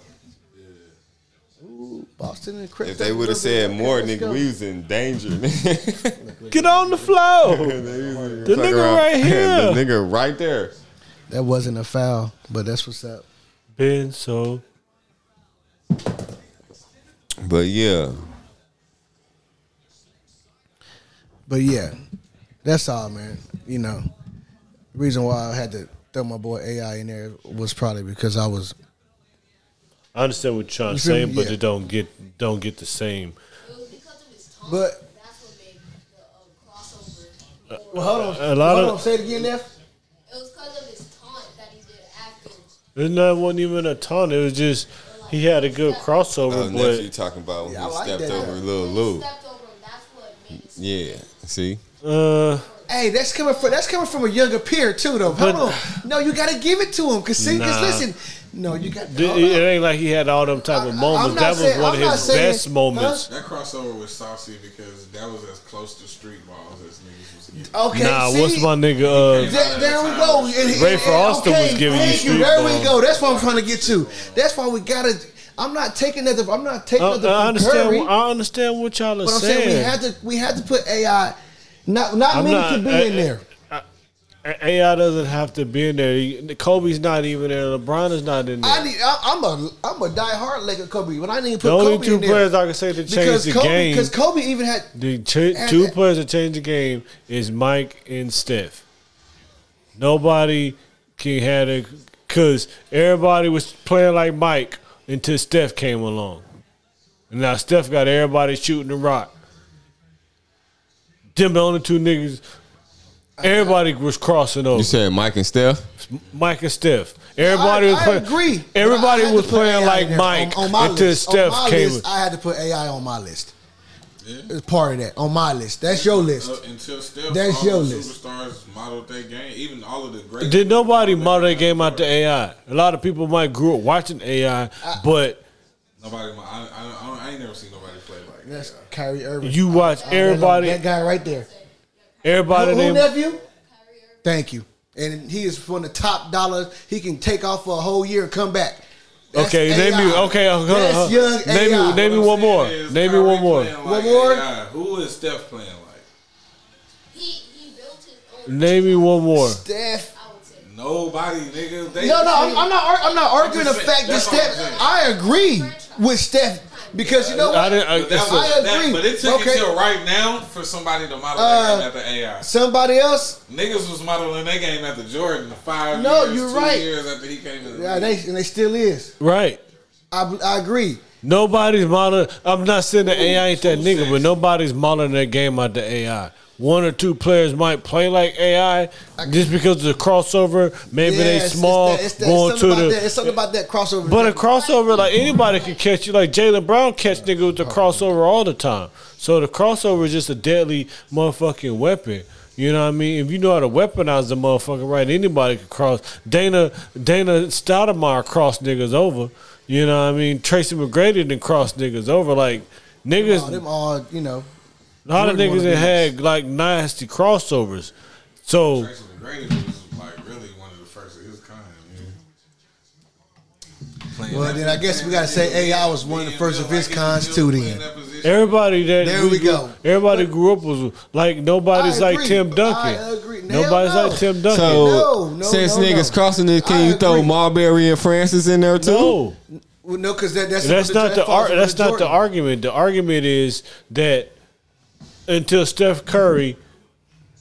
[SPEAKER 6] Boston and Chris.
[SPEAKER 1] If they would have said more, nigga, we was in danger. (laughs) nigga.
[SPEAKER 5] Get on the flow.
[SPEAKER 1] the
[SPEAKER 5] nigga right here.
[SPEAKER 1] (laughs) the nigga right there.
[SPEAKER 6] That wasn't a foul, but that's what's up.
[SPEAKER 5] Been so
[SPEAKER 1] But yeah,
[SPEAKER 6] But yeah, that's all, man. You know, reason why I had to throw my boy AI in there was probably because I was
[SPEAKER 5] I understand what you're trying to
[SPEAKER 6] You feel
[SPEAKER 5] say,
[SPEAKER 6] me?
[SPEAKER 5] but
[SPEAKER 6] Yeah.
[SPEAKER 5] it don't get don't get the same.
[SPEAKER 6] But
[SPEAKER 9] That's what made the uh, crossover.
[SPEAKER 6] well, hold
[SPEAKER 5] A lot
[SPEAKER 6] hold
[SPEAKER 5] of-
[SPEAKER 6] on, say it again, Neff.
[SPEAKER 9] It was because of his taunt that he did after.
[SPEAKER 5] It's not wasn't even a ton. It was just he had a good crossover,
[SPEAKER 1] oh, nephew
[SPEAKER 5] but
[SPEAKER 1] talking about when
[SPEAKER 6] Yeah, I
[SPEAKER 1] he
[SPEAKER 6] like
[SPEAKER 1] stepped
[SPEAKER 6] that.
[SPEAKER 1] over little
[SPEAKER 9] He
[SPEAKER 1] Lou.
[SPEAKER 9] stepped over him. That's what made it.
[SPEAKER 1] Yeah, see,
[SPEAKER 5] uh,
[SPEAKER 6] Hey, that's coming from that's coming from a younger peer too, though. Hold
[SPEAKER 5] But-
[SPEAKER 6] on, no, you got to give it to him because see, because
[SPEAKER 5] Nah.
[SPEAKER 6] listen, no, you got.
[SPEAKER 5] th-
[SPEAKER 6] hold
[SPEAKER 5] it,
[SPEAKER 6] on.
[SPEAKER 5] ain't like he had all them type of
[SPEAKER 6] I- I- I'm
[SPEAKER 5] moments.
[SPEAKER 6] not
[SPEAKER 5] That was
[SPEAKER 6] saying-
[SPEAKER 5] one of
[SPEAKER 6] I'm not
[SPEAKER 5] his
[SPEAKER 6] saying-
[SPEAKER 5] best moments.
[SPEAKER 8] That crossover was saucy because that was as close to street balls as niggas was getting.
[SPEAKER 6] Okay,
[SPEAKER 5] nah,
[SPEAKER 6] see,
[SPEAKER 5] what's my nigga? Uh,
[SPEAKER 6] There, there we go. And- and-
[SPEAKER 5] Ray for
[SPEAKER 6] and-
[SPEAKER 5] Austin was giving you
[SPEAKER 6] thank
[SPEAKER 5] street
[SPEAKER 6] There
[SPEAKER 5] ball.
[SPEAKER 6] we go. That's what I'm trying to get to. That's why we gotta. I'm not taking nothing. I'm not taking
[SPEAKER 5] I,
[SPEAKER 6] nothing
[SPEAKER 5] I
[SPEAKER 6] from
[SPEAKER 5] understand.
[SPEAKER 6] Curry.
[SPEAKER 5] I understand what y'all are
[SPEAKER 6] But I'm
[SPEAKER 5] saying.
[SPEAKER 6] saying we had to we had to put AI. Not not
[SPEAKER 5] I'm
[SPEAKER 6] many
[SPEAKER 5] not- eh,
[SPEAKER 6] could be
[SPEAKER 5] I-
[SPEAKER 6] in there.
[SPEAKER 5] A- AI doesn't have to be in there. He- Kobe's not even there. LeBron is not in there.
[SPEAKER 6] I need. I, I'm a I'm a diehard Laker Kobe. When I didn't even put
[SPEAKER 5] the only
[SPEAKER 6] Kobe
[SPEAKER 5] two
[SPEAKER 6] in there
[SPEAKER 5] players I can say that changed the
[SPEAKER 6] Kobe
[SPEAKER 5] game.
[SPEAKER 6] because Kobe even had
[SPEAKER 5] The ch-
[SPEAKER 6] And-
[SPEAKER 5] two players that changed the game is Mike and Steph. Nobody can had a because everybody was playing like Mike until Steph came along, and now Steph got everybody shooting the rock. Them the only two niggas. Everybody was crossing over.
[SPEAKER 1] you said Mike and Steph.
[SPEAKER 5] Mike and Steph. Everybody
[SPEAKER 6] I,
[SPEAKER 5] was
[SPEAKER 6] I
[SPEAKER 5] playing.
[SPEAKER 6] agree. but I
[SPEAKER 5] Everybody
[SPEAKER 6] had
[SPEAKER 5] was
[SPEAKER 6] to put AI
[SPEAKER 5] playing
[SPEAKER 6] in
[SPEAKER 5] like
[SPEAKER 6] there
[SPEAKER 5] Mike
[SPEAKER 6] on, on my
[SPEAKER 5] until
[SPEAKER 6] list.
[SPEAKER 5] Steph
[SPEAKER 6] on my
[SPEAKER 5] came.
[SPEAKER 6] List, I had to put AI on my list. It's part of that on my list. That's your list.
[SPEAKER 8] Up Uh, until Steph,
[SPEAKER 6] That's
[SPEAKER 8] all
[SPEAKER 6] your
[SPEAKER 8] the
[SPEAKER 6] list.
[SPEAKER 8] superstars modeled their game. Even all of the great.
[SPEAKER 5] Did nobody model that game out to AI? A lot of people might grew up watching AI, but
[SPEAKER 8] Nobody. I, I, I, don't- I ain't never seen nobody play like that.
[SPEAKER 6] That's Kyrie Irving.
[SPEAKER 5] you watch
[SPEAKER 6] that
[SPEAKER 5] everybody,
[SPEAKER 6] guy right there.
[SPEAKER 5] everybody
[SPEAKER 6] Who, who
[SPEAKER 5] named
[SPEAKER 6] nephew? Thank you. And he is one of the top dollars. He can take off for a whole year and come back. That's
[SPEAKER 5] Okay, name
[SPEAKER 6] AI.
[SPEAKER 5] me. Okay, uh, hold on,
[SPEAKER 6] That's
[SPEAKER 5] hold
[SPEAKER 6] young
[SPEAKER 5] on. Name
[SPEAKER 6] AI.
[SPEAKER 5] me. Name me
[SPEAKER 8] What
[SPEAKER 5] one
[SPEAKER 8] I'm saying
[SPEAKER 5] more.
[SPEAKER 8] is
[SPEAKER 5] Name me
[SPEAKER 8] Kyrie
[SPEAKER 5] one more.
[SPEAKER 8] playing
[SPEAKER 6] One more?
[SPEAKER 8] AI. Who is Steph playing like?
[SPEAKER 9] He, he built his own.
[SPEAKER 5] Name me one more.
[SPEAKER 6] Steph.
[SPEAKER 8] Nobody, nigga. They
[SPEAKER 6] No, no, I'm, I'm not. ar- I'm not arguing the
[SPEAKER 8] saying-
[SPEAKER 6] fact that
[SPEAKER 8] that's all I'm
[SPEAKER 6] Steph.
[SPEAKER 8] saying.
[SPEAKER 6] I agree with Steph Because you know what?
[SPEAKER 5] I didn't- I-
[SPEAKER 8] But that
[SPEAKER 5] so-
[SPEAKER 8] was-
[SPEAKER 6] I
[SPEAKER 8] that-
[SPEAKER 6] agree.
[SPEAKER 8] but it took
[SPEAKER 6] Okay.
[SPEAKER 8] until right now for somebody to model
[SPEAKER 6] Uh,
[SPEAKER 8] their game after AI.
[SPEAKER 6] Somebody else?
[SPEAKER 8] Niggas was modeling their game after Jordan five
[SPEAKER 6] No,
[SPEAKER 8] years,
[SPEAKER 6] you're
[SPEAKER 8] two
[SPEAKER 6] right.
[SPEAKER 8] years after he came to the
[SPEAKER 6] Yeah, they, and they still is.
[SPEAKER 5] Right.
[SPEAKER 6] I, I agree.
[SPEAKER 5] Nobody's modeling. I'm not saying the AI ain't that nigga, but nobody's modeling their game out the AI. One or two players might play like AI just because of the crossover. Maybe
[SPEAKER 6] Yeah,
[SPEAKER 5] they
[SPEAKER 6] it's- it's
[SPEAKER 5] small
[SPEAKER 6] that- it's that-
[SPEAKER 5] going
[SPEAKER 6] it's
[SPEAKER 5] to
[SPEAKER 6] something about
[SPEAKER 5] the.
[SPEAKER 6] that- It's something about that crossover.
[SPEAKER 5] But a crossover, like anybody could catch you. Like Jalen Brown catch nigga with the crossover all the time. So the crossover is just a deadly motherfucking weapon. You know what I mean? If you know how to weaponize the motherfucker right, anybody could cross. Dana Dana Stoudemire crossed niggas over. You know what I mean? Tracy McGrady then crossed niggas over. Like niggas,
[SPEAKER 6] All Oh, them all, you know.
[SPEAKER 5] a lot of
[SPEAKER 6] Jordan
[SPEAKER 5] niggas
[SPEAKER 6] wanna be
[SPEAKER 5] that had like nasty crossovers. So
[SPEAKER 8] Tracy McGrady was like really one of the first of his kind. Man.
[SPEAKER 6] Well, then I guess we gotta say AI was one of the first of his kinds too. Then
[SPEAKER 5] Everybody that
[SPEAKER 6] There we
[SPEAKER 5] grew-
[SPEAKER 6] go.
[SPEAKER 5] Everybody grew up was like nobody's
[SPEAKER 6] I
[SPEAKER 5] like
[SPEAKER 6] agree.
[SPEAKER 5] Tim Duncan.
[SPEAKER 6] I agree. Hell
[SPEAKER 5] Nobody's
[SPEAKER 6] no.
[SPEAKER 5] like Tim Duncan.
[SPEAKER 1] So
[SPEAKER 6] No, no,
[SPEAKER 1] since
[SPEAKER 6] no,
[SPEAKER 1] niggas
[SPEAKER 6] no.
[SPEAKER 1] crossing this, can
[SPEAKER 6] I
[SPEAKER 1] you throw
[SPEAKER 6] agree.
[SPEAKER 1] Marbury and Francis in there too?
[SPEAKER 5] no,
[SPEAKER 6] Well, no, because that, that's
[SPEAKER 5] that's
[SPEAKER 6] under-
[SPEAKER 5] not
[SPEAKER 6] that
[SPEAKER 5] the
[SPEAKER 6] falls
[SPEAKER 5] ar-
[SPEAKER 6] under
[SPEAKER 5] that's not the
[SPEAKER 6] Jordan.
[SPEAKER 5] argument. The argument is that until Steph Curry,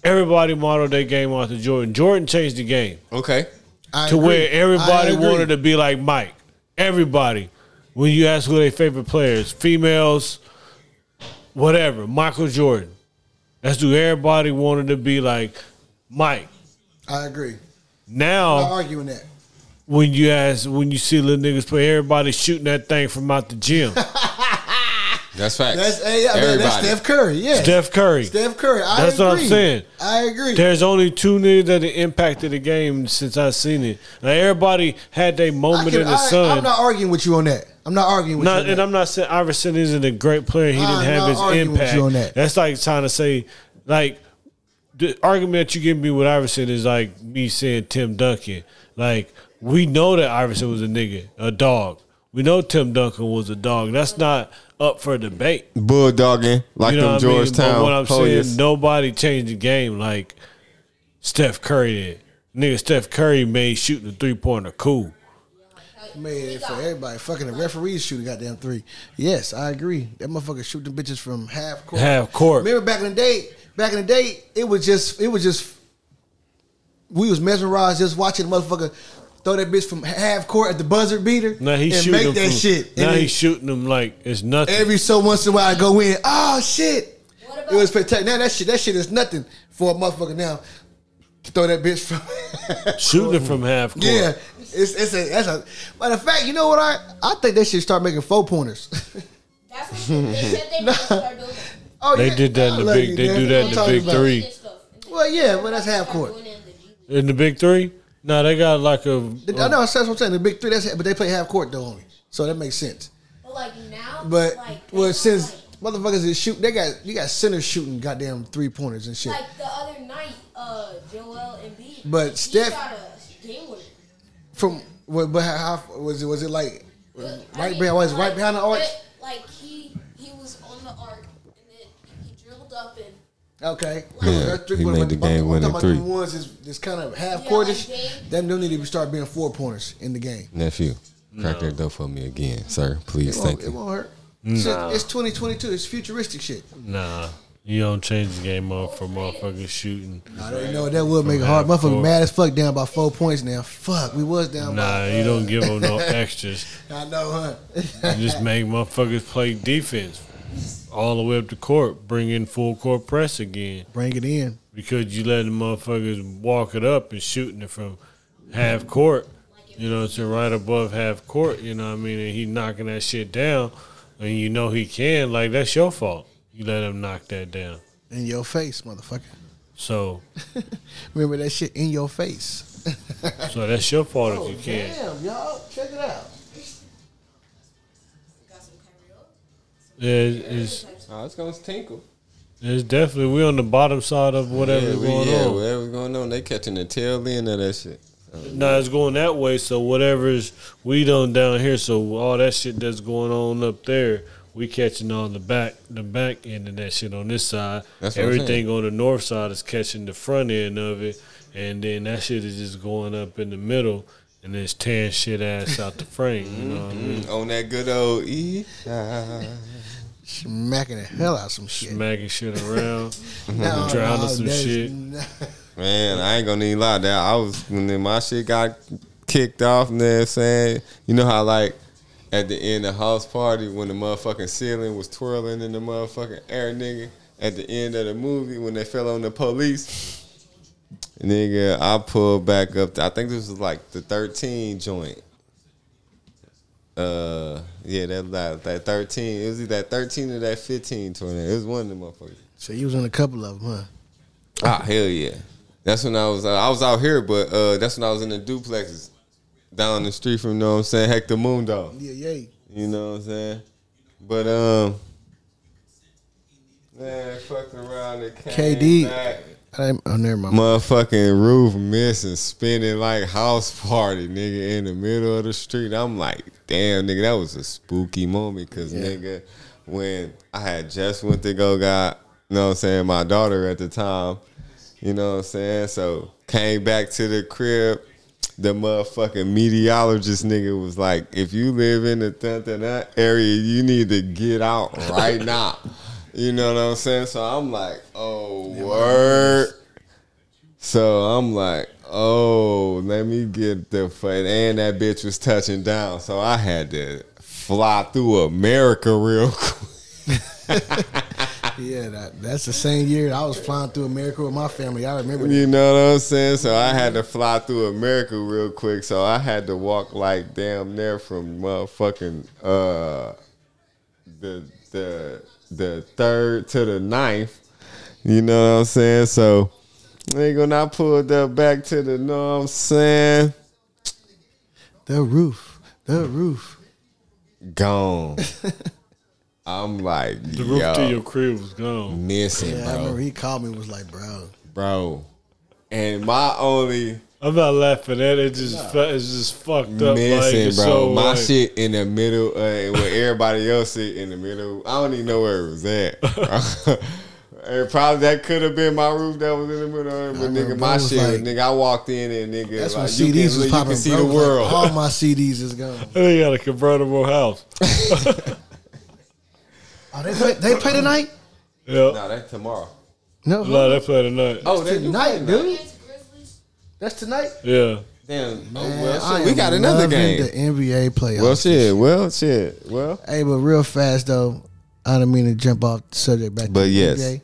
[SPEAKER 5] everybody modeled their game after Jordan. Jordan changed the game
[SPEAKER 1] Okay.
[SPEAKER 6] I
[SPEAKER 5] to
[SPEAKER 6] agree.
[SPEAKER 5] where everybody
[SPEAKER 6] I agree.
[SPEAKER 5] wanted to be like Mike. Everybody, when you ask who their favorite players, females, whatever, Michael Jordan. That's who everybody wanted to be like Mike.
[SPEAKER 6] I agree.
[SPEAKER 5] Now,
[SPEAKER 6] I'm not arguing that.
[SPEAKER 5] when you ask when you see little niggas play, everybody shooting that thing from out the
[SPEAKER 6] (laughs)
[SPEAKER 5] gym.
[SPEAKER 1] That's facts.
[SPEAKER 6] That's AI. Man, that's Steph Curry. Yeah, Steph,
[SPEAKER 5] Steph Curry.
[SPEAKER 6] Curry. I
[SPEAKER 5] That's
[SPEAKER 6] agree.
[SPEAKER 5] what I'm saying.
[SPEAKER 6] I agree.
[SPEAKER 5] There's only two niggas that have impacted the game since I seen it. Now everybody had their
[SPEAKER 6] I
[SPEAKER 5] moment
[SPEAKER 6] can-
[SPEAKER 5] in the
[SPEAKER 6] I-
[SPEAKER 5] sun.
[SPEAKER 6] I'm not arguing with you on that. I'm not arguing with
[SPEAKER 5] Not-
[SPEAKER 6] you. On
[SPEAKER 5] and
[SPEAKER 6] that.
[SPEAKER 5] I'm not saying Iverson isn't a great player. He
[SPEAKER 6] I'm
[SPEAKER 5] didn't have
[SPEAKER 6] not
[SPEAKER 5] his
[SPEAKER 6] arguing with
[SPEAKER 5] impact.
[SPEAKER 6] you on that.
[SPEAKER 5] That's like trying to say, like, the argument that you give me with Iverson is like me saying Tim Duncan. Like, we know that Iverson was a nigga, a dog. We know Tim Duncan was a dog. That's not up for debate.
[SPEAKER 1] bulldogging like
[SPEAKER 5] You know
[SPEAKER 1] them
[SPEAKER 5] what I mean?
[SPEAKER 1] Georgetown
[SPEAKER 5] But what I'm
[SPEAKER 1] Hoyas.
[SPEAKER 5] saying, nobody changed the game like Steph Curry did. Nigga, Steph Curry made shooting the three pointer cool.
[SPEAKER 6] Made it for everybody. Fucking the referees shooting goddamn three. Yes, I agree. That motherfucker shooting bitches from half court.
[SPEAKER 5] Half court.
[SPEAKER 6] Remember back in the day, back in the day, it was just, it was just, we was mesmerized just watching the motherfucker throw that bitch from half court at the buzzer beater
[SPEAKER 5] Now he
[SPEAKER 6] and
[SPEAKER 5] shooting
[SPEAKER 6] make
[SPEAKER 5] them
[SPEAKER 6] that
[SPEAKER 5] from-
[SPEAKER 6] shit.
[SPEAKER 5] Now
[SPEAKER 6] And
[SPEAKER 5] he's shooting them like it's nothing.
[SPEAKER 6] every so once in a while, I go in. Oh shit!
[SPEAKER 9] What about-
[SPEAKER 6] It was fantastic. Now that shit, that shit is nothing for a motherfucker now to throw that bitch from. (laughs)
[SPEAKER 5] shooting it from half court.
[SPEAKER 6] Yeah, it's it's a that's a matter of fact. You know what I I think they should start making four pointers. (laughs)
[SPEAKER 9] That's what they they said they didn't start doing that.
[SPEAKER 6] oh,
[SPEAKER 5] They did that in the
[SPEAKER 6] I love
[SPEAKER 5] big-
[SPEAKER 6] you,
[SPEAKER 5] they
[SPEAKER 6] man.
[SPEAKER 5] do that in
[SPEAKER 6] I'm
[SPEAKER 5] the
[SPEAKER 6] talking
[SPEAKER 5] big
[SPEAKER 6] about-
[SPEAKER 5] three.
[SPEAKER 9] They did stuff. And then
[SPEAKER 6] Well, yeah, but that's
[SPEAKER 9] they
[SPEAKER 6] half
[SPEAKER 9] started
[SPEAKER 6] court.
[SPEAKER 9] doing it in the G League.
[SPEAKER 5] In the big three? No, they got like a.
[SPEAKER 6] I know that's what I'm saying. The big three. That's but they play half court though only, so that makes sense.
[SPEAKER 9] But like now,
[SPEAKER 6] But
[SPEAKER 9] like, they
[SPEAKER 6] well,
[SPEAKER 9] don't
[SPEAKER 6] since
[SPEAKER 9] like-
[SPEAKER 6] motherfuckers is shoot, they got you got centers shooting goddamn three pointers and shit.
[SPEAKER 9] Like the other night, uh, Joel Embiid.
[SPEAKER 6] But
[SPEAKER 9] he
[SPEAKER 6] Steph-
[SPEAKER 9] shot a game winner.
[SPEAKER 6] From what? But how, how was it? Was it like
[SPEAKER 9] But, I
[SPEAKER 6] right
[SPEAKER 9] mean,
[SPEAKER 6] behind? Was it
[SPEAKER 9] like,
[SPEAKER 6] right behind the arch?
[SPEAKER 9] it- Like he he was on the arc and then he dribbled up and
[SPEAKER 6] Okay.
[SPEAKER 1] Yeah,
[SPEAKER 6] That
[SPEAKER 1] he
[SPEAKER 6] point-
[SPEAKER 1] made the game
[SPEAKER 6] I'm talking
[SPEAKER 1] winning
[SPEAKER 6] about
[SPEAKER 1] three.
[SPEAKER 6] them ones is, is kind of half
[SPEAKER 9] Yeah,
[SPEAKER 6] courtish.
[SPEAKER 9] like they-
[SPEAKER 6] Them don't need to start being four pointers in the game.
[SPEAKER 1] Nephew, crack that door for me again, sir. Please,
[SPEAKER 6] It
[SPEAKER 1] thank
[SPEAKER 6] won't, it
[SPEAKER 1] you.
[SPEAKER 6] won't hurt. It's, just- it's 2022. It's futuristic shit.
[SPEAKER 5] Nah. You don't change the game up for motherfuckers shooting.
[SPEAKER 6] I don't know. That would make it hard.
[SPEAKER 5] half
[SPEAKER 6] Motherfucker
[SPEAKER 5] court.
[SPEAKER 6] mad as fuck down by four points now. Fuck, we was down
[SPEAKER 5] Nah,
[SPEAKER 6] by.
[SPEAKER 5] you don't give them
[SPEAKER 6] (laughs)
[SPEAKER 5] no extras.
[SPEAKER 6] I know, huh? (laughs)
[SPEAKER 5] You just make motherfuckers play defense all the way up the court. Bring in full court press again.
[SPEAKER 6] Bring it in.
[SPEAKER 5] because you let the motherfuckers walk it up and shooting it from half court. You know, it's right above half court. You know what I mean? And he knocking that shit down, and you know he can. Like that's your fault. You let him knock that down.
[SPEAKER 6] In your face, motherfucker.
[SPEAKER 5] So,
[SPEAKER 6] Remember that shit in your face.
[SPEAKER 5] so that's your fault if
[SPEAKER 1] Oh,
[SPEAKER 5] you can.
[SPEAKER 6] Oh, Damn, y'all. Check it out.
[SPEAKER 9] got some Kyrie Irving.
[SPEAKER 5] Yeah, it's,
[SPEAKER 1] Oh, it's gonna tinkle.
[SPEAKER 5] it's definitely we on the bottom side of whatever's
[SPEAKER 1] Yeah, we,
[SPEAKER 5] going
[SPEAKER 1] yeah,
[SPEAKER 5] on.
[SPEAKER 1] whatever's going on, they catching the tail end of that shit.
[SPEAKER 5] Nah, it's going that way. So whatever's we done down here, so all that shit that's going on up there, we catching on the back, the back end of that shit on this side.
[SPEAKER 1] That's what I'm
[SPEAKER 5] Everything on the north side is catching the front end of it, and then that shit is just going up in the middle, and it's tearing shit ass out the frame. You know what I mean?
[SPEAKER 1] On that good old E.
[SPEAKER 6] Smacking the hell out some shit.
[SPEAKER 1] (laughs)
[SPEAKER 5] Smacking shit around,
[SPEAKER 6] (laughs) No,
[SPEAKER 5] drowning
[SPEAKER 6] no,
[SPEAKER 5] some
[SPEAKER 6] that's-
[SPEAKER 5] shit.
[SPEAKER 1] Man, I ain't gonna need a lot of that. I was when my shit got kicked off, and then saying, you know how like at the end of house party when the motherfucking ceiling was twirling in the motherfucking air, nigga. At the end of the movie when they fell on the police, nigga, I pulled back up. To, I think this was like the thirteen joint. Uh, yeah, that that, that thirteen. It was either that thirteen or that fifteen tornado. It was one of them motherfuckers.
[SPEAKER 6] (laughs) So you was in a couple of them, huh?
[SPEAKER 1] Ah, hell yeah. That's when I was uh, I was out here, but uh, that's when I was in the duplexes down the street from, you know what I'm saying, Hector Moondog.
[SPEAKER 6] Yeah, yay.
[SPEAKER 1] You know what I'm saying? But um Man, fucked around and came
[SPEAKER 6] KD.
[SPEAKER 1] back.
[SPEAKER 6] I didn't, oh, never mind.
[SPEAKER 1] Motherfucking roof missing, spinning like house party, nigga, in the middle of the street. I'm like, damn, nigga, that was a spooky moment, cause nigga, when I had just went to go got, you know what I'm saying, my daughter at the time, you know what I'm saying, so came back to the crib. The motherfucking meteorologist nigga was like, if you live in the dun dun dun area, you need to get out right now. You know what I'm saying? So I'm like, oh, word. So I'm like, oh, let me get the fight. And that bitch was touching down. So I had to fly through America real (laughs) quick.
[SPEAKER 6] Yeah, that, that's the same year I was flying through America with my family. I remember that.
[SPEAKER 1] You know what I'm saying? So I had to fly through America real quick. So I had to walk like damn near from motherfucking uh the the the third to the ninth. You know what I'm saying? So nigga, when I pulled up back to the know what I'm saying,
[SPEAKER 6] the roof, the roof.
[SPEAKER 1] gone.
[SPEAKER 5] (laughs)
[SPEAKER 1] I'm like
[SPEAKER 5] The roof
[SPEAKER 1] yo.
[SPEAKER 5] to your crib was gone.
[SPEAKER 1] missing,
[SPEAKER 6] Yeah, I
[SPEAKER 1] bro.
[SPEAKER 6] remember he called me and was like, bro,
[SPEAKER 1] Bro. And my only
[SPEAKER 5] I'm not laughing at it. It just fe- it's just fucked up. like,
[SPEAKER 1] missing,
[SPEAKER 5] it's
[SPEAKER 1] bro.
[SPEAKER 5] So,
[SPEAKER 1] my
[SPEAKER 5] like,
[SPEAKER 1] shit in the middle, uh, and where everybody else sit in the middle. I don't even know where it was at. (laughs) bro.
[SPEAKER 5] (laughs)
[SPEAKER 1] And probably that could have been my roof that was in the middle of it, but
[SPEAKER 6] remember
[SPEAKER 1] nigga, my
[SPEAKER 6] bro was
[SPEAKER 1] shit,
[SPEAKER 6] like-
[SPEAKER 1] nigga, I walked in and nigga,
[SPEAKER 6] that's
[SPEAKER 1] like, you,
[SPEAKER 6] when CDs
[SPEAKER 1] can,
[SPEAKER 6] was
[SPEAKER 1] you
[SPEAKER 6] popping.
[SPEAKER 1] can see
[SPEAKER 6] bro.
[SPEAKER 1] the
[SPEAKER 6] It was like, oh,
[SPEAKER 1] world.
[SPEAKER 6] all my CDs is gone.
[SPEAKER 5] They got a convertible house.
[SPEAKER 6] (laughs) Oh, they play, they play tonight?
[SPEAKER 5] yeah.
[SPEAKER 1] nah, that's tomorrow.
[SPEAKER 6] No,
[SPEAKER 5] No, they play tonight.
[SPEAKER 1] Oh, they do
[SPEAKER 6] tonight,
[SPEAKER 1] play
[SPEAKER 6] dude. That's tonight.
[SPEAKER 5] Yeah.
[SPEAKER 1] Damn. Oh,
[SPEAKER 6] Man,
[SPEAKER 1] well,
[SPEAKER 6] I
[SPEAKER 1] shit, we
[SPEAKER 6] am
[SPEAKER 1] got another
[SPEAKER 6] loving
[SPEAKER 1] game.
[SPEAKER 6] The NBA
[SPEAKER 1] (laughs)
[SPEAKER 6] playoffs.
[SPEAKER 1] well, shit. Well, shit.
[SPEAKER 6] (laughs)
[SPEAKER 1] Well,
[SPEAKER 6] Hey, but real fast though, I don't mean to jump off the subject back.
[SPEAKER 1] But
[SPEAKER 6] to the
[SPEAKER 1] yes.
[SPEAKER 6] NBA.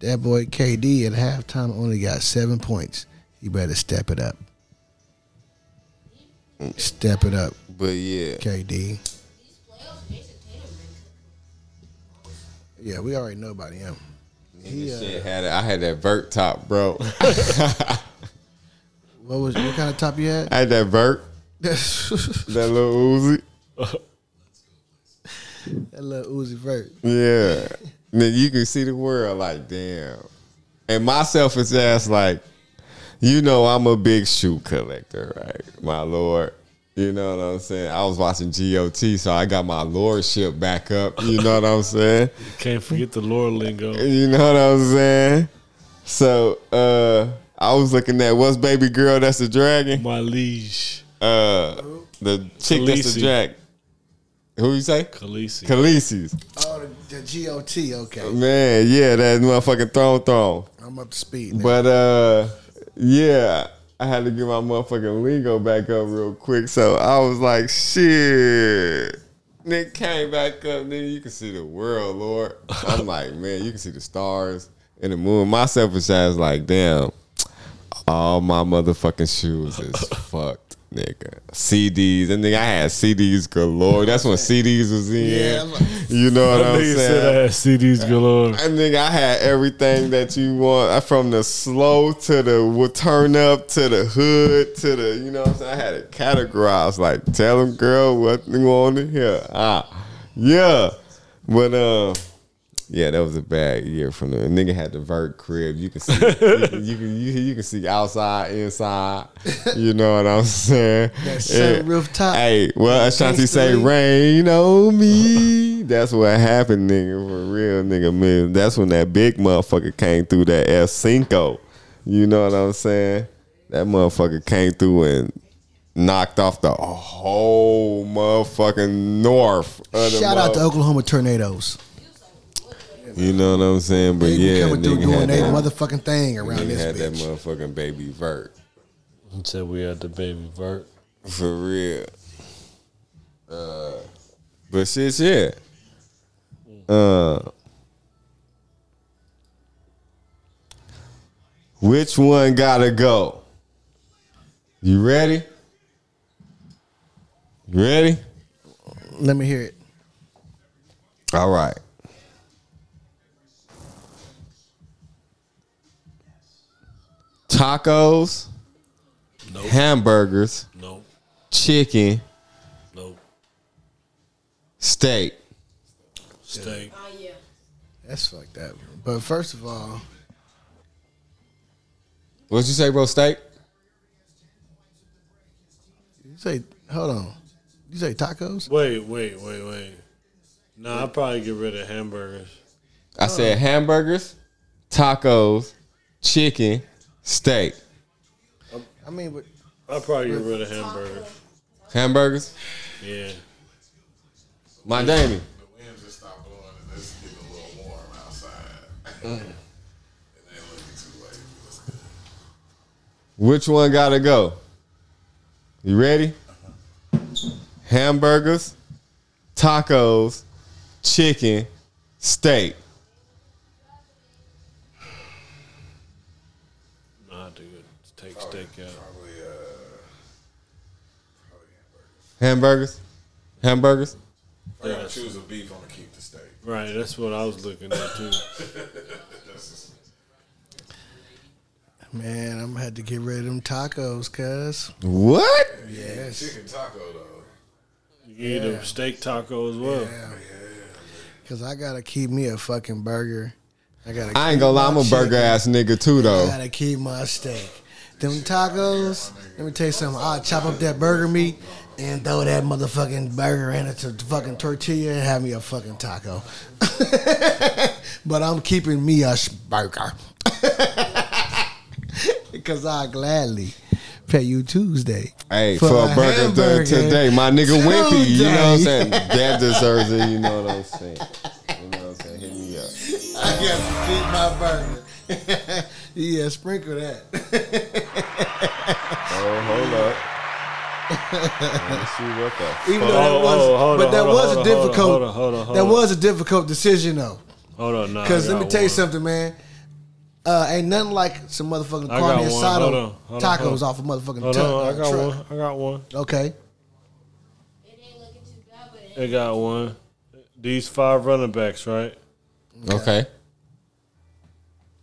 [SPEAKER 6] that boy KD at halftime only got seven points. You better step it up. Step it up,
[SPEAKER 1] but yeah.
[SPEAKER 6] KD. Yeah, we already know about him. He,
[SPEAKER 1] This
[SPEAKER 6] uh,
[SPEAKER 1] shit had I had that vert top, bro. (laughs)
[SPEAKER 6] what was what kind of top you had? (laughs)
[SPEAKER 1] I had that vert,
[SPEAKER 6] that
[SPEAKER 1] that little Uzi.
[SPEAKER 6] little Uzi Vert.
[SPEAKER 1] Yeah. Then you can see the world like, damn. And my selfish ass, like, you know, I'm a big shoe collector, right? My lord. You know what I'm saying? I was watching GOT, so I got my lordship back up. You know what I'm saying?
[SPEAKER 5] Can't forget the Laura lingo.
[SPEAKER 1] You know what I'm saying? So, uh, I was looking at what's baby girl that's a dragon?
[SPEAKER 5] My liege,
[SPEAKER 1] Uh, the chick that's a
[SPEAKER 5] Khaleesi.
[SPEAKER 1] dragon. Who you say?
[SPEAKER 5] Khaleesi.
[SPEAKER 1] Khaleesi's.
[SPEAKER 6] Oh, the, the GOT. Okay,
[SPEAKER 1] Man, yeah, that motherfucking throne throne.
[SPEAKER 6] I'm up to speed. Now.
[SPEAKER 1] But uh yeah, I had to get my motherfucking lingo back up real quick. So I was like, shit. Nick came back up, then you can see the world, Lord.
[SPEAKER 5] (laughs)
[SPEAKER 1] I'm like, man, you can see the stars and the moon. My selfish ass like, damn, all my motherfucking shoes
[SPEAKER 5] (laughs)
[SPEAKER 1] is fucked, nigga. CDs. And nigga, I had CDs galore. That's when CDs was in. you know what
[SPEAKER 5] That
[SPEAKER 1] I'm
[SPEAKER 5] nigga
[SPEAKER 1] saying?
[SPEAKER 5] said I had CDs galore.
[SPEAKER 1] I think I had everything that you want I- from the slow to the will turn up to the hood to the you know what I'm saying? I had it categorized like tell them girl what you want to hear. Ah yeah. But uh yeah, that was a bad year from the nigga had the vert crib. You can see you can you can, you, you can see outside, inside. You know what I'm saying?
[SPEAKER 6] That sun rooftop.
[SPEAKER 1] Hey, well Ashanti
[SPEAKER 6] Gangsta
[SPEAKER 1] say
[SPEAKER 6] lean.
[SPEAKER 1] rain on me. That's what happened, nigga. For real, nigga. Man, that's when that big motherfucker came through that El Cinco. You know what I'm saying? That motherfucker came through and knocked off the whole motherfucking north. Of uh, the
[SPEAKER 6] Shout out to
[SPEAKER 1] mother-
[SPEAKER 6] Oklahoma tornadoes.
[SPEAKER 1] You know what I'm saying? But
[SPEAKER 6] They be
[SPEAKER 1] yeah,
[SPEAKER 6] coming through
[SPEAKER 1] nigga
[SPEAKER 6] doing
[SPEAKER 1] had
[SPEAKER 6] they
[SPEAKER 1] that-
[SPEAKER 6] motherfucking thing around
[SPEAKER 1] nigga
[SPEAKER 6] this
[SPEAKER 1] had that motherfucking baby vert.
[SPEAKER 5] Until we had the baby vert.
[SPEAKER 1] For real. Uh, but shit, yeah. Uh, which one gotta go? You ready? You ready?
[SPEAKER 6] Let me hear it.
[SPEAKER 1] All right. Tacos, hamburgers,
[SPEAKER 5] Nope.
[SPEAKER 1] chicken,
[SPEAKER 5] Nope.
[SPEAKER 1] steak.
[SPEAKER 5] Steak.
[SPEAKER 9] Ah,
[SPEAKER 6] That's fucked up. But first of all,
[SPEAKER 1] What'd you say, bro? Steak?
[SPEAKER 6] you say hold on. You say tacos?
[SPEAKER 5] Wait, wait, wait, wait. Nah, I'll probably get rid of hamburgers.
[SPEAKER 1] I said hamburgers, tacos, chicken, steak.
[SPEAKER 6] I mean, but
[SPEAKER 5] I'll probably get rid of hamburgers.
[SPEAKER 1] Hamburgers,
[SPEAKER 5] Yeah.
[SPEAKER 1] my Damien.
[SPEAKER 8] The wind just stopped blowing and it's getting a little warm outside.
[SPEAKER 1] Mm.
[SPEAKER 8] (laughs) It ain't looking too late. It's good.
[SPEAKER 1] Which one gotta go? You ready?
[SPEAKER 8] Uh-huh.
[SPEAKER 1] Hamburgers, tacos, chicken, steak.
[SPEAKER 5] Nah, dude. Take steak out.
[SPEAKER 1] Hamburgers, hamburgers.
[SPEAKER 8] If I gotta choose a beef, I'm gonna keep the steak.
[SPEAKER 5] Right, that's what I was looking at too.
[SPEAKER 6] man, I'm gonna have to get rid of them tacos, cuz.
[SPEAKER 1] What?
[SPEAKER 6] Yes.
[SPEAKER 8] Chicken taco though.
[SPEAKER 5] You eat a steak taco as well.
[SPEAKER 6] Cause I gotta keep me a fucking burger. I gotta.
[SPEAKER 1] I ain't
[SPEAKER 6] keep
[SPEAKER 1] gonna lie,
[SPEAKER 6] my
[SPEAKER 1] I'm a burger
[SPEAKER 6] chicken.
[SPEAKER 1] ass nigga too
[SPEAKER 6] I
[SPEAKER 1] though.
[SPEAKER 6] gotta keep my steak. Them tacos. Let me tell you something. I'll chop up that burger meat and throw that motherfucking burger in a t- fucking tortilla and have me a fucking taco. (laughs) but I'm keeping me a sh- burger (laughs) because I gladly pay you Tuesday.
[SPEAKER 1] Hey, for, a burger th-
[SPEAKER 6] hamburger
[SPEAKER 1] today, my nigga Wimpy, you know what I'm
[SPEAKER 6] Tuesday.
[SPEAKER 1] saying? That deserves it, you know what I'm saying? You know what I'm saying? Hit me up.
[SPEAKER 6] I gotta keep my burger. (laughs) yeah, sprinkle that.
[SPEAKER 1] Oh, hold up. Let's see what the
[SPEAKER 6] Even
[SPEAKER 1] fuck.
[SPEAKER 6] though that
[SPEAKER 5] Oh,
[SPEAKER 6] was,
[SPEAKER 5] oh, hold
[SPEAKER 6] but
[SPEAKER 5] on,
[SPEAKER 6] that
[SPEAKER 5] hold on, hold on, hold
[SPEAKER 6] was a
[SPEAKER 5] on,
[SPEAKER 6] difficult.
[SPEAKER 5] hold on, hold on, hold
[SPEAKER 6] that
[SPEAKER 5] on.
[SPEAKER 6] was a difficult decision though.
[SPEAKER 5] Hold on, nah. I
[SPEAKER 6] Because let
[SPEAKER 5] got
[SPEAKER 6] me tell you
[SPEAKER 5] one.
[SPEAKER 6] something, man. Uh, ain't nothing like some motherfucking
[SPEAKER 5] I got
[SPEAKER 6] carne
[SPEAKER 5] one. Hold on,
[SPEAKER 6] asado
[SPEAKER 5] hold on, hold on.
[SPEAKER 6] tacos off a motherfucking
[SPEAKER 5] Hold
[SPEAKER 6] tu-
[SPEAKER 5] on, I
[SPEAKER 6] uh,
[SPEAKER 5] got
[SPEAKER 6] truck.
[SPEAKER 5] one. I got one.
[SPEAKER 6] Okay,
[SPEAKER 5] I got one. These five running backs, right?
[SPEAKER 1] Okay.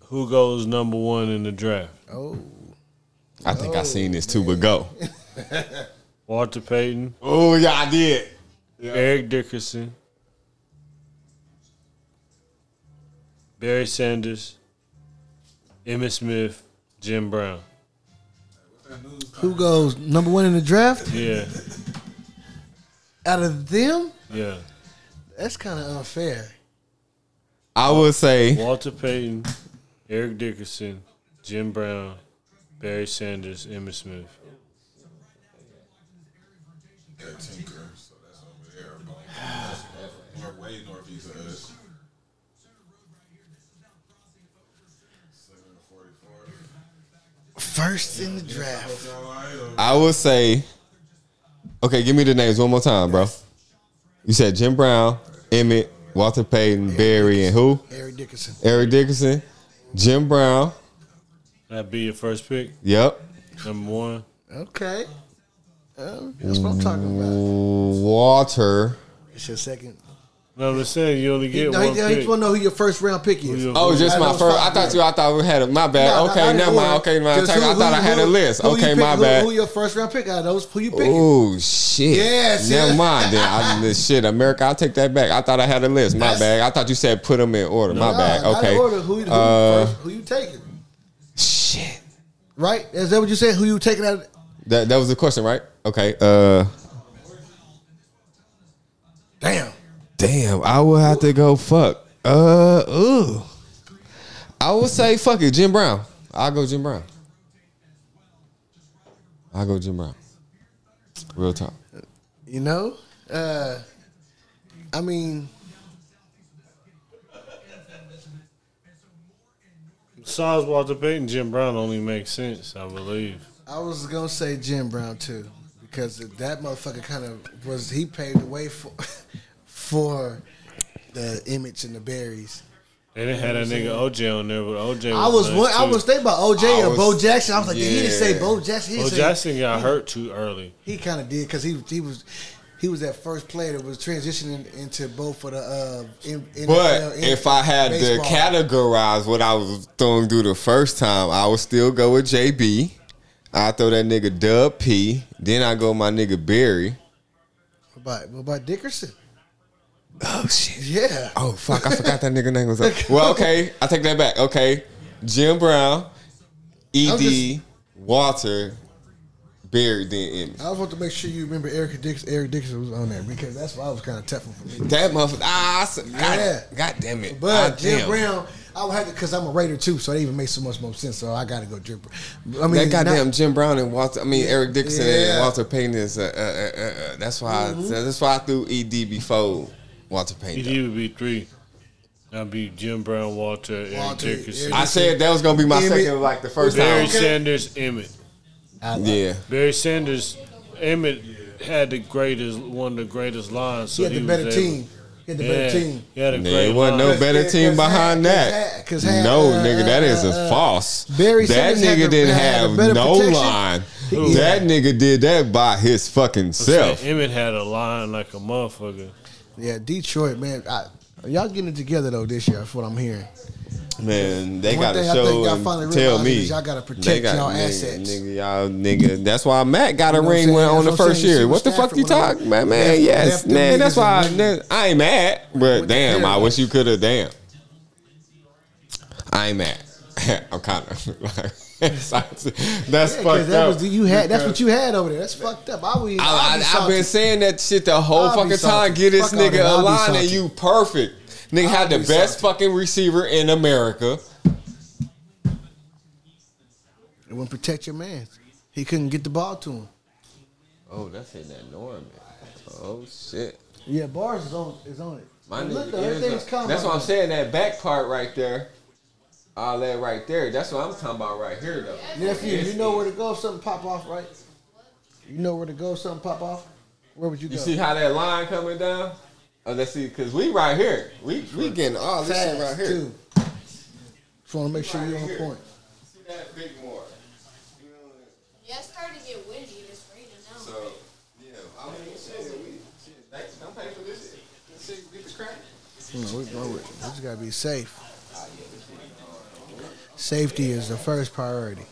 [SPEAKER 5] Who goes number one in the draft?
[SPEAKER 6] Oh.
[SPEAKER 1] I think I seen this too, but go.
[SPEAKER 5] Walter Payton,
[SPEAKER 1] Oh, yeah, I did.
[SPEAKER 5] Eric Dickerson, Barry Sanders, Emmitt Smith, Jim Brown.
[SPEAKER 6] who goes number one in the draft?
[SPEAKER 5] Yeah,
[SPEAKER 6] Out of them,
[SPEAKER 5] yeah.
[SPEAKER 6] that's kind of unfair.
[SPEAKER 1] I would say
[SPEAKER 5] Walter Payton, Eric Dickerson, Jim Brown, Barry Sanders, Emmitt Smith.
[SPEAKER 8] Got Tinker, so that's over there. North way northeast of us. Seven to forty-four.
[SPEAKER 6] First in the draft,
[SPEAKER 1] I would say Okay, give me the names one more time, bro. You said Jim Brown, Emmett, Walter Payton, Barry, and who?
[SPEAKER 6] Eric Dickerson.
[SPEAKER 1] Eric Dickerson, Jim Brown.
[SPEAKER 5] That'd be your first pick,
[SPEAKER 1] Yep.
[SPEAKER 5] number one.
[SPEAKER 6] Okay, Um, that's what I'm talking about.
[SPEAKER 1] Walter.
[SPEAKER 6] It's your second.
[SPEAKER 5] No, I'm just saying you only
[SPEAKER 6] He,
[SPEAKER 5] get
[SPEAKER 6] no,
[SPEAKER 5] one
[SPEAKER 6] he, he
[SPEAKER 5] pick.
[SPEAKER 6] just want to know who your first round pick is.
[SPEAKER 5] Who you-
[SPEAKER 1] Oh, just
[SPEAKER 6] I
[SPEAKER 1] my
[SPEAKER 6] know it's
[SPEAKER 1] first.
[SPEAKER 6] five,
[SPEAKER 1] I thought you.
[SPEAKER 6] yeah.
[SPEAKER 1] I thought we had a. My bad.
[SPEAKER 6] No,
[SPEAKER 1] Uh,
[SPEAKER 6] no,
[SPEAKER 1] okay,
[SPEAKER 6] not in
[SPEAKER 1] never
[SPEAKER 6] order.
[SPEAKER 1] mind. Okay, my
[SPEAKER 6] Just
[SPEAKER 1] take-
[SPEAKER 6] who-
[SPEAKER 1] I thought
[SPEAKER 6] who-
[SPEAKER 1] I had a
[SPEAKER 6] who-
[SPEAKER 1] list.
[SPEAKER 6] who you
[SPEAKER 1] Okay, my
[SPEAKER 6] pick- who-
[SPEAKER 1] bad.
[SPEAKER 6] Who your first round pick out of those? Who you picking?
[SPEAKER 1] Oh shit!
[SPEAKER 6] Yes,
[SPEAKER 1] Never
[SPEAKER 6] yes.
[SPEAKER 1] mind. Then
[SPEAKER 6] (laughs)
[SPEAKER 1] I, this shit, America. I'll take that back. I thought I had a list. My bad. I thought you said put them in order. My
[SPEAKER 6] Nah,
[SPEAKER 1] bad.
[SPEAKER 6] not in
[SPEAKER 1] Okay.
[SPEAKER 6] order. Who, who,
[SPEAKER 1] Uh,
[SPEAKER 6] first, who you taking?
[SPEAKER 1] Shit.
[SPEAKER 6] Right? Is that what you said? Who you taking out?
[SPEAKER 1] That that was the question, right? Okay. Uh,
[SPEAKER 6] Damn.
[SPEAKER 1] damn. I will have to go. Fuck. Uh. Ooh. I would say fuck it, Jim Brown. I'll go Jim Brown. I'll go Jim Brown. Real talk.
[SPEAKER 6] You know, uh, I mean,
[SPEAKER 5] Besides Walter Payton, Jim Brown only makes sense, I believe.
[SPEAKER 6] I was gonna say Jim Brown too because that motherfucker kind of was he paved the way for (laughs) for the image and the berries.
[SPEAKER 5] They didn't have that nigga OJ on there, but OJ.
[SPEAKER 6] I was
[SPEAKER 5] nice,
[SPEAKER 6] one, I
[SPEAKER 5] too.
[SPEAKER 6] was thinking about OJ
[SPEAKER 5] I
[SPEAKER 6] or Bo
[SPEAKER 5] was-
[SPEAKER 6] Jackson. I was like, he didn't say
[SPEAKER 5] yeah.
[SPEAKER 6] Bo Jackson. He
[SPEAKER 5] Bo
[SPEAKER 6] didn't say-
[SPEAKER 5] Jackson got hurt too early.
[SPEAKER 6] He kind of did because he he was he was that first player that was transitioning into both of the uh, N- NFL,
[SPEAKER 1] But
[SPEAKER 6] and
[SPEAKER 1] if I had
[SPEAKER 6] baseball.
[SPEAKER 1] to categorize what I was throwing through the first time, I would still go with JB. I throw that nigga Dub P. Then I go my nigga Barry.
[SPEAKER 6] what about, what about Dickerson?
[SPEAKER 1] Oh shit!
[SPEAKER 6] Yeah.
[SPEAKER 1] Oh fuck! I forgot that nigga name was up. Well, okay, I take that back. Okay, Jim Brown,
[SPEAKER 6] I'm
[SPEAKER 1] Ed,
[SPEAKER 6] just-
[SPEAKER 1] Walter, Barry, then Emmy.
[SPEAKER 6] (laughs) I just want to make sure you remember Eric Dix. Eric Dixon was on there because that's why I was kind of tough for me.
[SPEAKER 1] That motherfucker. Ah, I said- God,
[SPEAKER 6] Yeah.
[SPEAKER 1] God damn it!
[SPEAKER 6] But
[SPEAKER 1] God
[SPEAKER 6] Jim
[SPEAKER 1] damn.
[SPEAKER 6] Brown, I would have to because I'm a Raider too, so that even makes so much more sense. So I got to go Jim. Brown. I mean,
[SPEAKER 1] that goddamn
[SPEAKER 6] not-
[SPEAKER 1] Jim Brown and Walter, I mean Eric Dixon
[SPEAKER 6] Yeah.
[SPEAKER 1] and Walter Payton is. Uh, uh, uh, uh, uh, that's why.
[SPEAKER 6] Mhm.
[SPEAKER 1] I, that's why I threw Ed before Walter Payton.
[SPEAKER 5] He would be three. That'd be Jim Brown, Walter, Eric
[SPEAKER 1] Walter,
[SPEAKER 5] Dickerson.
[SPEAKER 1] Eric I said that was gonna be my Emmett. second, like, the first
[SPEAKER 5] Barry
[SPEAKER 1] time.
[SPEAKER 5] Sanders, Emmett.
[SPEAKER 1] yeah,
[SPEAKER 5] Barry Sanders, Emmett had the greatest, one of the greatest lines. So
[SPEAKER 6] He had the better
[SPEAKER 5] was
[SPEAKER 6] team. He had the better team.
[SPEAKER 5] He had a
[SPEAKER 1] There
[SPEAKER 5] great
[SPEAKER 1] wasn't no
[SPEAKER 5] line.
[SPEAKER 1] better team behind that.
[SPEAKER 6] 'cause had,
[SPEAKER 1] no,
[SPEAKER 6] uh,
[SPEAKER 1] nigga, that is
[SPEAKER 6] uh,
[SPEAKER 1] a false.
[SPEAKER 6] Barry
[SPEAKER 1] that
[SPEAKER 6] Sanders had
[SPEAKER 1] nigga
[SPEAKER 6] the-
[SPEAKER 1] didn't
[SPEAKER 6] had the
[SPEAKER 1] have
[SPEAKER 6] better
[SPEAKER 1] no
[SPEAKER 6] protection.
[SPEAKER 1] line.
[SPEAKER 6] Who?
[SPEAKER 1] That nigga did that by his fucking
[SPEAKER 5] Yeah,
[SPEAKER 1] self.
[SPEAKER 5] Emmett had a line like a motherfucker.
[SPEAKER 6] Yeah, Detroit, man. I, y'all getting it together though this year? That's what I'm hearing.
[SPEAKER 1] Man, they
[SPEAKER 6] One
[SPEAKER 1] got to
[SPEAKER 6] thing I think
[SPEAKER 1] show
[SPEAKER 6] y'all
[SPEAKER 1] and
[SPEAKER 6] finally
[SPEAKER 1] tell
[SPEAKER 6] realized
[SPEAKER 1] me
[SPEAKER 6] is y'all gotta
[SPEAKER 1] They
[SPEAKER 6] protect y'all
[SPEAKER 1] nigga,
[SPEAKER 6] assets.
[SPEAKER 1] Nigga, y'all nigga. That's why Matt got a
[SPEAKER 6] You know what
[SPEAKER 1] ring
[SPEAKER 6] I'm
[SPEAKER 1] went
[SPEAKER 6] saying?
[SPEAKER 1] on the
[SPEAKER 6] That's what I'm
[SPEAKER 1] first
[SPEAKER 6] saying.
[SPEAKER 1] year.
[SPEAKER 6] You
[SPEAKER 1] What
[SPEAKER 6] see
[SPEAKER 1] the fuck you
[SPEAKER 6] Stafford
[SPEAKER 1] talk, man? Man,
[SPEAKER 6] left-
[SPEAKER 1] yes,
[SPEAKER 6] left them
[SPEAKER 1] man. That's
[SPEAKER 6] niggas
[SPEAKER 1] why
[SPEAKER 6] and
[SPEAKER 1] I, I ain't mad, but damn, I wish you could have. Damn, I ain't mad. (laughs) I'm kind of (laughs) like that's
[SPEAKER 6] Yeah, 'cause
[SPEAKER 1] fucked
[SPEAKER 6] that
[SPEAKER 1] up.
[SPEAKER 6] was you had. That's
[SPEAKER 1] because-
[SPEAKER 6] what you had over there. That's fucked up. I would.
[SPEAKER 1] I, I, have been saying that shit the whole
[SPEAKER 6] I'll be
[SPEAKER 1] fucking time.
[SPEAKER 6] salty.
[SPEAKER 1] Get this
[SPEAKER 6] Fuck all
[SPEAKER 1] nigga
[SPEAKER 6] that. I'll
[SPEAKER 1] a
[SPEAKER 6] be
[SPEAKER 1] line and
[SPEAKER 6] salty.
[SPEAKER 1] you perfect. Nigga had the
[SPEAKER 6] be
[SPEAKER 1] best fucking receiver in America.
[SPEAKER 6] It wouldn't protect your man. He couldn't get the ball to him.
[SPEAKER 1] Oh, that's hitting that Norman. Oh shit.
[SPEAKER 6] Yeah, bars is on is on it.
[SPEAKER 1] My
[SPEAKER 6] Look,
[SPEAKER 1] nigga,
[SPEAKER 6] though,
[SPEAKER 1] ears
[SPEAKER 6] everything's
[SPEAKER 1] are-
[SPEAKER 6] coming.
[SPEAKER 1] that's what I'm saying. That back part right there, all that right there. That's what I'm talking about right here, though.
[SPEAKER 6] Nephew, you know where to go if something pop off, right? You know where to go if something pop off. Where would you go?
[SPEAKER 1] You see how that line coming down? Oh, let's see, cause we right here. We we getting all this shit right
[SPEAKER 6] Fast,
[SPEAKER 1] here.
[SPEAKER 6] too. Just want to make sure you're on point.
[SPEAKER 1] See that big more?
[SPEAKER 9] Yeah, it's starting to get windy and it's raining now.
[SPEAKER 1] So yeah, I mean shit. We shit. Thanks. I'm paying for this shit. This shit get the crack.
[SPEAKER 6] You know, we, we- we just gotta be safe. Safety is the first priority.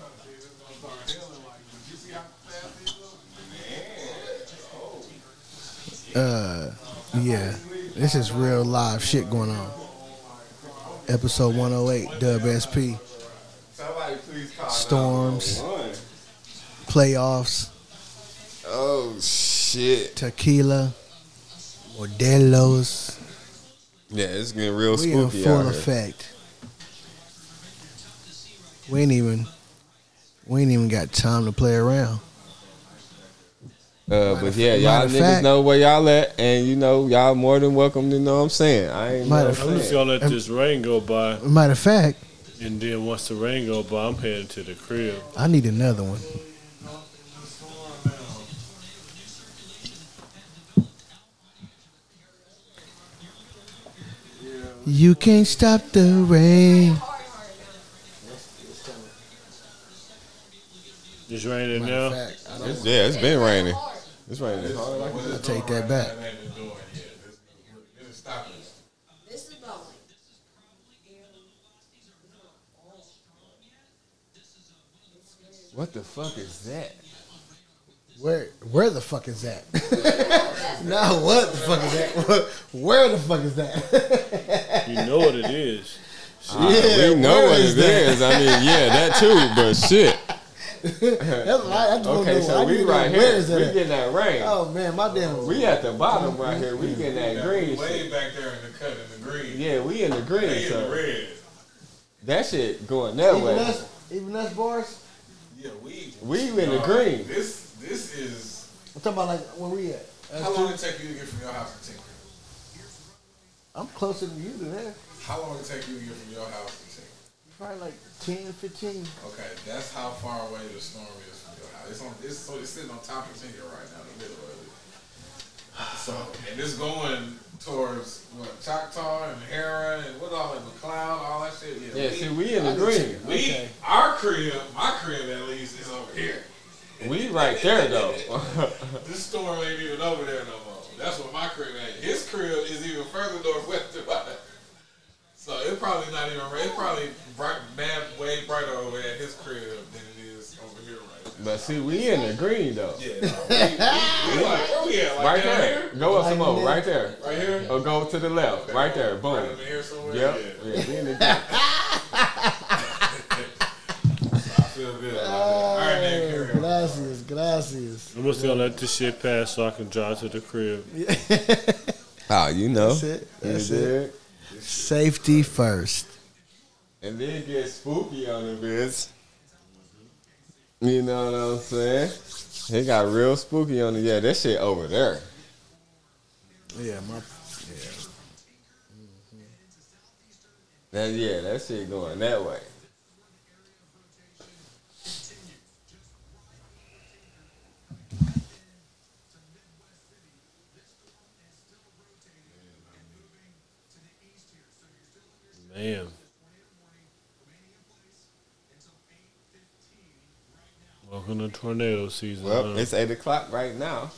[SPEAKER 6] Uh, yeah, this is real live shit going on. Episode 108, Dub SP,
[SPEAKER 1] Somebody please call.
[SPEAKER 6] Storms.
[SPEAKER 1] 911.
[SPEAKER 6] playoffs,
[SPEAKER 1] Oh shit.
[SPEAKER 6] tequila, Modelo's.
[SPEAKER 1] Yeah, it's getting real
[SPEAKER 6] We in
[SPEAKER 1] spooky
[SPEAKER 6] full
[SPEAKER 1] out here.
[SPEAKER 6] effect. We ain't even, we ain't even got time to play around.
[SPEAKER 1] Uh, but yeah, y'all
[SPEAKER 6] matter of
[SPEAKER 1] niggas
[SPEAKER 6] fact-
[SPEAKER 1] know where y'all at, and you know y'all more than welcome to know. What I'm saying I ain't.
[SPEAKER 6] Matter
[SPEAKER 1] Know
[SPEAKER 6] of
[SPEAKER 1] what
[SPEAKER 5] I'm
[SPEAKER 1] I'm
[SPEAKER 5] just
[SPEAKER 1] saying.
[SPEAKER 5] gonna let this rain go by,
[SPEAKER 6] Matter of fact,
[SPEAKER 5] and then once the rain go by, I'm heading to the crib.
[SPEAKER 6] I need another one. You can't stop the rain.
[SPEAKER 5] It's raining
[SPEAKER 6] Matter
[SPEAKER 5] now.
[SPEAKER 6] of fact, I
[SPEAKER 1] It's- yeah, it's been raining. It's raining hard. Like
[SPEAKER 6] don't- I take that back.
[SPEAKER 9] This is about like.
[SPEAKER 1] what the fuck is that?
[SPEAKER 6] Where where the fuck is that? (laughs) now what the fuck is that? (laughs) Where the fuck is that? (laughs)
[SPEAKER 5] You know what it is.
[SPEAKER 1] Yeah, Ah, we know
[SPEAKER 6] where
[SPEAKER 1] what
[SPEAKER 6] is
[SPEAKER 1] it
[SPEAKER 6] that?
[SPEAKER 1] is. I mean, yeah, that too. But shit.
[SPEAKER 6] That's what I, I just wanna
[SPEAKER 1] Okay,
[SPEAKER 6] know,
[SPEAKER 1] so
[SPEAKER 6] I need
[SPEAKER 1] we
[SPEAKER 6] to know
[SPEAKER 1] right
[SPEAKER 6] Where
[SPEAKER 1] here.
[SPEAKER 6] is
[SPEAKER 1] We
[SPEAKER 6] that? at?
[SPEAKER 1] getting that rain.
[SPEAKER 6] Oh man, my damn.
[SPEAKER 1] We at the bottom right here. We getting that green.
[SPEAKER 8] Way
[SPEAKER 1] Shit.
[SPEAKER 8] back there in the cut in the green.
[SPEAKER 1] Yeah, we in the green.
[SPEAKER 8] They in the
[SPEAKER 1] So
[SPEAKER 8] red.
[SPEAKER 1] that shit going that
[SPEAKER 6] even
[SPEAKER 1] way.
[SPEAKER 6] us, even us bars.
[SPEAKER 8] Yeah, we.
[SPEAKER 1] We in the
[SPEAKER 8] Nah,
[SPEAKER 1] green.
[SPEAKER 8] This this is
[SPEAKER 6] I'm talking about like where we at.
[SPEAKER 8] How long did it take you to get from your house to Tinker?
[SPEAKER 6] I'm closer to you than that.
[SPEAKER 8] How long did it take you to get from your house to Tinker?
[SPEAKER 6] Probably like 10, 15.
[SPEAKER 8] Okay, that's how far away the storm is from your house. It's on. It's so it's sitting on top of Tinker right now, in the middle of it. So and it's going towards what Choctaw and Hera and what all and McLeod, all that shit.
[SPEAKER 10] Yeah, see, we in the green.
[SPEAKER 8] We
[SPEAKER 10] Okay.
[SPEAKER 8] our crib, my crib at least is over here.
[SPEAKER 10] We right there though.
[SPEAKER 8] this storm ain't even over there no more. That's what my crib ain't. His crib is even further northwest than mine. So it's probably not even. It's probably bright, bad, way brighter over at his crib than it is over here right now.
[SPEAKER 10] but see, we in the green though.
[SPEAKER 8] Yeah. We, (laughs) we like, oh yeah, like
[SPEAKER 10] right
[SPEAKER 8] down
[SPEAKER 10] there.
[SPEAKER 8] here?
[SPEAKER 10] Go up some more. Right there.
[SPEAKER 8] Right here?
[SPEAKER 10] Or go to the left. Right there. Boom.
[SPEAKER 8] Right over here somewhere?
[SPEAKER 10] Yep.
[SPEAKER 8] Yeah.
[SPEAKER 10] Yeah. we in the
[SPEAKER 6] (laughs)
[SPEAKER 10] green.
[SPEAKER 8] I feel good. about that. All right, man, carry on.
[SPEAKER 6] Gracias, gracias.
[SPEAKER 5] I'm just gonna let this shit pass so I can drive to the crib.
[SPEAKER 10] Ah,
[SPEAKER 1] Oh, you know.
[SPEAKER 6] That's it.
[SPEAKER 1] You
[SPEAKER 6] That's it.
[SPEAKER 1] dig?
[SPEAKER 6] Safety first.
[SPEAKER 10] And then get spooky on the
[SPEAKER 1] Bitch. You know what I'm saying? It got real spooky on it. Yeah, that shit over there.
[SPEAKER 6] Yeah, my
[SPEAKER 1] That yeah, that shit going that way.
[SPEAKER 5] Man. Welcome to tornado season.
[SPEAKER 1] Well,
[SPEAKER 5] huh?
[SPEAKER 1] it's eight o'clock right now.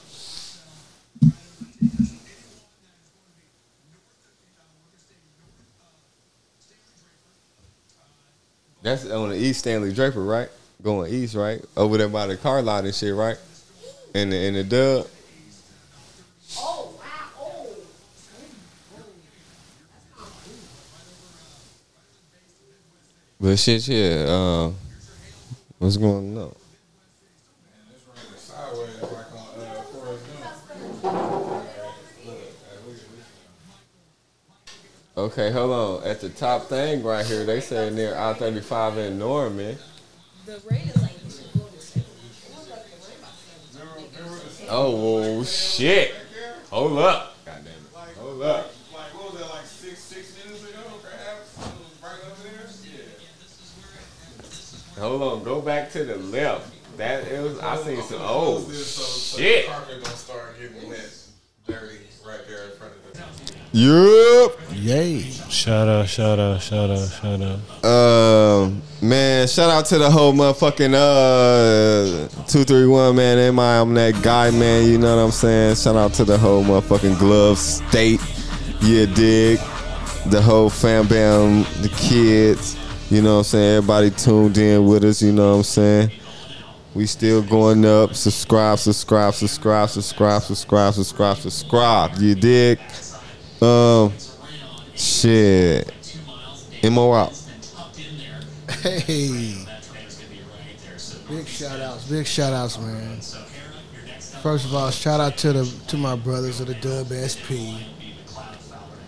[SPEAKER 1] That's on the East Stanley Draper, right? Going east, right? Over there by the car lot and shit, right? And the in the dub.
[SPEAKER 9] Oh, wow. Oh.
[SPEAKER 1] But shit, yeah. Um, what's going on?
[SPEAKER 8] Sideways, like on uh, Forrest Gump. Look, uh, we- we-
[SPEAKER 1] Okay, hold on. At the top thing right here, they saying they're I thirty five in Norman.
[SPEAKER 9] The rain is like, this should go to sleep. It was like the rain about to go to sleep.
[SPEAKER 1] Oh well, shit! Hold up! God damn it! Hold up!
[SPEAKER 8] Like, what was that, like six, six minutes ago, perhaps? It was right over there? Yeah.
[SPEAKER 1] Hold on! Go back to the left. That it was. I seen some.
[SPEAKER 8] Close
[SPEAKER 1] Oh
[SPEAKER 8] this so- so the
[SPEAKER 1] shit!
[SPEAKER 8] Carpet gonna start getting wet, dirty, right there in front of them.
[SPEAKER 1] Yep.
[SPEAKER 6] Yay.
[SPEAKER 5] Shout out, shout out, shout out, shout out.
[SPEAKER 1] Um, man, shout out to the whole motherfucking uh two three one man. Am I? I'm that guy, man. You know what I'm saying? Shout out to the whole motherfucking glove state. You dig? The whole fam bam, the kids. You know what I'm saying? Everybody tuned in with us. You know what I'm saying? We still going up. Subscribe, subscribe, subscribe, subscribe, subscribe, subscribe, subscribe. You dig? Um, shit. Mo out.
[SPEAKER 6] Hey. Big shout outs, big shout outs, man. First of all, shout out to the to my brothers of the Dub SP.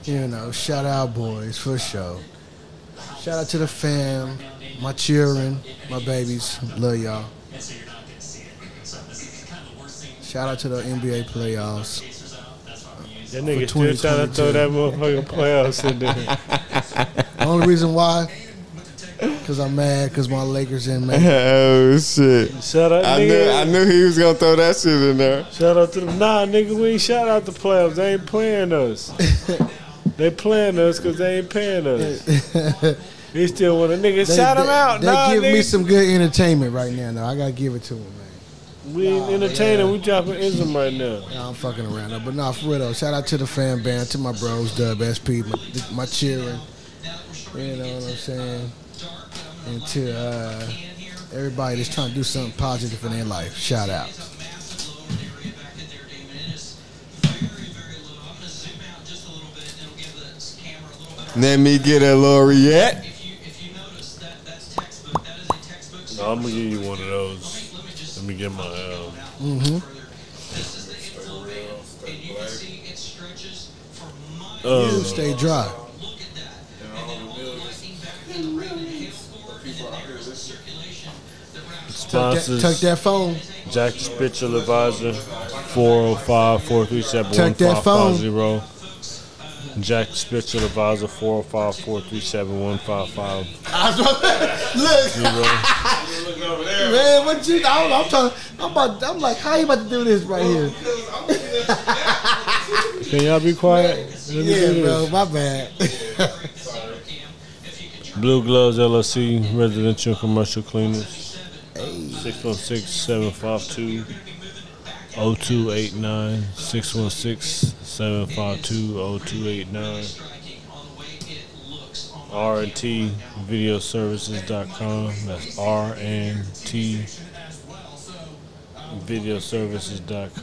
[SPEAKER 6] You know, shout out boys for sure. Shout out to the fam, my children, my babies, love y'all. Shout out to the NBA playoffs.
[SPEAKER 5] That nigga still
[SPEAKER 6] For
[SPEAKER 5] trying to throw that motherfucking playoffs in there.
[SPEAKER 6] The only reason why, because I'm mad because my Lakers in,
[SPEAKER 1] (laughs)
[SPEAKER 6] man.
[SPEAKER 1] Oh shit!
[SPEAKER 5] (laughs) Shout out,
[SPEAKER 1] I knew I
[SPEAKER 5] nigga.
[SPEAKER 1] knew he was gonna throw that shit in there.
[SPEAKER 5] Shout out to them. Nah, nigga, we ain't shout out the playoffs. They ain't playing
[SPEAKER 6] (laughs)
[SPEAKER 5] us. they playing us because they ain't paying us.
[SPEAKER 6] (laughs)
[SPEAKER 5] They still want a nigga.
[SPEAKER 6] They-
[SPEAKER 5] shout them
[SPEAKER 6] they-
[SPEAKER 5] out.
[SPEAKER 6] They
[SPEAKER 5] nah,
[SPEAKER 6] give
[SPEAKER 5] nigga.
[SPEAKER 6] me some good entertainment right now, though. I gotta give it to them, man.
[SPEAKER 5] we ain't entertaining. We dropping ism right now.
[SPEAKER 6] Nah, I'm fucking around, though. but nah, for real though. Shout out to the fan band, to my bros, Dub SP, my, my cheering. You know what I'm saying? And to uh, everybody that's trying to do something positive in their life. Shout out.
[SPEAKER 1] Let me get a laureate.
[SPEAKER 5] No, I'm gonna give you one of those. Let me get my. Um,
[SPEAKER 6] You
[SPEAKER 5] mm-hmm.
[SPEAKER 6] stay dry. Tuck that, tuck that phone.
[SPEAKER 5] Jack the Spiritual Advisor. 405 437
[SPEAKER 6] Check that phone.
[SPEAKER 5] 1550. Jack Spitzer, advisor 405 437 155.
[SPEAKER 6] (laughs) I was about to, look, man, what you? I'm, I'm trying. I'm about. I'm like, how you about to do this right here?
[SPEAKER 5] Can y'all be quiet? Let me do
[SPEAKER 6] Yeah,
[SPEAKER 5] this.
[SPEAKER 6] bro, my bad. (laughs)
[SPEAKER 5] Blue Gloves LLC, residential and commercial cleaners. 616 752 0289. 616 752 0289. RNTvideoservices.com. That's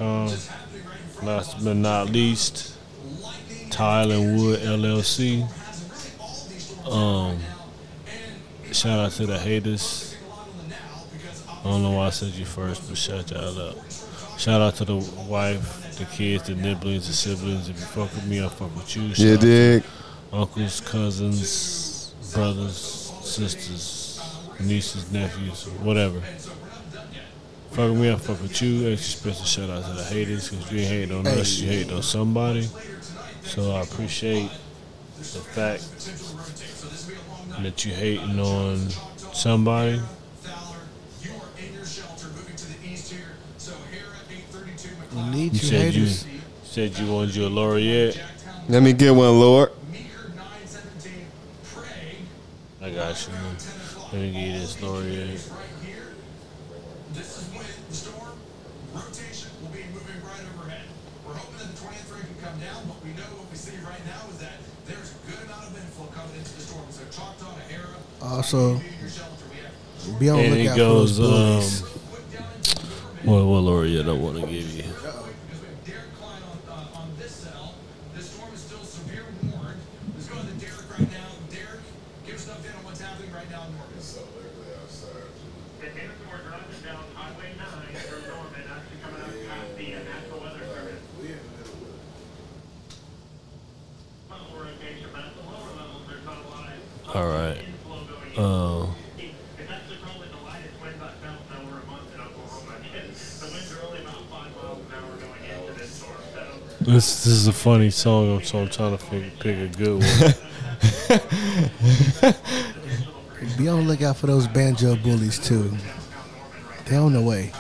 [SPEAKER 5] RNTvideoservices.com. Last but not least, Tile and Wood LLC. Um, shout out to the haters. I don't know why I said you first, but shout y'all up. Shout out to the wife, the kids, the nibblings, the siblings. If you fuck with me, I fuck with you. Shout
[SPEAKER 1] You
[SPEAKER 5] out to
[SPEAKER 1] dig?
[SPEAKER 5] Uncles, cousins, brothers, sisters, nieces, nephews, whatever. Fuck with me, I fuck with you. Extra special shout out to the haters because you ain't hating on us, you hate on somebody. So I appreciate the fact that you hating on somebody.
[SPEAKER 6] Need
[SPEAKER 5] You said you said you wanted your laureate.
[SPEAKER 1] Let me get one, Lord.
[SPEAKER 5] I got you. Let me get you this laureate.
[SPEAKER 6] Also, be on the
[SPEAKER 5] And
[SPEAKER 6] lookout
[SPEAKER 5] it
[SPEAKER 6] for those
[SPEAKER 5] goes, um,
[SPEAKER 6] bullies.
[SPEAKER 5] what, what laureate I want to give you? All right. Uh,
[SPEAKER 8] (laughs)
[SPEAKER 5] this this is a funny song, so I'm trying to pick, pick a good one. uh,
[SPEAKER 6] Be on the lookout for those banjo bullies too. They on the way.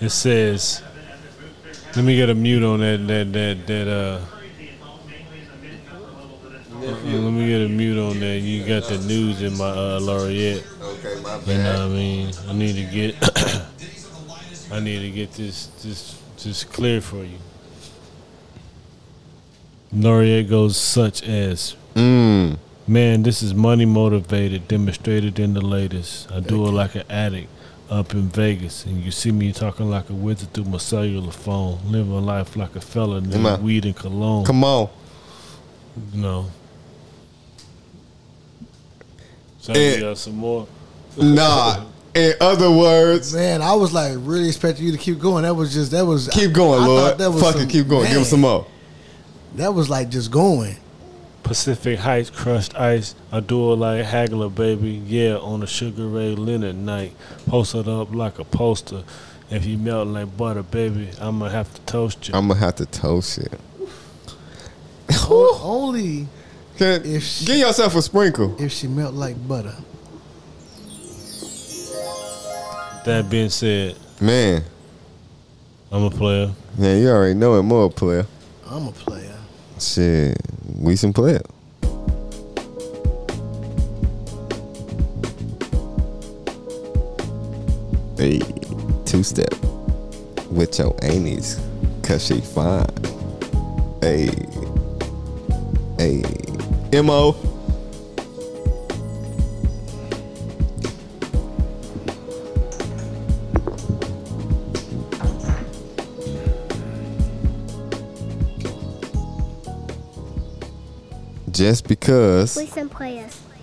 [SPEAKER 5] it says, "Let me get a mute on that that that that uh." Let me get a mute on that. You got the news in my uh, laureate.
[SPEAKER 10] Okay, my
[SPEAKER 5] You know what I
[SPEAKER 10] bad.
[SPEAKER 5] mean? I need to get (coughs) I need to get this this this clear for you. Laurier goes such as
[SPEAKER 1] Mm.
[SPEAKER 5] Man, this is money motivated, demonstrated in the latest. I do it like an addict up in Vegas, and you see me talking like a wizard through my cellular phone, living life like a fella,
[SPEAKER 1] Come
[SPEAKER 5] nigga,
[SPEAKER 1] on.
[SPEAKER 5] weed and cologne.
[SPEAKER 1] Come on.
[SPEAKER 5] You know. So
[SPEAKER 1] Eh.
[SPEAKER 5] you got some more.
[SPEAKER 1] Nah. In other words,
[SPEAKER 6] Man, I was like really expecting you to keep going. That was just that was
[SPEAKER 1] keep going,
[SPEAKER 6] I thought
[SPEAKER 1] Lord.
[SPEAKER 6] that was
[SPEAKER 1] Fucking
[SPEAKER 6] some-
[SPEAKER 1] keep going. Give
[SPEAKER 6] man.
[SPEAKER 1] him some more.
[SPEAKER 6] That was like just going.
[SPEAKER 5] Pacific Heights, crushed ice. I do it like Hagler, baby. Yeah, on a Sugar Ray Leonard night. Posted up like a poster. If you melt like butter, baby, I'ma have to toast you.
[SPEAKER 1] I'm gonna have to toast it.
[SPEAKER 6] O- Only
[SPEAKER 1] Can,
[SPEAKER 6] If she-
[SPEAKER 1] give yourself a sprinkle.
[SPEAKER 6] if she melt like butter.
[SPEAKER 5] that being said,
[SPEAKER 1] Man,
[SPEAKER 5] I'm a player.
[SPEAKER 1] man, you already know it more, player.
[SPEAKER 6] I'm a player.
[SPEAKER 1] Shit, we some player. Hey, two step with your anies, cause she fine. Hey, hey, mo. Just because
[SPEAKER 2] We some players.